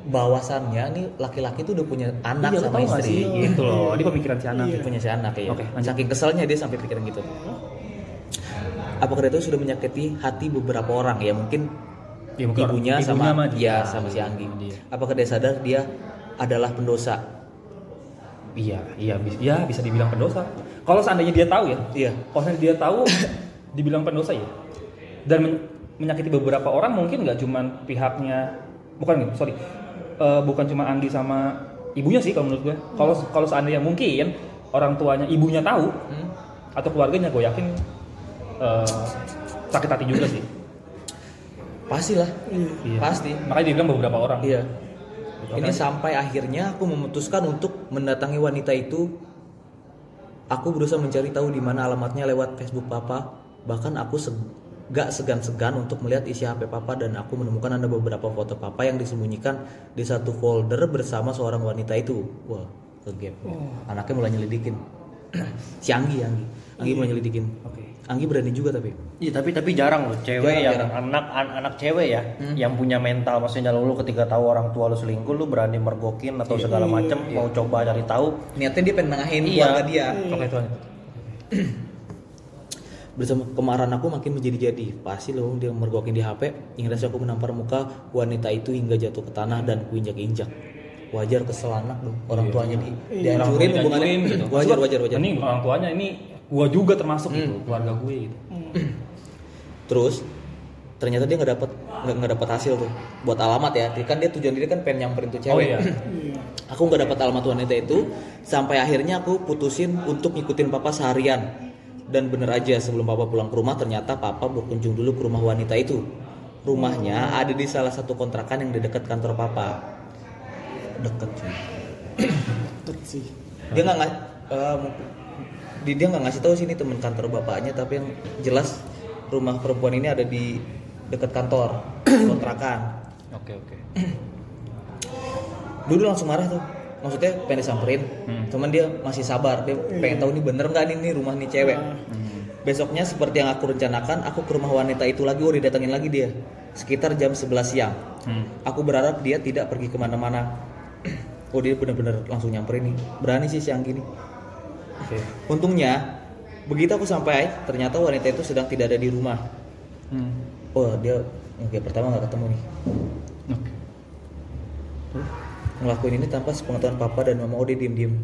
Speaker 3: Bahwasannya nih laki-laki itu udah punya anak
Speaker 2: Iya, lu
Speaker 3: sama
Speaker 2: tahu nggak
Speaker 3: istri.
Speaker 2: sih? Gitu loh, ini pemikiran si anak.
Speaker 3: Dia punya si anak ya.
Speaker 2: Iya. Oke, lanjut.
Speaker 3: Saking keselnya dia sampai pikiran gitu. Apakah itu sudah menyakiti hati beberapa orang ya mungkin
Speaker 2: Ya, mungkin orang-
Speaker 3: ibunya,
Speaker 2: ibunya
Speaker 3: sama
Speaker 2: sama dia. Iya,
Speaker 3: dia sama si Anggi.
Speaker 2: Dia.
Speaker 3: Apakah dia sadar dia adalah pendosa?
Speaker 2: Iya, iya, bisa, ya bisa dibilang pendosa. Kalau seandainya dia tahu ya,
Speaker 3: Iya.
Speaker 2: kalau seandainya dia tahu, dibilang pendosa ya. Dan men- menyakiti beberapa orang mungkin nggak cuman pihaknya, bukan sorry, Eh, bukan cuma Anggi sama ibunya sih kalau menurut gue. Kalau kalau seandainya mungkin orang tuanya, ibunya tahu
Speaker 3: Hmm?
Speaker 2: atau keluarganya, gue yakin eh, sakit hati juga sih.
Speaker 3: Pastilah.
Speaker 4: iya
Speaker 2: Iya.
Speaker 3: Pasti.
Speaker 2: Makanya dibilang beberapa orang.
Speaker 3: Iya. Ini sampai akhirnya aku memutuskan untuk mendatangi wanita itu. Aku berusaha mencari tahu di mana alamatnya lewat Facebook papa. Bahkan aku se- gak segan-segan untuk melihat isi HP papa dan aku menemukan ada beberapa foto papa yang disembunyikan di satu folder bersama seorang wanita itu. Wah, ke gap.
Speaker 5: Oh.
Speaker 3: Anaknya mulai nyelidikin. si Anggi, Anggi. Anggi mulai nyelidikin.
Speaker 2: Oke.
Speaker 3: Anggi berani juga tapi.
Speaker 5: Iya tapi tapi jarang loh cewek
Speaker 3: Jarang,
Speaker 5: yang
Speaker 3: jarang.
Speaker 5: anak an- anak cewek ya yang punya mental maksudnya lu, lu ketika tahu orang tua lu selingkuh lu berani mergokin atau segala macem mau coba cari tahu
Speaker 3: Niatnya dia pengen nengahin
Speaker 5: Iya.
Speaker 3: keluarga dia.
Speaker 2: Oke Tuhan.
Speaker 3: Bersama kemarahan aku makin menjadi-jadi. Pasti loh dia mergokin di HP. Ingat aku menampar muka wanita itu hingga jatuh ke tanah dan kuinjak-injak. Wajar kesel anak dong. Orang tuanya di dihancurin
Speaker 2: Iya. Orang
Speaker 3: hubungannya.
Speaker 2: dihancurin, gitu.
Speaker 3: Wajar, wajar, wajar. Hmm.
Speaker 2: Ini orang tuanya ini gua juga termasuk gitu, keluarga gue gitu.
Speaker 3: Terus ternyata dia nggak dapat nggak nggak dapat hasil tuh buat alamat ya. Dia Kan dia tujuan dia kan pengen nyamperin tuh cewek.
Speaker 2: Oh iya.
Speaker 3: aku nggak dapat alamat wanita itu sampai akhirnya aku putusin untuk ngikutin papa seharian. Dan bener aja sebelum papa pulang ke rumah ternyata papa berkunjung dulu ke rumah wanita itu. Rumahnya ada di salah satu kontrakan yang di dekat kantor papa. Deket cuy.
Speaker 4: Deket sih.
Speaker 3: Dia nggak ngas- eh, mungkin- di- dia nggak ngasih tahu sih ini teman kantor bapaknya tapi yang jelas rumah perempuan ini ada di dekat kantor kontrakan.
Speaker 2: Oke oke.
Speaker 3: dulu langsung marah tuh maksudnya pengen disamperin cuman dia masih sabar dia pengen tahu ini bener nggak nih, nih rumah nih cewek
Speaker 2: Ah.
Speaker 3: Hmm. besoknya seperti yang aku rencanakan aku ke rumah wanita itu lagi udah didatengin lagi dia sekitar jam 11 siang
Speaker 2: Hmm.
Speaker 3: aku berharap dia tidak pergi kemana-mana oh dia bener-bener langsung nyamperin nih berani sih siang gini
Speaker 2: Oke.
Speaker 3: untungnya begitu aku sampai ternyata wanita itu sedang tidak ada di rumah
Speaker 2: Hmm.
Speaker 3: oh dia oke pertama nggak ketemu nih
Speaker 2: Oke.
Speaker 3: ngelakuin ini tanpa sepengetahuan papa dan mama Ode diem-diem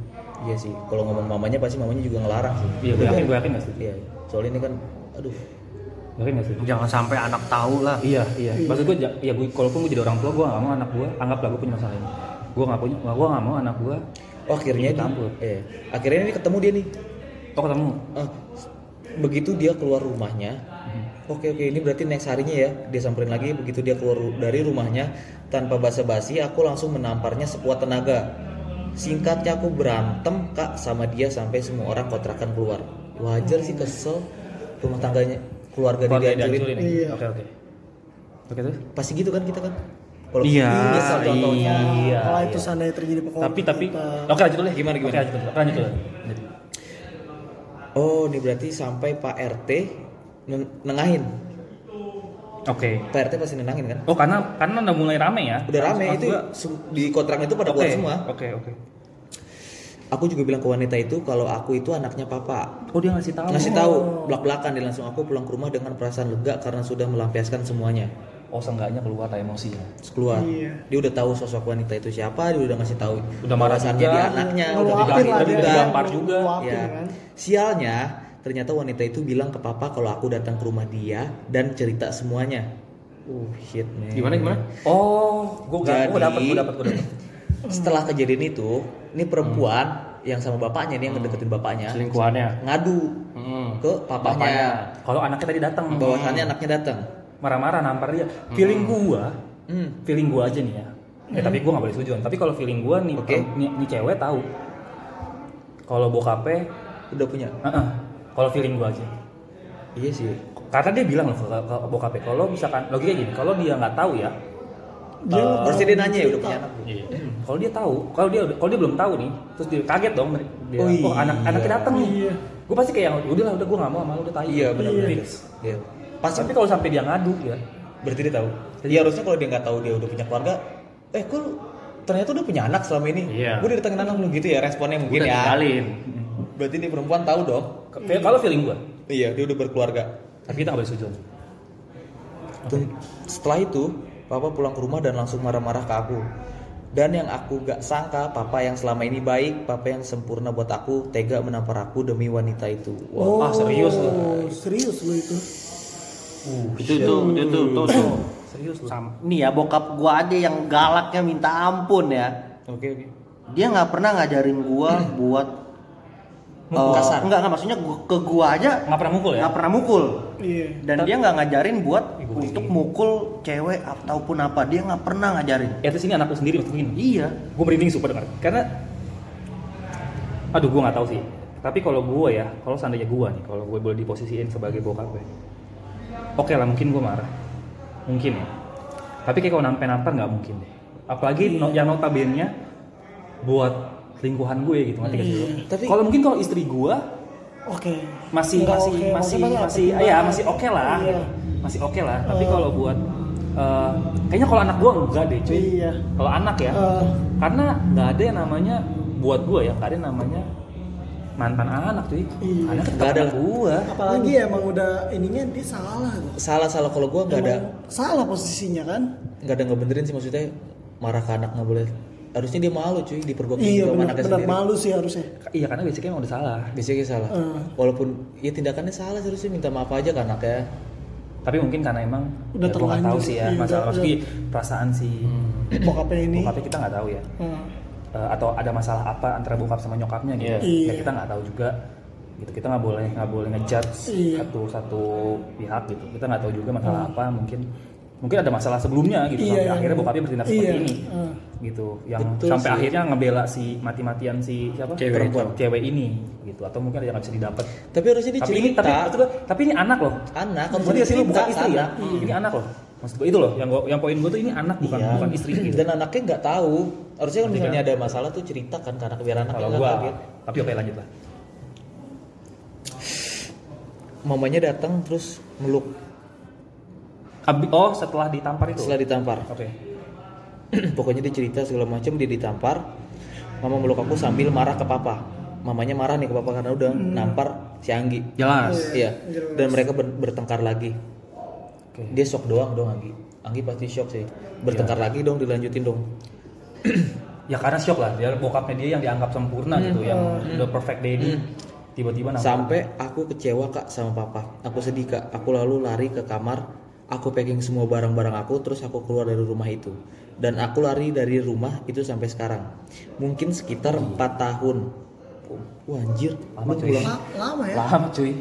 Speaker 3: iya sih kalau ngomong mamanya pasti mamanya juga ngelarang sih
Speaker 2: Iya, gue yakin, gue yakin gak sih?
Speaker 3: iya soalnya ini kan aduh
Speaker 2: Yakin gak sih?
Speaker 3: Ya.
Speaker 5: jangan sampai anak tahu lah
Speaker 2: Iya, iya. Maksud gue, ja- ya gue, kalaupun gue jadi orang tua, gue gak mau anak gue, anggaplah gue punya masalah ini. Gue gak punya, gue gak mau anak gue.
Speaker 3: oh, akhirnya
Speaker 2: Ikut
Speaker 3: dia,
Speaker 2: campur.
Speaker 3: eh, akhirnya ini ketemu dia nih
Speaker 2: Oh ketemu?
Speaker 3: Ah, begitu dia keluar rumahnya oke oke ini berarti next harinya ya dia samperin lagi begitu dia keluar ru- dari rumahnya tanpa basa-basi aku langsung menamparnya sekuat tenaga singkatnya aku berantem kak sama dia sampai semua orang kontrakan keluar wajar sih kesel rumah tangganya keluarga,
Speaker 2: Keluarga
Speaker 3: dia
Speaker 2: dihancurin.
Speaker 3: dihancurin
Speaker 2: ya?
Speaker 4: Iya.
Speaker 2: Oke, oke. Oke terus?
Speaker 3: pasti gitu kan kita kan kalau
Speaker 2: Iya,
Speaker 3: kesel contohnya
Speaker 2: Iya,
Speaker 4: Kalau itu
Speaker 2: iya.
Speaker 4: seandainya terjadi gitu. pokoknya
Speaker 2: Tapi, tapi,
Speaker 4: kita-
Speaker 2: oke lanjut dulu deh.
Speaker 3: Gimana, gimana?
Speaker 2: Oke lanjut dulu, oke, lanjut dulu. Lanjut.
Speaker 3: oh ini berarti sampai Pak RT nen- nengahin
Speaker 2: Oke.
Speaker 3: Pak RT pasti nenangin kan
Speaker 2: Oh karena, karena udah mulai rame ya?
Speaker 3: udah rame
Speaker 2: Maksud
Speaker 3: itu
Speaker 2: gue,
Speaker 3: sem- di kontraknya itu pada
Speaker 2: Oke,
Speaker 3: keluar semua
Speaker 2: oke, oke.
Speaker 3: aku juga bilang ke wanita itu kalau aku itu anaknya papa
Speaker 2: Oh dia ngasih tahu.
Speaker 3: ngasih tahu belak belakan dia langsung aku pulang ke rumah dengan perasaan lega karena sudah melampiaskan semuanya
Speaker 2: Oh seenggaknya keluar lah emosinya.
Speaker 3: Terus keluar
Speaker 4: Iya.
Speaker 3: dia udah tahu sosok wanita itu siapa dia udah ngasih tahu
Speaker 2: Udah marah
Speaker 3: perasaannya
Speaker 2: juga.
Speaker 3: di anaknya udah
Speaker 4: Ngeluapin
Speaker 2: digali,
Speaker 4: lah
Speaker 2: udah
Speaker 4: dia.
Speaker 2: digampar juga. Iya.
Speaker 4: Ngeluapin
Speaker 3: Ya.
Speaker 4: kan.
Speaker 3: Sialnya, ternyata wanita itu bilang ke papa kalau aku datang ke rumah dia dan cerita semuanya. Oh shit man.
Speaker 5: gimana gimana
Speaker 2: Oh, gue
Speaker 3: Jadi-
Speaker 2: gue dapat, gue dapat, gue dapat.
Speaker 3: Setelah kejadian itu, ini perempuan
Speaker 5: Hmm.
Speaker 3: yang sama bapaknya nih yang ngedeketin bapaknya
Speaker 2: Selingkuhannya.
Speaker 3: ngadu
Speaker 5: Hmm.
Speaker 3: ke
Speaker 2: Bapaknya.
Speaker 3: papanya Hmm.
Speaker 2: Kalau anaknya tadi datang,
Speaker 3: bahwasannya anaknya datang.
Speaker 2: marah-marah nampar dia. Feeling gua,
Speaker 3: Hmm.
Speaker 2: feeling gua aja nih ya. Ya, tapi gua nggak boleh setujuan. Tapi kalau feeling gua nih,
Speaker 3: Oke.
Speaker 2: nih, nih cewek tahu. Kalau bokapnya,
Speaker 3: Udah punya.
Speaker 2: uh-uh. kalau feeling gua aja.
Speaker 3: Iya sih.
Speaker 2: Karena dia bilang loh ke, ke bokapnya, kalau misalkan logiknya gini, kalau dia nggak tahu ya,
Speaker 4: Dia
Speaker 3: Harusnya dia nanya ya udah punya anak.
Speaker 2: kalau dia tahu, kalau dia kalau dia belum tahu nih, terus dia kaget dong, dia,
Speaker 3: Oh
Speaker 2: oh,
Speaker 3: iya.
Speaker 2: anak anaknya datang nih. Gue pasti kayak udah lah, udah gue nggak mau sama lu udah tai.
Speaker 3: Iya, benar-benar.
Speaker 2: Fix.
Speaker 3: Iya. Pas
Speaker 2: Tapi kalau sampai dia ngadu ya,
Speaker 3: berarti dia tahu. Iya harusnya kalau dia nggak tahu dia udah punya keluarga, eh kok lu ternyata udah punya anak selama ini.
Speaker 2: Iya.
Speaker 3: Gue datengin anak lu gitu ya responnya mungkin ya.
Speaker 2: ditinggalin.
Speaker 3: Berarti ini perempuan tahu dong.
Speaker 2: Ke- Kalau feeling gue,
Speaker 3: Iya, dia udah berkeluarga.
Speaker 2: tapi kita nggak boleh setujuan.
Speaker 3: Tuh, Setelah itu, papa pulang ke rumah dan langsung marah-marah ke aku. Dan yang aku gak sangka, papa yang selama ini baik, papa yang sempurna buat aku, tega menampar aku demi wanita itu. Wah,
Speaker 2: Ah, serius lu.
Speaker 4: Oh, serius lu itu.
Speaker 5: itu itu itu itu, itu, itu.
Speaker 2: Serius lu.
Speaker 5: Sama. nih ya bokap gua aja yang galaknya minta ampun ya
Speaker 3: oke oke.
Speaker 5: dia nggak pernah ngajarin gua buat
Speaker 3: Mukul
Speaker 5: eh,
Speaker 3: kasar.
Speaker 5: enggak enggak maksudnya gua, ke gua aja
Speaker 2: Nggak pernah mukul ya?
Speaker 5: nggak pernah mukul
Speaker 4: Iya.
Speaker 5: dan dia nggak ngajarin buat
Speaker 2: Ibu ini.
Speaker 5: untuk mukul cewek ataupun apa dia nggak pernah ngajarin
Speaker 2: Ya terus ini anak lu sendiri maksud gini.
Speaker 5: iya
Speaker 2: gue merinding sumpah dengar karena aduh gue nggak tahu sih tapi kalau gue ya kalau seandainya gue nih kalau gue boleh diposisiin sebagai bokap ya oke oke lah mungkin gue marah mungkin ya tapi kayak kalau nampar-nampar nggak mungkin deh apalagi no, yang notabene buat lingkuhan gue gitu ngerti gak sih lu?
Speaker 4: Hmm,
Speaker 3: Tapi-
Speaker 2: kalau mungkin kalau istri gue
Speaker 4: Oke.
Speaker 2: masih
Speaker 4: Nggak
Speaker 2: masih
Speaker 4: oke,
Speaker 2: masih
Speaker 4: maksudnya nggak
Speaker 2: masih
Speaker 4: pertimbangan.
Speaker 2: ya masih oke lah
Speaker 4: Iya.
Speaker 2: gitu. masih oke lah tapi kalau buat eh, kayaknya kalau anak gue enggak deh cuy
Speaker 4: Iya.
Speaker 2: kalau anak ya
Speaker 4: Eh,
Speaker 2: karena nggak ada yang namanya buat gue ya nggak ada yang namanya mantan anak cuy kan
Speaker 4: Iya.
Speaker 2: anak
Speaker 3: Nggak ada.
Speaker 2: gue
Speaker 4: apalagi emang udah ininya dia salah.
Speaker 3: salah salah kalau gue nggak ada
Speaker 4: Emang Salah posisinya kan.
Speaker 3: nggak ada ngebenerin sih maksudnya marah ke anak nggak boleh harusnya dia malu cuy dipergokin
Speaker 4: Iya
Speaker 3: sama
Speaker 4: benar
Speaker 3: anaknya
Speaker 4: benar
Speaker 3: sendiri
Speaker 4: malu sih harusnya.
Speaker 2: iya karena basicnya emang udah salah
Speaker 3: biasanya salah
Speaker 4: Eh.
Speaker 2: Hmm.
Speaker 3: walaupun ya tindakannya salah seharusnya minta maaf aja ke anaknya
Speaker 2: tapi mungkin karena emang ya,
Speaker 4: Udah
Speaker 2: gua nggak tahu
Speaker 4: terlanjur.
Speaker 2: sih ya
Speaker 4: Iya,
Speaker 2: masalah
Speaker 4: udah- Hmm.
Speaker 2: maksudnya perasaan si
Speaker 4: Bokapnya ini.
Speaker 2: bokapnya kita nggak tahu ya
Speaker 4: Hmm.
Speaker 2: Eh, atau ada masalah apa antara bokap sama nyokapnya gitu
Speaker 5: Iya.
Speaker 2: Ya,
Speaker 4: Iya.
Speaker 2: kita nggak tahu juga gitu kita nggak boleh nggak boleh ngejudge
Speaker 4: Iya.
Speaker 2: satu satu pihak gitu kita nggak tahu juga masalah
Speaker 3: Hmm.
Speaker 2: apa mungkin mungkin ada masalah sebelumnya gitu
Speaker 4: Iya,
Speaker 2: sampai
Speaker 4: iya.
Speaker 2: akhirnya bokapnya bertindak
Speaker 4: Iya,
Speaker 2: seperti ini
Speaker 4: eh.
Speaker 2: gitu yang
Speaker 3: Hmm. Betul
Speaker 2: sampai
Speaker 3: sih.
Speaker 2: akhirnya ngebela si mati-matian si siapa
Speaker 5: Cewek
Speaker 2: perempuan
Speaker 3: itu.
Speaker 2: cewek ini gitu atau mungkin ada yang nggak bisa didapat
Speaker 3: tapi harusnya dia
Speaker 2: tapi ini tapi,
Speaker 3: cerita
Speaker 2: maksud gua, tapi ini anak loh
Speaker 3: anak
Speaker 2: Maksud dia sih lu bukan
Speaker 3: cerita
Speaker 2: istri
Speaker 3: ke
Speaker 2: ya?
Speaker 3: anak.
Speaker 2: Ini anak loh. Maksud gue itu loh yang gua, yang poin gue tuh ini anak bukan
Speaker 3: Iya.
Speaker 2: bukan istri gitu. Iya.
Speaker 3: dan anaknya nggak tahu harusnya kan misalnya ada masalah tuh cerita kan karena biar anaknya
Speaker 2: Kalau
Speaker 3: nggak
Speaker 2: gua
Speaker 3: kaget
Speaker 2: tapi oke lanjut lah.
Speaker 3: mamanya datang terus meluk
Speaker 2: Abi- oh setelah ditampar itu.
Speaker 3: setelah ditampar
Speaker 2: Oke.
Speaker 3: pokoknya dia cerita segala macam dia ditampar mama meluk aku sambil marah ke papa mamanya marah nih ke papa karena udah
Speaker 2: Hmm.
Speaker 3: nampar si Anggi
Speaker 2: Jelas.
Speaker 3: iya dan mereka ber- bertengkar lagi
Speaker 2: Oke.
Speaker 3: dia shock doang dong Anggi Anggi pasti shock sih bertengkar
Speaker 2: Iya.
Speaker 3: lagi dong dilanjutin dong
Speaker 2: Ya karena shock lah dia bokapnya dia yang dianggap sempurna gitu yang udah perfect daddy. Tiba-tiba nampar.
Speaker 3: sampai aku kecewa kak sama papa aku sedih kak aku lalu lari ke kamar aku packing semua barang-barang aku terus aku keluar dari rumah itu dan aku lari dari rumah itu sampai sekarang mungkin sekitar 4 tahun Wah anjir,
Speaker 2: Iya. Lama,
Speaker 3: lu
Speaker 2: cuy.
Speaker 3: pulang
Speaker 4: La- Lama ya.
Speaker 2: Lama cuy.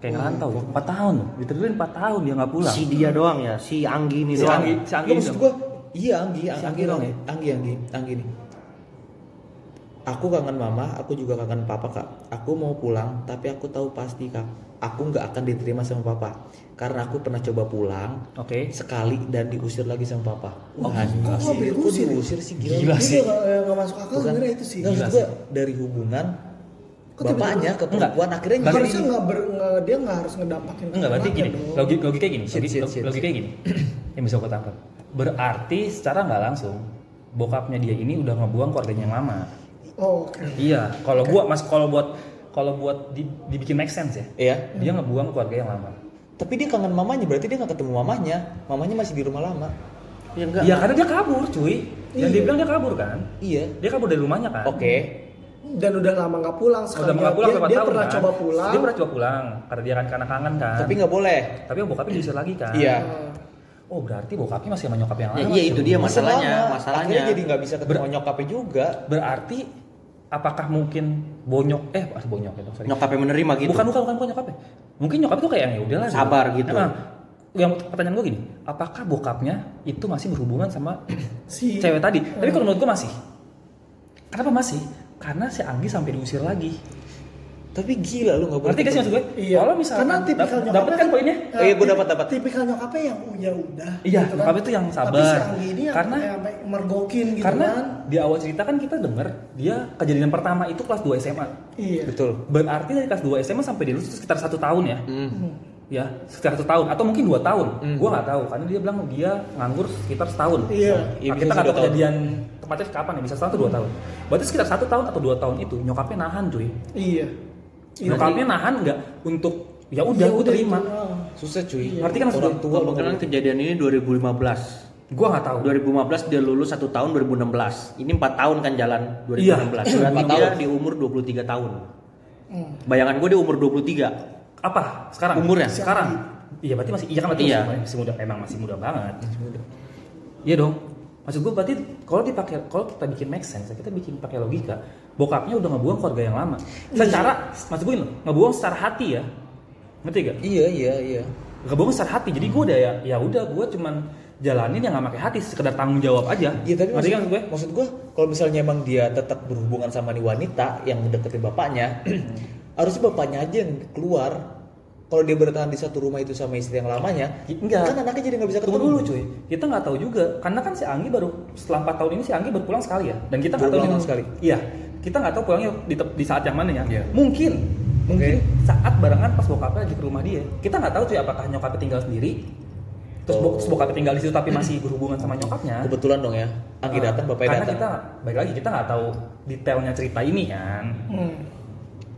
Speaker 2: Kayak ngerantau ya. 4 tahun loh. Diterusin 4 tahun dia nggak pulang.
Speaker 5: si dia doang ya si Anggi ini
Speaker 2: Si
Speaker 5: doang
Speaker 2: Anggi, si Anggi.
Speaker 3: Nggak, maksud
Speaker 2: dong.
Speaker 3: gua, iya Anggi,
Speaker 2: Si
Speaker 3: Anggi,
Speaker 2: Anggi
Speaker 3: Anggi,
Speaker 2: dong
Speaker 3: Anggi, Anggi, Anggi, nih. Aku kangen mama, aku juga kangen papa kak. Aku mau pulang, tapi aku tahu pasti kak, aku nggak akan diterima sama papa, karena aku pernah coba pulang
Speaker 2: Oke.
Speaker 3: sekali dan diusir lagi sama papa. Wah,
Speaker 4: kok
Speaker 3: anjir,
Speaker 4: sampai
Speaker 3: kok
Speaker 4: diusir?
Speaker 3: diusir sih gila.
Speaker 2: Gila
Speaker 4: Itu
Speaker 2: sih.
Speaker 4: nggak- eh, nggak masuk akal
Speaker 3: Bukan.
Speaker 4: sebenarnya itu sih.
Speaker 3: Nggak, maksud gua, dari hubungan
Speaker 4: Kok
Speaker 3: bapaknya
Speaker 4: tiba-tiba-
Speaker 3: ke perempuan akhirnya
Speaker 2: Berarti-
Speaker 3: jadi
Speaker 4: harusnya nggak ber, nggak- dia nggak harus ngedampakin
Speaker 2: Enggak, berarti
Speaker 4: anak
Speaker 2: gini,
Speaker 4: dong.
Speaker 2: logik logiknya gini,
Speaker 3: Shit,
Speaker 2: logik,
Speaker 3: shit,
Speaker 2: log-
Speaker 3: shit,
Speaker 2: logiknya gini. yang bisa gue tangkap. Berarti secara nggak langsung bokapnya dia ini udah ngebuang keluarganya yang lama.
Speaker 4: Oh, oke.
Speaker 2: Iya, kalau gua Mas kalau buat kalau buat di- dibikin make sense ya.
Speaker 3: Iya.
Speaker 2: Dia ngebuang keluarga yang lama.
Speaker 3: Tapi dia kangen mamanya, berarti dia nggak ketemu mamanya. Mamanya masih di rumah lama.
Speaker 5: ya enggak
Speaker 2: Iya, karena dia kabur, cuy. Dan dia bilang dia kabur kan?
Speaker 3: Iya.
Speaker 2: Dia kabur dari rumahnya kan?
Speaker 3: Oke.
Speaker 4: Dan udah lama nggak pulang
Speaker 2: Kalau udah
Speaker 4: sekarang.
Speaker 2: mau nggak pulang
Speaker 4: dia,
Speaker 2: berapa
Speaker 4: dia
Speaker 2: tahun
Speaker 4: pernah
Speaker 2: kan?
Speaker 4: coba pulang.
Speaker 2: Dia pernah coba pulang karena dia kan karena kangen kan.
Speaker 3: Tapi nggak boleh.
Speaker 2: tapi yang bokapnya diusir lagi kan?
Speaker 3: Iya.
Speaker 2: Oh, berarti bokapnya masih sama nyokap yang lama.
Speaker 5: Ya, iya, itu
Speaker 2: cuy.
Speaker 5: dia, Mas. Masalahnya,
Speaker 3: Selama,
Speaker 5: masalahnya.
Speaker 3: akhirnya jadi nggak bisa ketemu nyokapnya juga
Speaker 2: Berarti apakah mungkin bonyok eh ah, bonyok itu sorry.
Speaker 5: nyokapnya menerima gitu
Speaker 2: Bukan bukan bukan bukan nyokapnya. Mungkin nyokap itu kayak ya udahlah.
Speaker 5: Sabar gitu.
Speaker 2: Nah, yang pertanyaan gue gini, apakah bokapnya itu masih berhubungan sama
Speaker 4: Si
Speaker 2: cewek tadi? Tapi
Speaker 4: Iya.
Speaker 2: kalau menurut gue masih. Kenapa masih? Karena si Anggi sampai diusir lagi.
Speaker 3: tapi gila lu nggak boleh
Speaker 2: Ngerti gak sih maksud gue?
Speaker 4: Iya.
Speaker 2: Kalau misalkan
Speaker 4: Karena tipikal
Speaker 2: dap-
Speaker 4: nyokapnya eh,
Speaker 2: dapet kan poinnya?
Speaker 3: Oh iya, gua dapat, dapat.
Speaker 4: Tipikal nyokapnya yang ya udah.
Speaker 2: Iya,
Speaker 4: gitu kan.
Speaker 2: nyokapnya tuh yang
Speaker 4: Tapi si
Speaker 2: sabar.
Speaker 4: Anggi ini yang
Speaker 2: Karena-
Speaker 4: kayak sampai mergokin gitu
Speaker 2: Karena
Speaker 4: kan.
Speaker 2: di awal cerita kan kita denger dia kejadian pertama itu kelas 2 SMA.
Speaker 4: Iya.
Speaker 3: betul
Speaker 2: Berarti dari kelas 2 SMA sampai dia lulus itu sekitar satu tahun ya. Ya, sekitar satu tahun atau mungkin dua tahun. Gua nggak tahu karena dia bilang dia nganggur sekitar setahun.
Speaker 4: Hmm. Iya.
Speaker 3: Iya,
Speaker 2: Nah,
Speaker 3: bisa
Speaker 2: kita nggak
Speaker 3: sih
Speaker 2: tahu
Speaker 3: dua tahun.
Speaker 2: kejadian tepatnya kapan ya, bisa setahun atau dua tahun. Berarti sekitar satu tahun atau dua tahun itu nyokapnya nahan cuy.
Speaker 4: Iya. Iya.
Speaker 2: Nyokapnya nahan nggak untuk ya udah
Speaker 4: Ya
Speaker 2: gue terima.
Speaker 4: itu, ah.
Speaker 3: susah cuy
Speaker 2: Ngerti kan maksud
Speaker 3: orang
Speaker 2: gue?
Speaker 3: tua lu nggak
Speaker 5: kebetulan
Speaker 3: boleh.
Speaker 5: kejadian ini 2015
Speaker 2: Gua nggak tahu.
Speaker 5: 2015 dia lulus satu tahun 2016 ini empat tahun kan jalan 2016
Speaker 2: Iya,
Speaker 5: berarti
Speaker 3: empat
Speaker 5: dia
Speaker 3: tahun.
Speaker 5: di umur 23 tahun
Speaker 4: Hmm,
Speaker 5: bayangan gue di umur 23
Speaker 2: apa sekarang
Speaker 5: Umurnya?
Speaker 2: sekarang iya berarti masih iya kan berarti
Speaker 5: Iya.
Speaker 2: masih, masih muda emang masih muda banget iya dong maksud gue berarti kalau dipakai kalau kita bikin make sense kita bikin pakai logika bokapnya udah ngebuang keluarga yang lama secara maksud gue gini loh, ngebuang secara hati ya ngerti gak
Speaker 3: iya iya iya
Speaker 2: ngebuang secara hati jadi gue udah ya ya udah gue cuman jalanin yang gak pakai hati sekedar tanggung jawab aja
Speaker 3: Iya tapi
Speaker 2: ngerti
Speaker 3: maksud,
Speaker 2: kan maksud gue
Speaker 3: maksud gue kalau misalnya emang dia tetap berhubungan sama nih wanita yang deketin bapaknya, harusnya bapaknya aja yang keluar. kalau dia bertahan di satu rumah itu sama istri yang lamanya,
Speaker 2: Enggak.
Speaker 3: kan anaknya jadi nggak bisa ketemu
Speaker 2: Tunggu dulu cuy, kita nggak tahu juga karena kan si Anggi baru setelah 4 tahun ini si Anggi baru pulang sekali ya, dan kita nggak
Speaker 3: Baru
Speaker 2: tahu
Speaker 3: pulang
Speaker 2: dia-
Speaker 3: sekali.
Speaker 2: Iya, kita nggak tahu pulangnya di, tep- di saat yang mana ya.
Speaker 5: Iya.
Speaker 2: Mungkin, mungkin saat barengan pas bokapnya lagi ke rumah dia, kita nggak tahu cuy apakah nyokapnya tinggal sendiri, terus, bo- terus bokapnya tinggal di situ tapi masih berhubungan sama nyokapnya.
Speaker 3: Kebetulan dong ya, Anggi
Speaker 2: Nah,
Speaker 3: datang, bapaknya
Speaker 2: karena
Speaker 3: datang.
Speaker 2: kita baik lagi kita nggak tahu detailnya cerita ini kan,
Speaker 4: Hmm.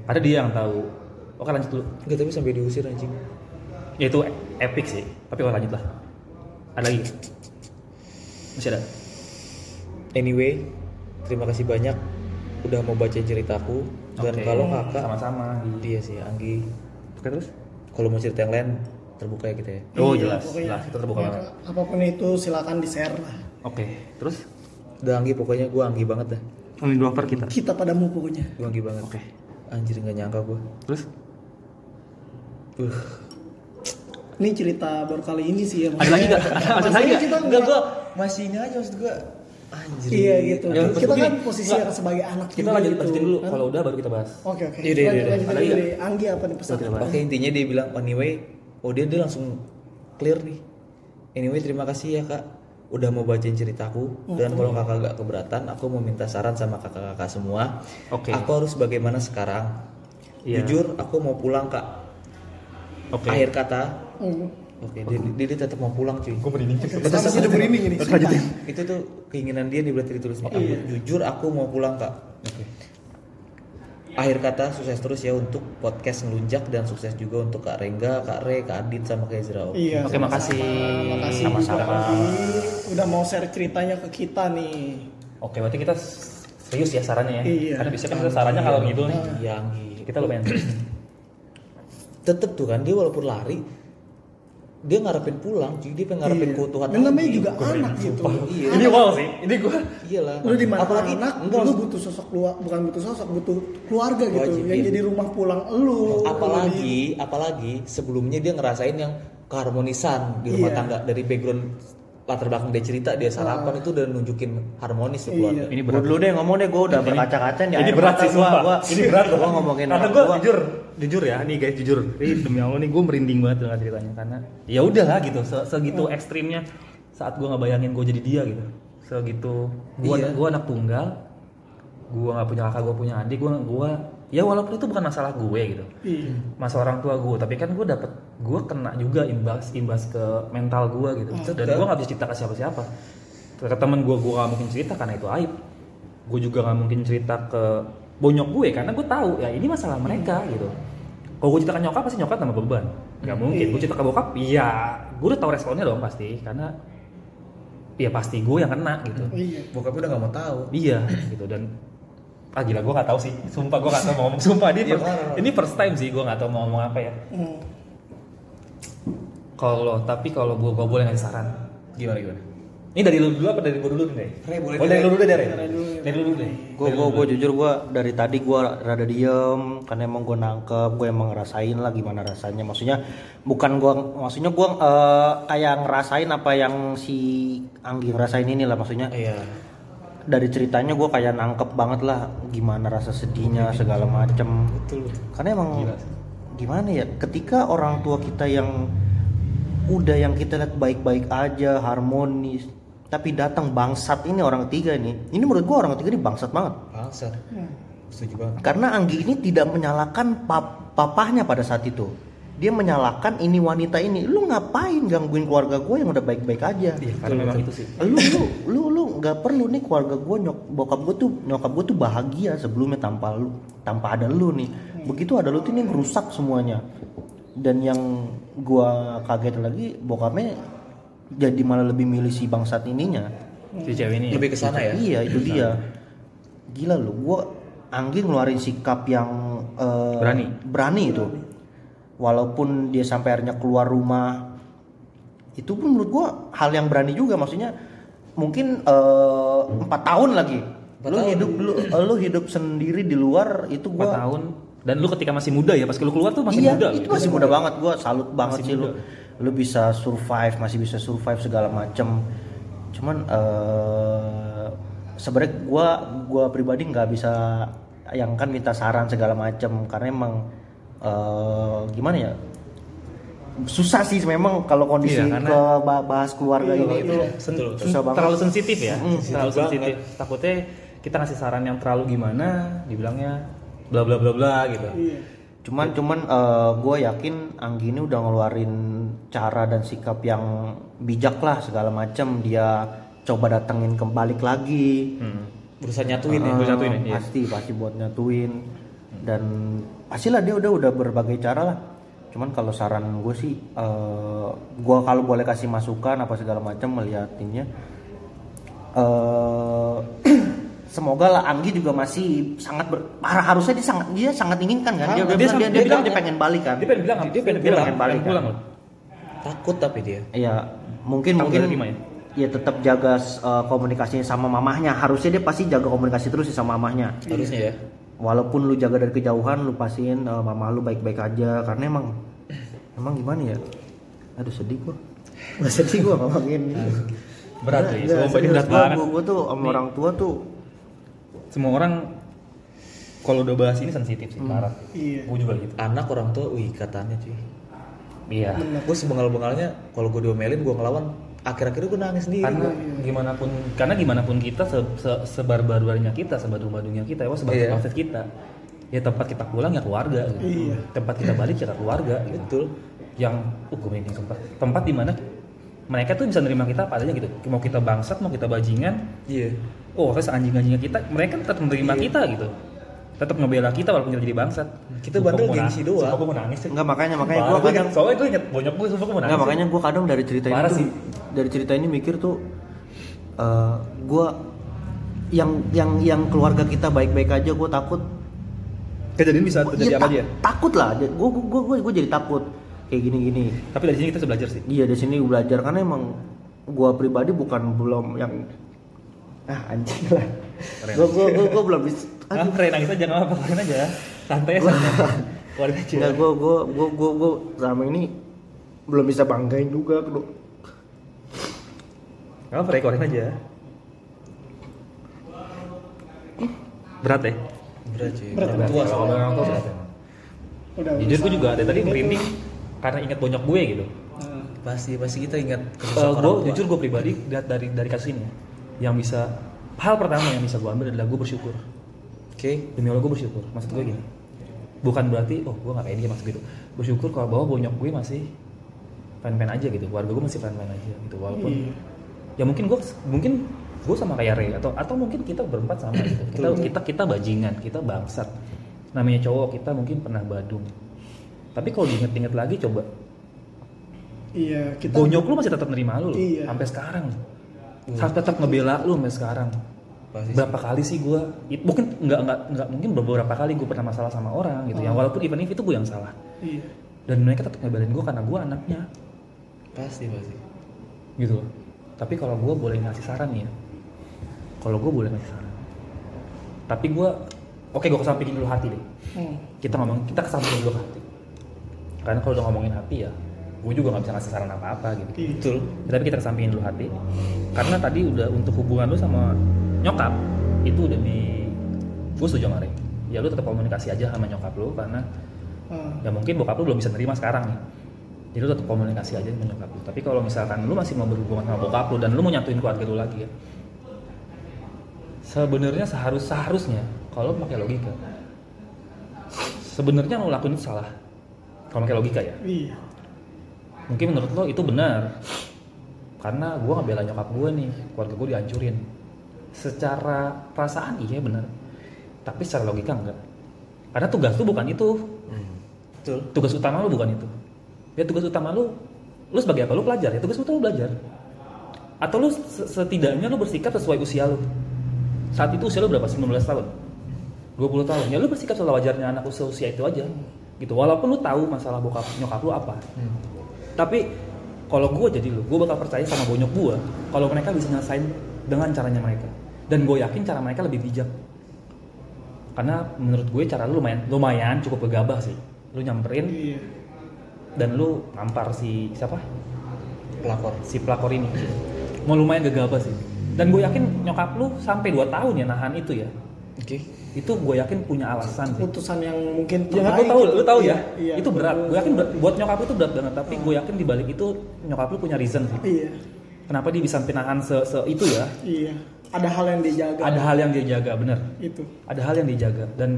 Speaker 2: ada dia yang tahu. Oke lanjut dulu,
Speaker 3: Enggak tapi sampai diusir anjing.
Speaker 2: ya itu epic sih, tapi oke lanjut lah. Ada lagi? Masih ada?
Speaker 3: Anyway, terima kasih banyak udah mau baca ceritaku dan
Speaker 2: Oke.
Speaker 3: kalau kakak
Speaker 2: sama-sama di
Speaker 3: dia sih Anggi
Speaker 2: Oke terus?
Speaker 3: kalau mau cerita yang lain terbuka ya kita ya
Speaker 2: Oh
Speaker 4: Iya,
Speaker 2: jelas,
Speaker 4: pokoknya.
Speaker 2: jelas kita terbuka
Speaker 4: Ya,
Speaker 2: banget.
Speaker 4: apapun itu silakan di share lah.
Speaker 2: Oke, terus
Speaker 3: udah Anggi pokoknya gue Anggi banget dah
Speaker 2: Anggi Glover kita.
Speaker 4: Kita padamu pokoknya.
Speaker 3: gue Anggi banget
Speaker 2: Oke.
Speaker 3: anjir nggak nyangka gue
Speaker 2: Terus?
Speaker 3: uh.
Speaker 4: Ini cerita baru kali ini sih ya.
Speaker 2: Ada lagi nggak? Ada lagi nggak?
Speaker 4: kita
Speaker 3: enggak gue
Speaker 4: nggak-
Speaker 3: masih ini aja maksud gue anjir
Speaker 4: Iya gitu.
Speaker 2: Ya,
Speaker 4: kita
Speaker 2: begini,
Speaker 4: kan posisinya sebagai anak
Speaker 2: Kita
Speaker 4: juga
Speaker 2: lanjut
Speaker 4: gitu,
Speaker 2: lanjutin dulu.
Speaker 4: kan?
Speaker 2: Kalau udah baru kita bahas.
Speaker 4: Oke oke.
Speaker 3: Iya, iya, iya,
Speaker 4: Lanjut-
Speaker 3: iya.
Speaker 4: lanjut
Speaker 2: Ada
Speaker 4: dulu
Speaker 2: iya.
Speaker 4: deh. Anggi apa nih pesan?
Speaker 2: Kita bahas.
Speaker 3: Oke intinya dia bilang anyway, oh dia dia langsung clear nih. Anyway terima kasih ya kak udah mau bacain ceritaku dan kalau kakak gak keberatan aku mau minta saran sama kakak-kakak semua.
Speaker 2: Oke.
Speaker 3: Aku harus bagaimana sekarang?
Speaker 2: Iya.
Speaker 3: Jujur aku mau pulang kak.
Speaker 2: Oke.
Speaker 3: Akhir kata.
Speaker 4: Hmm.
Speaker 3: Oke dia, dia, dia tetap mau pulang cuy.
Speaker 2: Gue merinding.
Speaker 4: Kita masih ada merinding ini.
Speaker 2: Lanjutin.
Speaker 3: Itu tuh keinginan dia dibuat ditulis.
Speaker 4: Iya.
Speaker 3: Aku, Jujur aku mau pulang kak.
Speaker 2: Oke.
Speaker 3: Akhir kata sukses terus ya untuk podcast ngelunjak dan sukses juga untuk Kak Rengga, Kak Re, Kak Adit sama Kak Ezra. Oke.
Speaker 4: Iya.
Speaker 2: Oke, makasih.
Speaker 4: Makasih
Speaker 2: Sama-sama.
Speaker 4: juga Anggi. Udah mau share ceritanya ke kita nih.
Speaker 2: Oke, berarti kita s- serius ya sarannya ya.
Speaker 4: Iya. Nah.
Speaker 2: Karena biasanya kan kita sarannya kalau gitu nih.
Speaker 3: Iya, Anggi.
Speaker 2: Kita lumayan. serius.
Speaker 3: tetep tuh kan dia walaupun lari dia ngarepin pulang jadi dia pengen ngarepin
Speaker 4: Iya.
Speaker 3: keutuhan
Speaker 4: Dan namanya
Speaker 3: Anggi.
Speaker 4: juga anak gitu.
Speaker 3: Iya.
Speaker 2: Ini wow sih. Ini gue
Speaker 3: iyalah
Speaker 4: lu di mana
Speaker 3: Iya apalagi
Speaker 4: anak
Speaker 3: enggak,
Speaker 4: lu
Speaker 3: maksud-
Speaker 4: butuh sosok keluar bukan butuh sosok butuh keluarga gitu
Speaker 3: Wajib,
Speaker 4: yang
Speaker 3: iya.
Speaker 4: jadi rumah pulang lu
Speaker 3: apalagi apalagi sebelumnya dia ngerasain yang keharmonisan di rumah
Speaker 4: Iya.
Speaker 3: tangga dari background latar belakang dia cerita dia
Speaker 2: Ah.
Speaker 3: sarapan itu udah nunjukin harmonis tuh keluarga
Speaker 2: Ini
Speaker 5: Gua
Speaker 2: berat.
Speaker 5: dulu deh ngomong deh, gue udah berkaca-kaca nih.
Speaker 2: Ini
Speaker 5: air
Speaker 2: berat
Speaker 5: mata
Speaker 2: sih
Speaker 5: ya. gua-
Speaker 2: sumpah.
Speaker 5: gua-
Speaker 2: ini berat loh.
Speaker 5: Gua ngomongin
Speaker 2: Karena
Speaker 5: orang
Speaker 2: gue
Speaker 5: tua.
Speaker 2: jujur, jujur ya, nih guys jujur. Ini demi Allah nih gue merinding banget dengan ceritanya karena ya udahlah gitu, se- segitu
Speaker 5: Hmm.
Speaker 2: ekstrimnya saat gue nggak bayangin gue jadi dia gitu. Segitu gue
Speaker 3: Iya.
Speaker 2: gua anak tunggal, gue nggak punya kakak, gue punya adik, gue gua ya walaupun itu bukan masalah gue gitu,
Speaker 4: iya
Speaker 2: masalah orang tua gue. Tapi kan gue dapet, gue kena juga imbas imbas ke mental gue gitu. Dan
Speaker 3: Betul.
Speaker 2: gue nggak bisa cerita ke siapa-siapa. Ke temen gue, gue nggak mungkin cerita karena itu aib. Gue juga nggak mungkin cerita ke bonyok gue karena gue tahu ya ini masalah mereka gitu. Kalau gue cerita ke nyokap pasti nyokap tambah beban. Gak mungkin. Gue cerita ke bokap, iya. Gue udah tahu responnya dong pasti karena ya pasti gue yang kena gitu.
Speaker 4: iya
Speaker 3: bokapnya udah gak mau tahu
Speaker 2: Iya gitu dan ah gila gue gak tahu sih. Sumpah gue gak tahu mau ngomong. Sumpah ini
Speaker 3: Iya,
Speaker 2: first,
Speaker 3: parah, parah.
Speaker 2: ini first time sih gue gak tahu mau ngomong apa ya.
Speaker 4: Hmm.
Speaker 2: Kalau tapi kalau gue gue boleh ngasih saran.
Speaker 3: gimana gimana
Speaker 2: Ini dari lu dulu apa dari gue dulu nih? Rey?
Speaker 3: Rey, boleh
Speaker 2: Oh,
Speaker 3: dari
Speaker 2: dari lu dulu deh, Rey.
Speaker 4: Dari lu.
Speaker 2: Dari lu dulu deh.
Speaker 5: Gue gue gue jujur gue dari tadi gue rada diem karena emang gue nangkep gue emang ngerasain lah gimana rasanya maksudnya bukan gue maksudnya gue eh, kayak ngerasain apa yang si Anggi ngerasain ini lah maksudnya
Speaker 3: iya
Speaker 5: dari ceritanya gue kayak nangkep banget lah gimana rasa sedihnya segala macem
Speaker 3: betul
Speaker 5: karena emang gimana ya ketika orang tua kita yang udah yang kita lihat baik-baik aja harmonis tapi datang bangsat ini orang ketiga ini ini menurut gue orang ketiga ini bangsat banget
Speaker 3: bangsat
Speaker 2: Iya.
Speaker 3: setuju banget
Speaker 5: karena Anggi ini tidak menyalahkan pap- papahnya pada saat itu dia menyalahkan ini wanita ini lu ngapain gangguin keluarga gue yang udah baik-baik aja
Speaker 2: Iya, karena memang itu sih.
Speaker 5: lu lu lu lu nggak perlu nih keluarga gue nyok bokap gue tuh nyokap gue tuh bahagia sebelumnya tanpa lu tanpa ada lu nih begitu ada lu tuh ini rusak semuanya dan yang gua kaget lagi bokapnya jadi malah lebih milih si bangsat ininya
Speaker 2: Si cewek ini.
Speaker 3: lebih ke sana ya
Speaker 5: iya itu dia gila lu gua Anggi ngeluarin sikap yang eh,
Speaker 2: Berani.
Speaker 5: berani itu walaupun dia sampai akhirnya keluar rumah itu pun menurut gua hal yang berani juga maksudnya mungkin eh, empat tahun lagi
Speaker 3: Empat
Speaker 5: lu
Speaker 3: tahun.
Speaker 5: hidup lu, lu hidup sendiri di luar itu
Speaker 2: 4
Speaker 5: gua
Speaker 2: tahun dan lu ketika masih muda ya pas lu keluar tuh masih
Speaker 5: iya,
Speaker 2: muda.
Speaker 5: itu
Speaker 2: gitu.
Speaker 5: masih muda banget gua salut banget
Speaker 2: Masih
Speaker 5: sih lu. Lu bisa survive, masih bisa survive segala macem. Cuman eh sebenarnya gua gua pribadi nggak bisa yang kan minta saran segala macem karena emang eh gimana ya? susah sih memang kalau kondisi
Speaker 2: Iya, karena- Iya,
Speaker 5: ke ba- bahas keluarga ini itu
Speaker 2: sen-
Speaker 3: Betul.
Speaker 2: sen-
Speaker 5: Susah banget. Hmm,
Speaker 2: terlalu sensitif ya terlalu
Speaker 3: Sensitif
Speaker 2: sensitif takutnya kita ngasih saran yang terlalu gimana dibilangnya bla bla bla bla gitu
Speaker 5: cuman cuman gue yakin Anggi ini udah ngeluarin cara dan sikap yang bijak lah segala macam dia coba datengin kembali lagi
Speaker 2: hmm.
Speaker 3: berusaha nyatuin ya
Speaker 5: Eh,
Speaker 2: Buat nyatuin ya, iya.
Speaker 5: pasti pasti buat nyatuin dan pastilah dia udah udah berbagai cara lah cuman kalau saran gue sih eh, gue kalau boleh kasih masukan apa segala macam melihatinnya eh semoga lah Anggi juga masih sangat ber, parah harusnya dia sangat dia sangat inginkan kan dia
Speaker 3: Ah,
Speaker 5: dia,
Speaker 3: dia
Speaker 5: dia,
Speaker 3: sam-
Speaker 5: dia,
Speaker 3: dia
Speaker 5: bilang
Speaker 3: bilang
Speaker 5: dia pengen balik kan
Speaker 2: dia pengen bilang
Speaker 3: Dia pengen pulang,
Speaker 5: pengen kan?
Speaker 2: pulang loh.
Speaker 3: takut tapi dia
Speaker 5: Iya, mungkin
Speaker 2: Tampil
Speaker 5: mungkin
Speaker 2: lima ya?
Speaker 5: ya tetap jaga eh, komunikasinya sama mamahnya. Harusnya dia pasti jaga komunikasi terus sih sama mamahnya.
Speaker 2: Iya.
Speaker 3: harusnya ya
Speaker 5: Walaupun lu jaga dari kejauhan, lu pastiin eh, mamah lu baik-baik aja karena emang emang gimana ya? Aduh sedih gua. Gak sedih gua ngomongin.
Speaker 2: Nah,
Speaker 5: Nggak,
Speaker 2: Berat, cuy.
Speaker 5: nggak,
Speaker 2: Sumpah, ini
Speaker 5: serius.
Speaker 2: berat
Speaker 5: Nah, Gua-
Speaker 2: banget.
Speaker 5: Gua, gua tuh sama orang tua tuh
Speaker 2: semua orang kalau udah bahas ini sensitif
Speaker 5: Hmm.
Speaker 2: sih parah
Speaker 4: Iya.
Speaker 2: gue juga gitu
Speaker 3: anak orang tua wih katanya cuy
Speaker 2: iya
Speaker 3: gue sebengal-bengalnya kalau gue diomelin gue ngelawan akhir-akhirnya gue nangis sendiri
Speaker 2: karena gimana pun karena gimana pun kita se, se- sebar-barbarnya kita sebar-badungnya kita ya
Speaker 3: Iya.
Speaker 2: sebar-sebar kita ya tempat kita pulang ya keluarga gitu.
Speaker 4: Iya.
Speaker 2: tempat kita balik ya keluarga gitu.
Speaker 3: betul
Speaker 2: yang uh gue merinding sumpah tempat dimana mereka tuh bisa nerima kita apa adanya gitu mau kita bangsat mau kita bajingan
Speaker 3: iya
Speaker 2: oh terus anjing-anjingnya kita mereka tetap menerima kita gitu tetap ngebela kita walaupun kita jadi bangsat
Speaker 3: Kita
Speaker 2: Sumpah,
Speaker 3: bandel
Speaker 2: gua mau
Speaker 3: gengsi
Speaker 2: nangis.
Speaker 3: doang.
Speaker 2: Sumpah, gua mau nangis sih
Speaker 5: enggak makanya makanya
Speaker 2: Parah,
Speaker 5: gua
Speaker 2: gua
Speaker 5: kadang
Speaker 2: ingat- soalnya gue inget bonyok gue sumpah gue mau nangis
Speaker 5: Nggak, makanya gue kadang dari cerita
Speaker 2: Parah
Speaker 5: itu
Speaker 2: sih.
Speaker 5: dari cerita ini mikir tuh eh gue yang yang yang keluarga kita baik-baik aja gue takut
Speaker 2: kejadian bisa
Speaker 5: Ya, ta- takut lah gue gue gue gue jadi takut kayak gini gini
Speaker 2: tapi dari sini kita bisa belajar sih
Speaker 5: dia Iya, di sini belajar karena emang gue pribadi bukan belum yang ah anjing lah gue gue gue gue belum bisa
Speaker 2: ah keren nangis aja nggak apa keren aja santai aja keluarin aja
Speaker 5: Enggak, gue gue gue gue gue selama ini belum bisa banggain juga kedua-
Speaker 2: nggak apa keluarin aja berat ya
Speaker 3: berat cuy
Speaker 4: Berat,
Speaker 3: orang
Speaker 4: berat.
Speaker 3: tua soalnya
Speaker 2: orang tua berat
Speaker 4: Udah.
Speaker 2: jujur gue juga dari tadi merinding karena ingat bonyok gue gitu
Speaker 4: Nah,
Speaker 3: pasti pasti kita ingat
Speaker 2: Eh,
Speaker 3: kesusahan
Speaker 2: gua,
Speaker 3: orang tua
Speaker 2: jujur gue pribadi lihat dari dari kasus ini yang bisa hal pertama yang bisa gue ambil adalah gue bersyukur
Speaker 3: oke
Speaker 2: demi allah gue bersyukur maksud gue gini bukan berarti oh gue gak kayak dia maksud gitu bersyukur kalau bahwa bonyok gue masih fan-fan aja gitu keluarga gue masih fan-fan aja gitu walaupun
Speaker 3: Iya.
Speaker 2: ya mungkin gue mungkin gue sama kayak Ray atau atau mungkin kita berempat sama gitu kita kita kita bajingan kita bangsat namanya cowok kita mungkin pernah badung tapi kalau diinget-inget lagi coba
Speaker 4: iya kita.
Speaker 2: Bonyok lu masih tetap nerima lu loh,
Speaker 4: Iya.
Speaker 2: sampai sekarang. Harus tetap ngebela lu sampai sekarang.
Speaker 3: Pasti sih.
Speaker 2: berapa kali sih gua it- mungkin nggak nggak nggak mungkin beberapa kali gua pernah masalah sama orang gitu ya
Speaker 4: Oh.
Speaker 2: walaupun even if itu gua yang salah
Speaker 4: Iya.
Speaker 2: dan mereka tetap ngebelain gua karena gua anaknya
Speaker 3: pasti pasti
Speaker 2: gitu loh. tapi kalau gua boleh ngasih saran nih ya kalau gua boleh ngasih saran tapi gua oke gua kesampingin dulu hati deh
Speaker 4: Hmm.
Speaker 2: kita ngomong kita kesampingin dulu hati karena kalau udah ngomongin hati ya gua juga nggak bisa ngasih saran apa apa gitu
Speaker 4: Iya.
Speaker 3: betul
Speaker 2: Ya, tapi kita kesampingin dulu hati karena tadi udah untuk hubungan lu sama nyokap itu udah di gue setuju sama Ray. ya lu tetap komunikasi aja sama nyokap lu karena
Speaker 4: Ah,
Speaker 2: ya mungkin bokap lu belum bisa nerima sekarang nih jadi lu tetap komunikasi aja sama nyokap lu tapi kalau misalkan lu masih mau berhubungan sama bokap lu dan lu mau nyatuin keluarga lu lagi ya sebenarnya seharus seharusnya kalau pakai logika sebenarnya yang lu lakuin itu salah kalau pakai logika ya
Speaker 4: Iya.
Speaker 2: mungkin menurut lo itu benar karena gue ngebela nyokap gue nih keluarga gue dihancurin secara perasaan iya benar tapi secara logika enggak karena tugas lu bukan itu
Speaker 3: betul
Speaker 2: tugas utama lu bukan itu ya tugas utama lu lu sebagai apa lu pelajar ya tugas utama lu belajar atau lu se- setidaknya lu bersikap sesuai usia lu saat itu usia lu berapa 19 tahun 20 tahun ya lu bersikap setelah wajarnya anak usia usia itu aja gitu walaupun lu tahu masalah bokap nyokap lu apa tapi kalau gue jadi lu gue bakal percaya sama bonyok gue kalau mereka bisa nyelesain dengan caranya mereka dan gue yakin cara mereka lebih bijak karena menurut gue cara lu lumayan lumayan cukup gegabah sih lu nyamperin
Speaker 4: Iya.
Speaker 2: dan lu nampar si siapa
Speaker 3: pelakor
Speaker 2: si pelakor ini mau lumayan gegabah sih dan gue yakin nyokap lu sampai 2 tahun ya nahan itu ya
Speaker 3: Oke.
Speaker 2: itu gue yakin punya alasan sih.
Speaker 4: keputusan yang mungkin
Speaker 2: Ya, lu
Speaker 4: terbaik
Speaker 2: tahu,
Speaker 4: gitu.
Speaker 2: lu tahu ya.
Speaker 4: Iya, iya.
Speaker 2: itu berat. Gue yakin berat- buat nyokap lu itu berat banget, tapi gue yakin di balik itu nyokap lu punya reason sih.
Speaker 4: iya
Speaker 2: Kenapa dia bisa nahan se, se itu ya?
Speaker 4: iya ada hal yang dijaga gitu.
Speaker 2: Ada hal yang dia jaga, bener.
Speaker 4: itu
Speaker 2: Ada hal yang dia jaga dan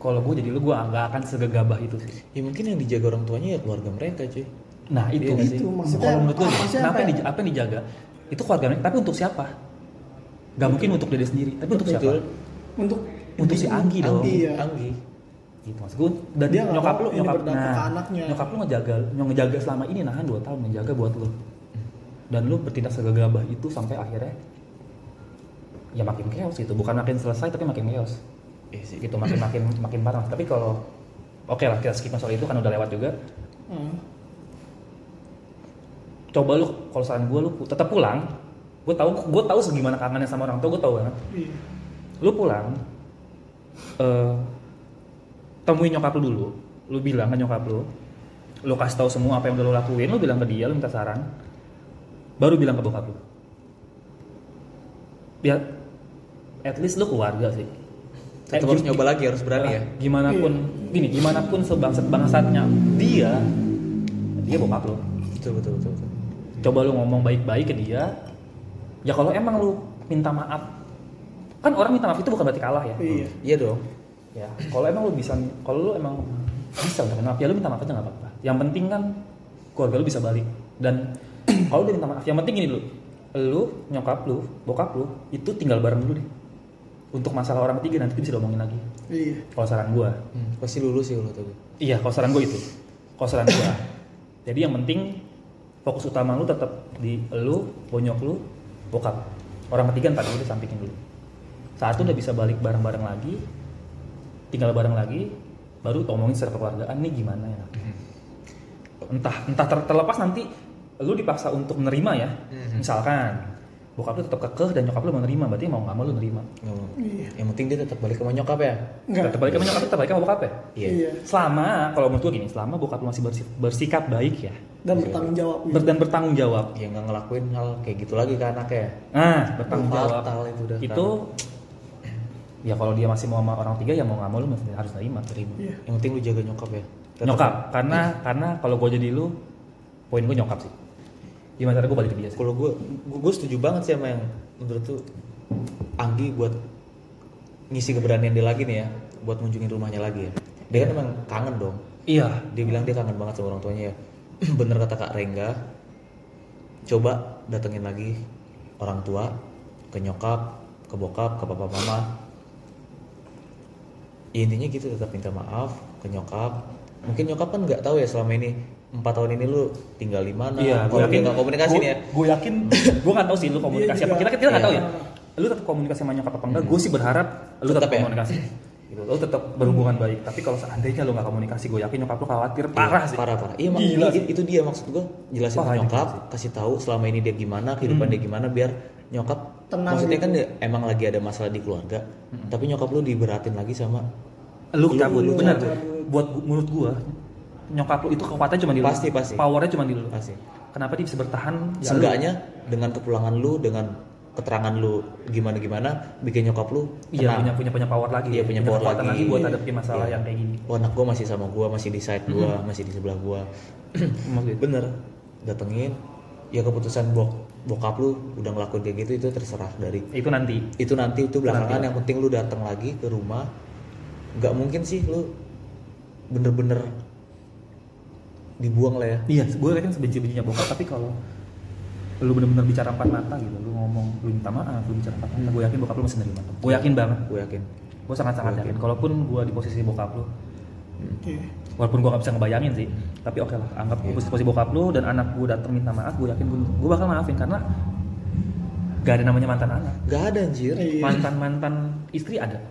Speaker 2: kalau gue jadi lu gue nggak akan segegabah itu sih.
Speaker 3: Ya mungkin yang dijaga orang tuanya ya keluarga mereka cuy.
Speaker 2: Nah itu,
Speaker 4: Iya
Speaker 2: sih.
Speaker 4: itu, maksudnya
Speaker 2: Kalau menurut gue,
Speaker 4: apa sih,
Speaker 2: kenapa
Speaker 4: apa
Speaker 2: yang,
Speaker 4: ya?
Speaker 2: dij- apa yang dijaga? Itu keluarga mereka, tapi untuk siapa? Gak mungkin untuk diri sendiri, tapi untuk siapa?
Speaker 3: Betul.
Speaker 4: untuk
Speaker 2: Untuk si Anggi dong.
Speaker 4: Anggi, Iya.
Speaker 3: Anggi.
Speaker 2: Gitu maksud gue. Dan
Speaker 4: Dia nggak
Speaker 2: nyokap
Speaker 4: mau
Speaker 2: lu,
Speaker 4: ini
Speaker 2: nyokap
Speaker 4: berdampak ke anaknya.
Speaker 2: nyokap lu ngejaga, nyok ngejaga selama ini nahan 2 tahun ngejaga buat lu. Dan lu bertindak segagabah itu sampai akhirnya ya makin chaos gitu, bukan makin selesai tapi makin chaos.
Speaker 3: Iya sih.
Speaker 2: Gitu makin makin makin parah. Tapi kalau oke lah kita skip masalah itu kan udah lewat juga.
Speaker 4: Hmm.
Speaker 2: coba lu kalau saran gue lu pu- tetap pulang gue tahu gue tahu segimana kangennya sama orang tua gue tahu banget
Speaker 4: iya
Speaker 2: lu pulang eh temuin nyokap lu dulu lu bilang ke nyokap lu lu kasih tahu semua apa yang udah lu lakuin lu bilang ke dia lu minta saran baru bilang ke bokap lu biar at least lu keluarga sih Eh,
Speaker 3: Tetap harus
Speaker 2: gim-
Speaker 3: nyoba lagi harus berani ya.
Speaker 2: gimana pun gini gimana pun sebangsat bangsatnya dia dia bokap lu
Speaker 3: Betul betul betul. betul.
Speaker 2: coba lu ngomong baik-baik ke dia ya kalau emang lu minta maaf kan orang minta maaf itu bukan berarti kalah ya
Speaker 4: iya
Speaker 3: Iya dong.
Speaker 2: ya kalau emang lu bisa kalau lu emang bisa minta maaf ya lu minta maaf aja nggak apa-apa yang penting kan keluarga lu bisa balik dan kalau dia minta maaf yang penting gini dulu lu nyokap lu bokap lu itu tinggal bareng dulu deh untuk masalah orang ketiga nanti bisa diomongin lagi
Speaker 4: iya
Speaker 2: kalau saran gua
Speaker 3: Hmm, pasti lulus sih kalau tuh.
Speaker 2: Iya, kalau saran gue itu. Kalau saran gue. Jadi yang penting fokus utama lu tetap di lu, bonyok lu, bokap. Orang ketiga ntar udah sampingin dulu. Saat lu udah bisa balik bareng-bareng lagi, tinggal bareng lagi, baru omongin secara kekeluargaan nih gimana ya. Entah entah ter- terlepas nanti lu dipaksa untuk menerima ya. Misalkan bokap lu tetap kekeh dan nyokap lu menerima, berarti mau nggak mau lu nerima.
Speaker 3: Nggak mau.
Speaker 4: Iya.
Speaker 3: Yang penting dia tetap balik sama nyokap ya.
Speaker 4: Nggak.
Speaker 2: Tetap balik sama nyokap, tetap balik sama bokap ya.
Speaker 3: Iya.
Speaker 4: iya
Speaker 2: Selama kalau menurut gue gini, selama bokap lu masih bersi- bersikap baik ya,
Speaker 4: dan bertanggung jawab gitu.
Speaker 2: ber dan bertanggung jawab.
Speaker 3: Ya nggak ngelakuin hal kayak gitu lagi ke anaknya ya.
Speaker 2: Nah, bertanggung jawab
Speaker 3: Fatal itu udah.
Speaker 2: itu ya kalau dia masih mau sama orang tiga ya mau nggak mau lu masih harus terima.
Speaker 3: terima.
Speaker 4: Iya.
Speaker 3: Yang penting lu jaga nyokap ya. Tetap.
Speaker 2: Nyokap, karena karena kalau gue jadi lu, poin gue nyokap sih. Gimana cara gue balik ke dia sih?
Speaker 3: Kalau gue, gue setuju banget sih sama yang menurut tuh Anggi buat ngisi keberanian dia lagi nih ya, buat ngunjungin rumahnya lagi ya. Dia kan emang kangen dong.
Speaker 2: Iya,
Speaker 3: Dia bilang dia kangen banget sama orang tuanya ya. Bener kata Kak Rengga. Coba datengin lagi orang tua, ke nyokap, ke bokap, ke papa mama. Ya, intinya gitu tetap minta maaf ke nyokap. Mungkin nyokap kan nggak tahu ya selama ini empat tahun ini lu tinggal di mana.
Speaker 2: iya.
Speaker 3: kalau dia nggak Nah, komunikasi nih ya.
Speaker 2: Gue yakin, gue nggak tahu sih lu komunikasi
Speaker 4: Iya
Speaker 2: apa.
Speaker 4: juga.
Speaker 2: Kita kita nggak
Speaker 3: Iya. Hmm.
Speaker 2: tahu ya. Lu tetap komunikasi sama nyokap apa enggak? Gue sih berharap lu tetap,
Speaker 3: Tetap ya?
Speaker 2: komunikasi. Gitu, lu tetap berhubungan baik. Tapi kalau seandainya lu nggak komunikasi, gue yakin nyokap lu khawatir parah sih.
Speaker 3: parah parah iya mak-
Speaker 2: Gila
Speaker 3: i- itu dia maksud gue jelasin
Speaker 2: Parah Hmm.
Speaker 3: ke nyokap kasih tahu selama ini dia gimana kehidupan dia gimana biar nyokap
Speaker 4: Tenang
Speaker 3: maksudnya
Speaker 4: gitu.
Speaker 3: kan dia emang lagi ada masalah di keluarga
Speaker 2: Hmm.
Speaker 3: tapi nyokap lu diberatin lagi sama
Speaker 2: lu
Speaker 3: Iya,
Speaker 2: cabut
Speaker 4: lu
Speaker 2: benar
Speaker 4: cabut.
Speaker 2: buat gu- menurut gua nyokap lu itu kekuatannya cuma di lu
Speaker 3: Pasti, pasti.
Speaker 2: powernya cuma di lu
Speaker 3: pasti
Speaker 2: kenapa dia bisa bertahan ya lu.
Speaker 3: seenggaknya dengan kepulangan lu dengan keterangan lu gimana gimana bikin nyokap lu
Speaker 2: iya
Speaker 3: tenang
Speaker 2: punya punya punya power lagi
Speaker 3: Iya, punya power
Speaker 2: kekuatan
Speaker 3: lagi.
Speaker 2: buat hadapin masalah
Speaker 3: Iya.
Speaker 2: yang kayak gini Hmm.
Speaker 3: oh anak gue masih sama gue masih di side gue masih di sebelah gue
Speaker 2: Maksudnya.
Speaker 3: bener datengin ya keputusan bok bokap lu udah ngelakuin kayak gitu itu terserah dari
Speaker 2: itu nanti
Speaker 3: itu nanti itu belakangan yang penting lu datang lagi ke rumah nggak mungkin sih lu bener-bener dibuang lah ya
Speaker 2: iya gue kan sebenci bencinya bokap tapi kalau lu bener-bener bicara empat mata gitu lu ngomong lu minta maaf lu bicara empat mata gue yakin bokap lu masih nerima gue yakin banget
Speaker 3: gue yakin
Speaker 2: gue sangat sangat yakin kalaupun gue di posisi bokap lu
Speaker 4: Iya.
Speaker 2: walaupun gue gak bisa ngebayangin sih tapi oke lah anggap gue posisi bokap lu dan anak gue datang minta maaf gue yakin gue bakal maafin karena gak ada namanya mantan anak
Speaker 3: nggak ada anjir
Speaker 4: Iya.
Speaker 2: mantan mantan istri ada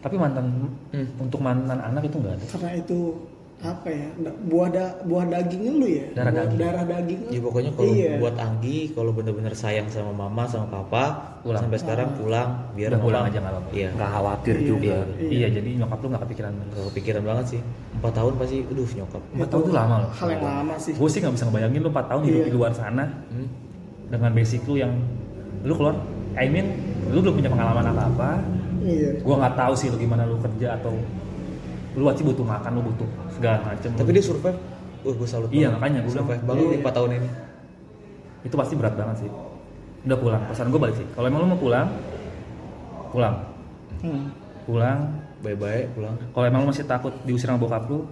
Speaker 2: tapi mantan
Speaker 3: Hmm.
Speaker 2: untuk mantan anak itu nggak ada
Speaker 4: karena itu apa ya da- buah da, buah dagingnya lu ya
Speaker 2: Darah
Speaker 4: buah,
Speaker 2: daging.
Speaker 4: darah daging lu.
Speaker 3: ya pokoknya kalau
Speaker 4: iya.
Speaker 3: buat Anggi kalau bener-bener sayang sama mama sama papa
Speaker 2: Pulang.
Speaker 3: sampai sekarang pulang biar
Speaker 2: udah
Speaker 3: mama-
Speaker 2: pulang aja nggak apa-apa
Speaker 3: iya
Speaker 5: Nggak khawatir
Speaker 4: Iya.
Speaker 5: juga.
Speaker 2: iya. jadi nyokap lu gak kepikiran banget
Speaker 3: nggak kepikiran banget sih empat tahun pasti aduh nyokap
Speaker 4: Iya.
Speaker 2: empat tahun tuh lama loh
Speaker 4: hal yang lama sih
Speaker 2: gue sih gak bisa ngebayangin lu empat tahun hidup
Speaker 4: Iya.
Speaker 2: di luar sana
Speaker 3: Hmm.
Speaker 2: dengan basic lu yang lu keluar I mean lu belum punya pengalaman apa apa
Speaker 4: Iya.
Speaker 2: Gua nggak tahu sih lu gimana lu kerja atau lu pasti butuh makan, lu butuh segala macem.
Speaker 3: Tapi dia survive. Wah, gue salut.
Speaker 2: Iya,
Speaker 3: banget.
Speaker 2: makanya gua bilang. iya.
Speaker 3: survive banget nih 4 tahun ini.
Speaker 2: itu pasti berat banget sih. Udah pulang. Pesan gue balik sih. Kalau emang lu mau pulang, pulang,
Speaker 4: Hmm.
Speaker 2: pulang.
Speaker 3: Bye-bye pulang.
Speaker 2: Kalau emang lu masih takut diusir sama bokap lu,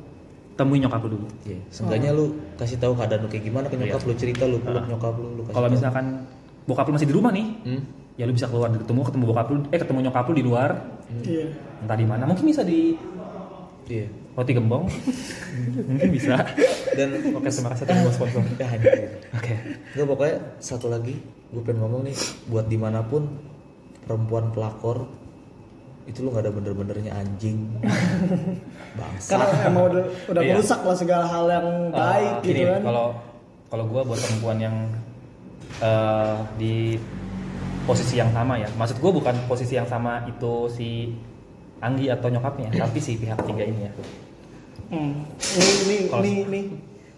Speaker 2: temuin nyokap lu dulu.
Speaker 3: Iya, seenggaknya lu kasih tahu keadaan lu kayak gimana ke nyokap lu cerita lu
Speaker 2: Ah.
Speaker 3: peluk nyokap lu lu kasih
Speaker 2: Kalau
Speaker 3: tahu.
Speaker 2: misalkan bokap lu masih di rumah nih,
Speaker 3: Hmm?
Speaker 2: ya lu bisa keluar ketemu ketemu bokap lu, eh ketemu nyokap lu di luar,
Speaker 4: Iya.
Speaker 2: entah di mana. Mungkin bisa di
Speaker 3: Iya.
Speaker 2: roti gembong, mungkin bisa.
Speaker 3: Dan
Speaker 2: Oke, terima kasih atas semua Kan sponsor.
Speaker 3: ya anjir.
Speaker 2: Oke.
Speaker 3: Nggak, pokoknya satu lagi gue pengen ngomong nih buat dimanapun perempuan pelakor itu lu nggak ada bener-benernya anjing bangsa
Speaker 4: Karena emang udah udah
Speaker 2: Iya.
Speaker 4: merusak lah segala hal yang baik
Speaker 2: Eh,
Speaker 4: gitu
Speaker 2: gini,
Speaker 4: kan.
Speaker 2: Kalau kalau gue buat perempuan yang eh, di posisi yang sama ya, maksud gue bukan posisi yang sama itu si Anggi atau nyokapnya,
Speaker 4: Iya.
Speaker 2: tapi si pihak ketiga ini ya.
Speaker 4: Hmm. Ini ini
Speaker 2: Kalau-
Speaker 4: ini ini.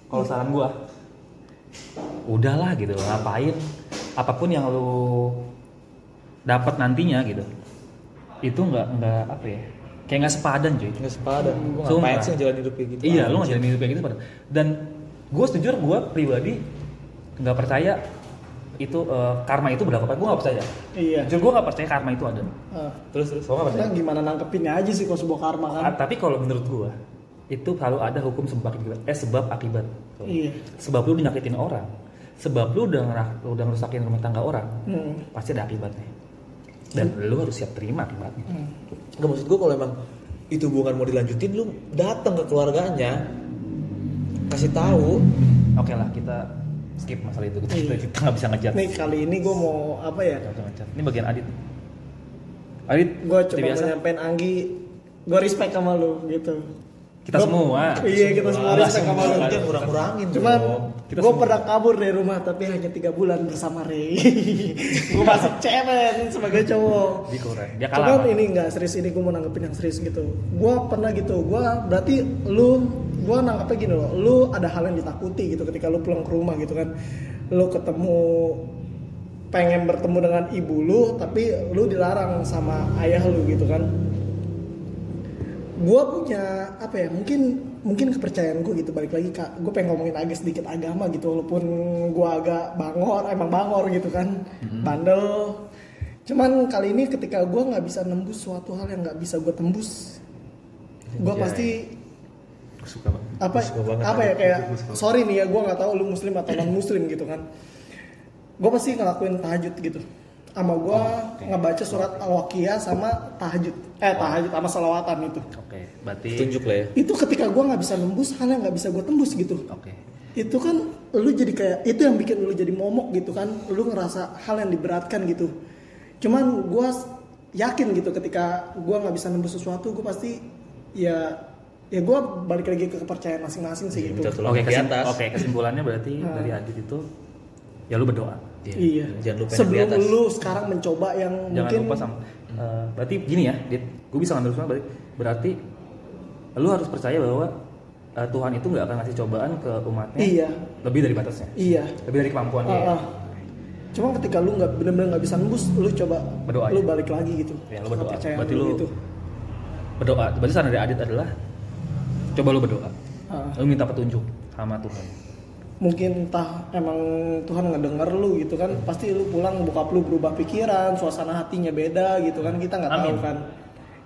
Speaker 2: Kalau saran gue, udahlah gitu, loh, ngapain? Apapun yang lu dapat nantinya gitu, itu nggak nggak apa ya? Kayak nggak sepadan cuy.
Speaker 3: nggak sepadan gue
Speaker 2: Sumpah.
Speaker 3: ngapain sih jalan hidup kayak gitu
Speaker 2: Iya, lu ngajarin hidup kayak gitu pada. Dan gue sejujur gue pribadi nggak percaya itu eh, karma itu berlaku. Gue nggak percaya.
Speaker 4: Iya.
Speaker 2: Jujur gue nggak percaya karma itu ada.
Speaker 4: Ah.
Speaker 2: Terus terus. Gue nggak percaya.
Speaker 4: Kita gimana nangkepinnya aja sih kalau sebuah karma kan.
Speaker 2: Ah, tapi kalau menurut gue itu selalu ada hukum sebab akibat. Eh sebab akibat.
Speaker 4: Iya.
Speaker 2: Sebab lu nyakitin orang. Sebab lu udah ngerak- udah ngerusakin rumah tangga orang.
Speaker 4: Hmm.
Speaker 2: Pasti ada akibatnya. Dan lu harus siap terima akibatnya.
Speaker 3: nggak maksud gue kalau emang itu hubungan mau dilanjutin lu datang ke keluarganya kasih tahu
Speaker 2: Oke lah kita skip masalah itu. Kita
Speaker 4: Iya.
Speaker 2: kita nggak bisa ngejar.
Speaker 4: Nih kali ini gue mau apa ya?
Speaker 2: Nggak usah ngecat. Ini bagian Adit. Adit,
Speaker 4: Gue
Speaker 2: seperti
Speaker 4: coba mau nyampein Anggi. Gue respect sama lu gitu.
Speaker 2: Kita
Speaker 4: Gua-
Speaker 2: semua.
Speaker 4: Iya kita semua
Speaker 2: Nggak
Speaker 4: respect sama lu.
Speaker 2: semua.
Speaker 3: jangan kurang-kurangin
Speaker 4: Cuman
Speaker 3: dong.
Speaker 2: Oh, Kita
Speaker 4: gue
Speaker 2: semua.
Speaker 4: pernah kabur dari rumah tapi hanya tiga bulan bersama Ray. gue masih cewek sebagai cowok.
Speaker 2: Dia kurang. Dia Ya kalah.
Speaker 4: Cuman ini nggak serius ini gue mau nanggepin yang serius gitu. Gue pernah gitu. Gue berarti lu gue nangkepnya gini loh. Lu ada hal yang ditakuti gitu ketika lu pulang ke rumah gitu kan. Lu ketemu pengen bertemu dengan ibu lu tapi lu dilarang sama ayah lu gitu kan. Gue punya apa ya mungkin mungkin kepercayaan gue gitu balik lagi kak gue pengen ngomongin agak sedikit agama gitu walaupun gue agak bangor emang bangor gitu kan
Speaker 3: Mhm.
Speaker 4: bandel cuman kali ini ketika gue nggak bisa nembus suatu hal yang nggak bisa gue tembus gue
Speaker 2: Anjay.
Speaker 4: pasti
Speaker 2: Gua suka banget.
Speaker 4: apa
Speaker 3: Iya. Gua suka banget
Speaker 4: apa ya
Speaker 3: ada-
Speaker 4: kayak
Speaker 3: gua suka banget.
Speaker 4: sorry nih ya gue nggak tahu lu muslim atau non muslim gitu kan gue pasti ngelakuin tahajud gitu sama
Speaker 3: Oh,
Speaker 4: gue ngebaca surat al-waqiah sama tahajud eh tahajud sama salawatan itu
Speaker 2: Oke, berarti
Speaker 3: tunjuk lah ya
Speaker 4: itu ketika gue nggak bisa nembus hal yang nggak bisa gue tembus gitu
Speaker 2: Oke.
Speaker 4: itu kan lu jadi kayak itu yang bikin lu jadi momok gitu kan lu ngerasa hal yang diberatkan gitu cuman gue yakin gitu ketika gue nggak bisa nembus sesuatu gue pasti ya ya gue balik lagi ke kepercayaan masing-masing sih gitu
Speaker 3: minta tolong
Speaker 2: Iya, Oke,
Speaker 3: ke
Speaker 2: kesim-
Speaker 3: atas
Speaker 2: oke, kesimpulannya berarti
Speaker 4: Ah.
Speaker 2: dari Adit itu ya lu berdoa.
Speaker 4: iya
Speaker 3: jangan lupa yang di
Speaker 4: sebelum
Speaker 3: atas
Speaker 4: lu sekarang mencoba yang
Speaker 2: Jangan
Speaker 4: mungkin
Speaker 2: lupa sama eh, berarti gini ya, Dit. Gue bisa ngambil semua berarti, berarti lu harus percaya bahwa eh, Tuhan itu nggak akan ngasih cobaan ke umatnya
Speaker 4: Iya.
Speaker 2: lebih dari batasnya,
Speaker 4: iya
Speaker 2: lebih dari kemampuannya.
Speaker 4: Ah, ah. cuman ketika lu nggak benar-benar nggak bisa nembus lu coba
Speaker 2: Berdoa
Speaker 4: lu
Speaker 2: ya?
Speaker 4: balik lagi gitu
Speaker 2: Ya, lu berdoa.
Speaker 4: kepercayaan
Speaker 2: Berarti lu
Speaker 4: gitu.
Speaker 2: berdoa. Berarti saran dari Adit adalah coba lu berdoa.
Speaker 4: Ah.
Speaker 2: Lu minta petunjuk sama Tuhan.
Speaker 4: mungkin entah emang Tuhan ngedenger lu gitu
Speaker 2: Hmm.
Speaker 4: kan pasti lu pulang bokap lu berubah pikiran suasana hatinya beda gitu kan kita nggak tahu
Speaker 2: Amin.
Speaker 4: kan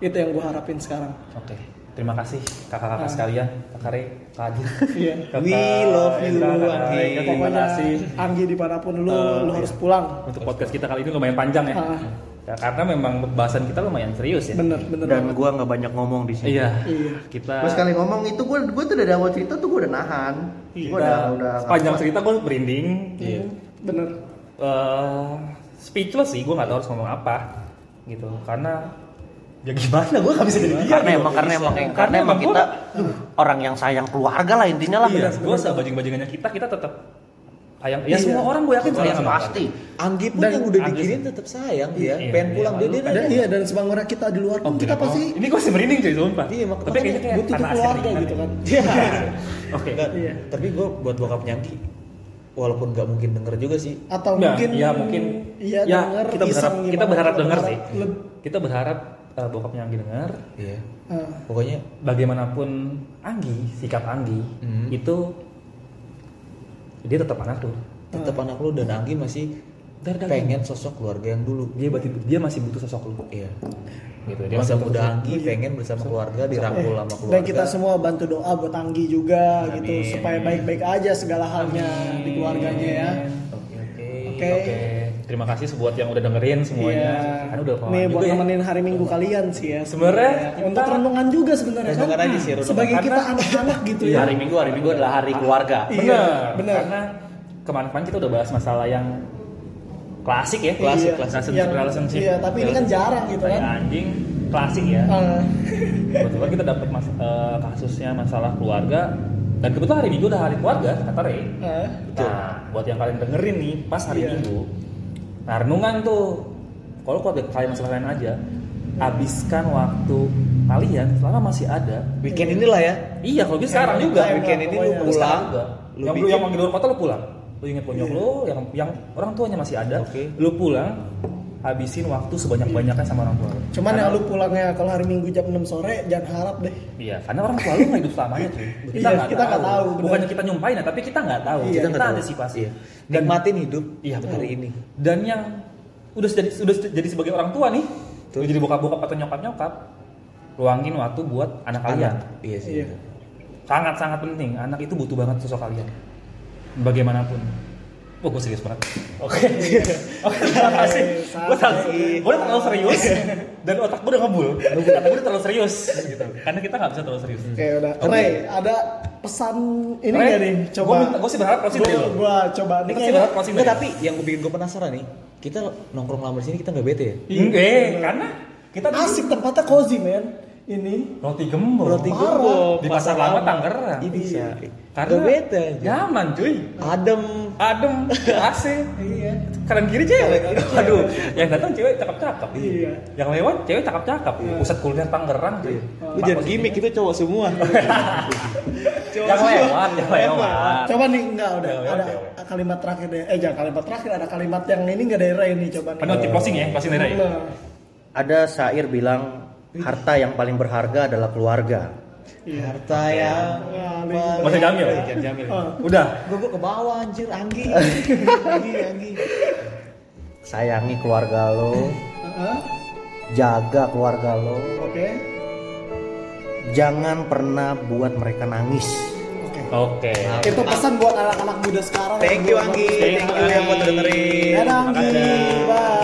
Speaker 4: itu yang gua harapin sekarang
Speaker 2: Oke. Terima kasih
Speaker 4: Ah.
Speaker 2: kakak-kakak sekalian, Kakak Re, Kak Adit.
Speaker 4: Iya. Ya,
Speaker 2: Kakak
Speaker 3: We love you,
Speaker 2: Indra, Kakak
Speaker 3: Anggi.
Speaker 2: Reka, Terima
Speaker 4: pokoknya
Speaker 2: kasih
Speaker 4: Anggi dimanapun lu
Speaker 2: Eh,
Speaker 4: lu
Speaker 2: iya.
Speaker 4: harus pulang
Speaker 2: untuk podcast kita kali ini lumayan panjang ya.
Speaker 4: Ah.
Speaker 2: Ya, karena memang bahasan kita lumayan serius ya.
Speaker 4: bener bener
Speaker 5: Dan
Speaker 4: banget.
Speaker 5: gua nggak banyak ngomong di sini.
Speaker 2: Iya.
Speaker 4: Iya.
Speaker 2: Kita
Speaker 5: Gua sekali ngomong itu gua gua tuh dari awal cerita tuh gua udah nahan.
Speaker 4: Iya.
Speaker 5: Gua udah udah
Speaker 2: panjang cerita gue merinding.
Speaker 4: Iya. bener
Speaker 2: Eh, speechless sih, gue nggak tahu harus ngomong apa gitu. Karena ya gimana
Speaker 4: Nah,
Speaker 2: gue nggak bisa jadi dia.
Speaker 5: karena
Speaker 2: gitu.
Speaker 5: emang karena emang
Speaker 2: Karena
Speaker 5: karena emang
Speaker 2: emang
Speaker 5: kita
Speaker 2: gua-
Speaker 5: orang yang sayang keluarga lah intinya lah.
Speaker 2: Iya, gue sebajing-bajingannya kita, kita tetap sayang. Ya
Speaker 4: Iya.
Speaker 2: semua orang gue yakin sayang
Speaker 5: Sayang
Speaker 2: sama
Speaker 5: pasti.
Speaker 3: Anggi pun
Speaker 4: Dan
Speaker 3: yang udah
Speaker 2: Anggi-
Speaker 3: dikirim tetap sayang dia,
Speaker 2: Iya,
Speaker 3: pengen
Speaker 2: iya,
Speaker 3: pulang dia
Speaker 2: lalu
Speaker 3: dia
Speaker 4: dan iya dan sebangora kita di luar
Speaker 2: Oh,
Speaker 4: pun kita
Speaker 2: kenapa?
Speaker 4: pasti
Speaker 2: Ini gue masih merinding cuy, sumpah.
Speaker 3: Iya, mak-
Speaker 2: Tapi kayaknya kayak
Speaker 4: butuh
Speaker 2: karena
Speaker 4: keluarga
Speaker 2: asik-asikan
Speaker 4: gitu
Speaker 2: ya.
Speaker 4: kan
Speaker 2: Oke. Nah,
Speaker 3: Nggak,
Speaker 4: Iya.
Speaker 3: Kan? Tapi gue buat bokapnya Anggi, walaupun nggak mungkin denger juga sih.
Speaker 4: atau
Speaker 2: Nah,
Speaker 4: mungkin
Speaker 2: ya mungkin
Speaker 4: iya
Speaker 2: ya
Speaker 4: denger
Speaker 2: kita berharap
Speaker 4: iseng
Speaker 2: kita
Speaker 4: gimana,
Speaker 2: berharap
Speaker 4: kalau
Speaker 2: denger sih.
Speaker 4: berharap leb-
Speaker 2: Kita berharap eh, bokapnya Anggi dengar,
Speaker 3: Iya.
Speaker 4: Ah,
Speaker 3: Pokoknya
Speaker 2: bagaimanapun Anggi, sikap Anggi
Speaker 3: Hmm.
Speaker 2: itu dia tetap anak lu.
Speaker 3: tetap
Speaker 4: Ah.
Speaker 3: anak lu dan Anggi masih
Speaker 2: Dar- dar-
Speaker 3: pengen sosok keluarga yang dulu.
Speaker 2: Dia berarti dia masih butuh sosok lu.
Speaker 3: Iya.
Speaker 2: Gitu. Dia
Speaker 3: Masa
Speaker 2: masih butuh
Speaker 3: muda Anggi pengen bersama keluarga dirangkul sama keluarga.
Speaker 4: dan kita semua bantu doa buat Anggi juga gitu
Speaker 2: Amin.
Speaker 4: supaya baik-baik aja segala halnya di keluarganya ya.
Speaker 3: Oke.
Speaker 4: Oke.
Speaker 2: Oke, terima kasih buat yang udah dengerin semuanya. Kan udah
Speaker 4: Iya. Nih
Speaker 2: pengalaman
Speaker 4: buat
Speaker 2: juga ya.
Speaker 4: nemenin hari Minggu kalian sih ya.
Speaker 2: Sebenarnya
Speaker 4: Ya, untuk
Speaker 2: kita-
Speaker 4: renungan juga sebenarnya kan.
Speaker 3: Renungan aja sih, renungan.
Speaker 4: Sebagai kita
Speaker 2: Karena-
Speaker 4: anak-anak gitu
Speaker 2: Iya.
Speaker 4: ya.
Speaker 3: Hari Minggu, hari Minggu adalah hari keluarga.
Speaker 4: Iya,
Speaker 2: Bener,
Speaker 4: bener.
Speaker 2: Karena kemarin-kemarin kita udah bahas masalah yang klasik ya,
Speaker 3: Klasik,
Speaker 4: Iya,
Speaker 3: klasik.
Speaker 2: relationship,
Speaker 4: yang-
Speaker 2: relationship.
Speaker 4: Iya, tapi ini kan jarang gitu
Speaker 2: Kayak
Speaker 4: kan.
Speaker 2: anjing klasik ya.
Speaker 4: Eh,
Speaker 2: Kebetulan kita dapat mas- eh, kasusnya masalah keluarga dan kebetulan hari Minggu udah hari keluarga kata Ray.
Speaker 4: eh,
Speaker 2: Nah, buat yang kalian dengerin nih pas hari
Speaker 4: Iya.
Speaker 2: Minggu, nah renungan tuh, kalau keluarga kalian masalah kalian aja, habiskan waktu kalian selama masih ada.
Speaker 3: Weekend inilah ya.
Speaker 2: Iya, kalau bisa sekarang juga.
Speaker 4: Nah,
Speaker 3: Weekend ini lu
Speaker 4: pokoknya.
Speaker 3: pulang, lu
Speaker 2: yang lu
Speaker 3: bikin Iya.
Speaker 2: yang di luar kota lu pulang. Lu inget bonyok lu, yang yang orang tuanya masih ada,
Speaker 3: Oke.
Speaker 2: lu pulang habisin waktu sebanyak-banyaknya sama orang tua lu.
Speaker 4: Cuman ya lu pulangnya kalau hari Minggu jam 6 sore jangan harap deh.
Speaker 2: Iya, karena orang tua lu nggak hidup selamanya cuy.
Speaker 4: ya- Iya, kita nggak tahu, benar.
Speaker 2: Bukannya kita nyumpain ya, tapi kita nggak tahu.
Speaker 4: Iya,
Speaker 2: kita,
Speaker 3: nggak tahu.
Speaker 2: antisipasi.
Speaker 3: Iya. nikmatin hidup
Speaker 2: Iya, betul.
Speaker 3: hari ini.
Speaker 2: Dan yang udah jadi udah jadi sebagai orang tua nih, udah jadi bokap-bokap atau nyokap-nyokap, luangin waktu buat anak kalian.
Speaker 3: Iya sih.
Speaker 4: Iya.
Speaker 2: Sangat-sangat penting. Anak itu butuh banget sosok kalian. Bagaimanapun. Wah, gue serius banget. Oke. Oke, terima kasih. Gue terlalu, gue terlalu serius dan otak gue udah ngebul. Kata gue terlalu serius gitu. Karena kita nggak bisa terlalu serius.
Speaker 4: Oke, udah. Ray, ada pesan ini
Speaker 2: Hmm. Ray,
Speaker 4: nggak nih? Coba.
Speaker 2: Gue, minta, gue sih berharap closing dari
Speaker 4: Gua-
Speaker 2: lo.
Speaker 4: gua coba.
Speaker 2: Ini
Speaker 4: Ini
Speaker 2: kasih banget closing
Speaker 3: Enggak,
Speaker 2: dari
Speaker 3: tapi yang gue bikin gue penasaran nih, kita nongkrong lama di sini kita nggak bete ya?
Speaker 2: Enggak, eh, karena kita
Speaker 4: kayak
Speaker 2: di
Speaker 4: asik tempatnya cozy men. Ini
Speaker 2: roti gembok.
Speaker 3: Roti
Speaker 4: Parah.
Speaker 3: gembok
Speaker 2: di pasar lama Tangerang.
Speaker 3: Iya bisa.
Speaker 2: Karena
Speaker 3: Nggak bete. aja.
Speaker 2: Nyaman cuy.
Speaker 3: Adem.
Speaker 2: Adem, AC.
Speaker 4: iya.
Speaker 2: Kanan kiri cewek. Aduh, yang datang cewek cakep-cakep.
Speaker 4: Iya.
Speaker 2: Yang lewat cewek cakep-cakep. Pusat kuliner Tangerang cuy. gitu.
Speaker 3: Lu
Speaker 4: Iya.
Speaker 3: jangan gimmick, kita cowok semua.
Speaker 2: Yang lewat, yang lewat.
Speaker 4: Coba nih enggak udah
Speaker 2: Lewat,
Speaker 4: ada
Speaker 2: lewat.
Speaker 4: kalimat terakhir deh. Eh jangan kalimat terakhir ada kalimat yang ini enggak dari Ray nih coba nih.
Speaker 2: Penutip closing ya, closing dari. Ray.
Speaker 4: Nah,
Speaker 5: Ada syair bilang harta yang paling berharga adalah keluarga.
Speaker 3: Harta ya. yang
Speaker 4: Iya. paling-
Speaker 2: Masih Jamil.
Speaker 3: Jamil.
Speaker 4: Eh,
Speaker 2: Udah.
Speaker 3: Gue gue ke bawah anjir Anggi. Anggi, Anggi.
Speaker 5: Sayangi keluarga lo,
Speaker 4: eh,
Speaker 5: jaga keluarga lo.
Speaker 4: Oke.
Speaker 5: Jangan pernah buat mereka nangis.
Speaker 4: Oke.
Speaker 2: Oke.
Speaker 4: Itu pesan buat anak-anak muda sekarang.
Speaker 3: Thank you Anggi. Thank you yang buat dengerin.
Speaker 4: Dadah Anggi. Bye.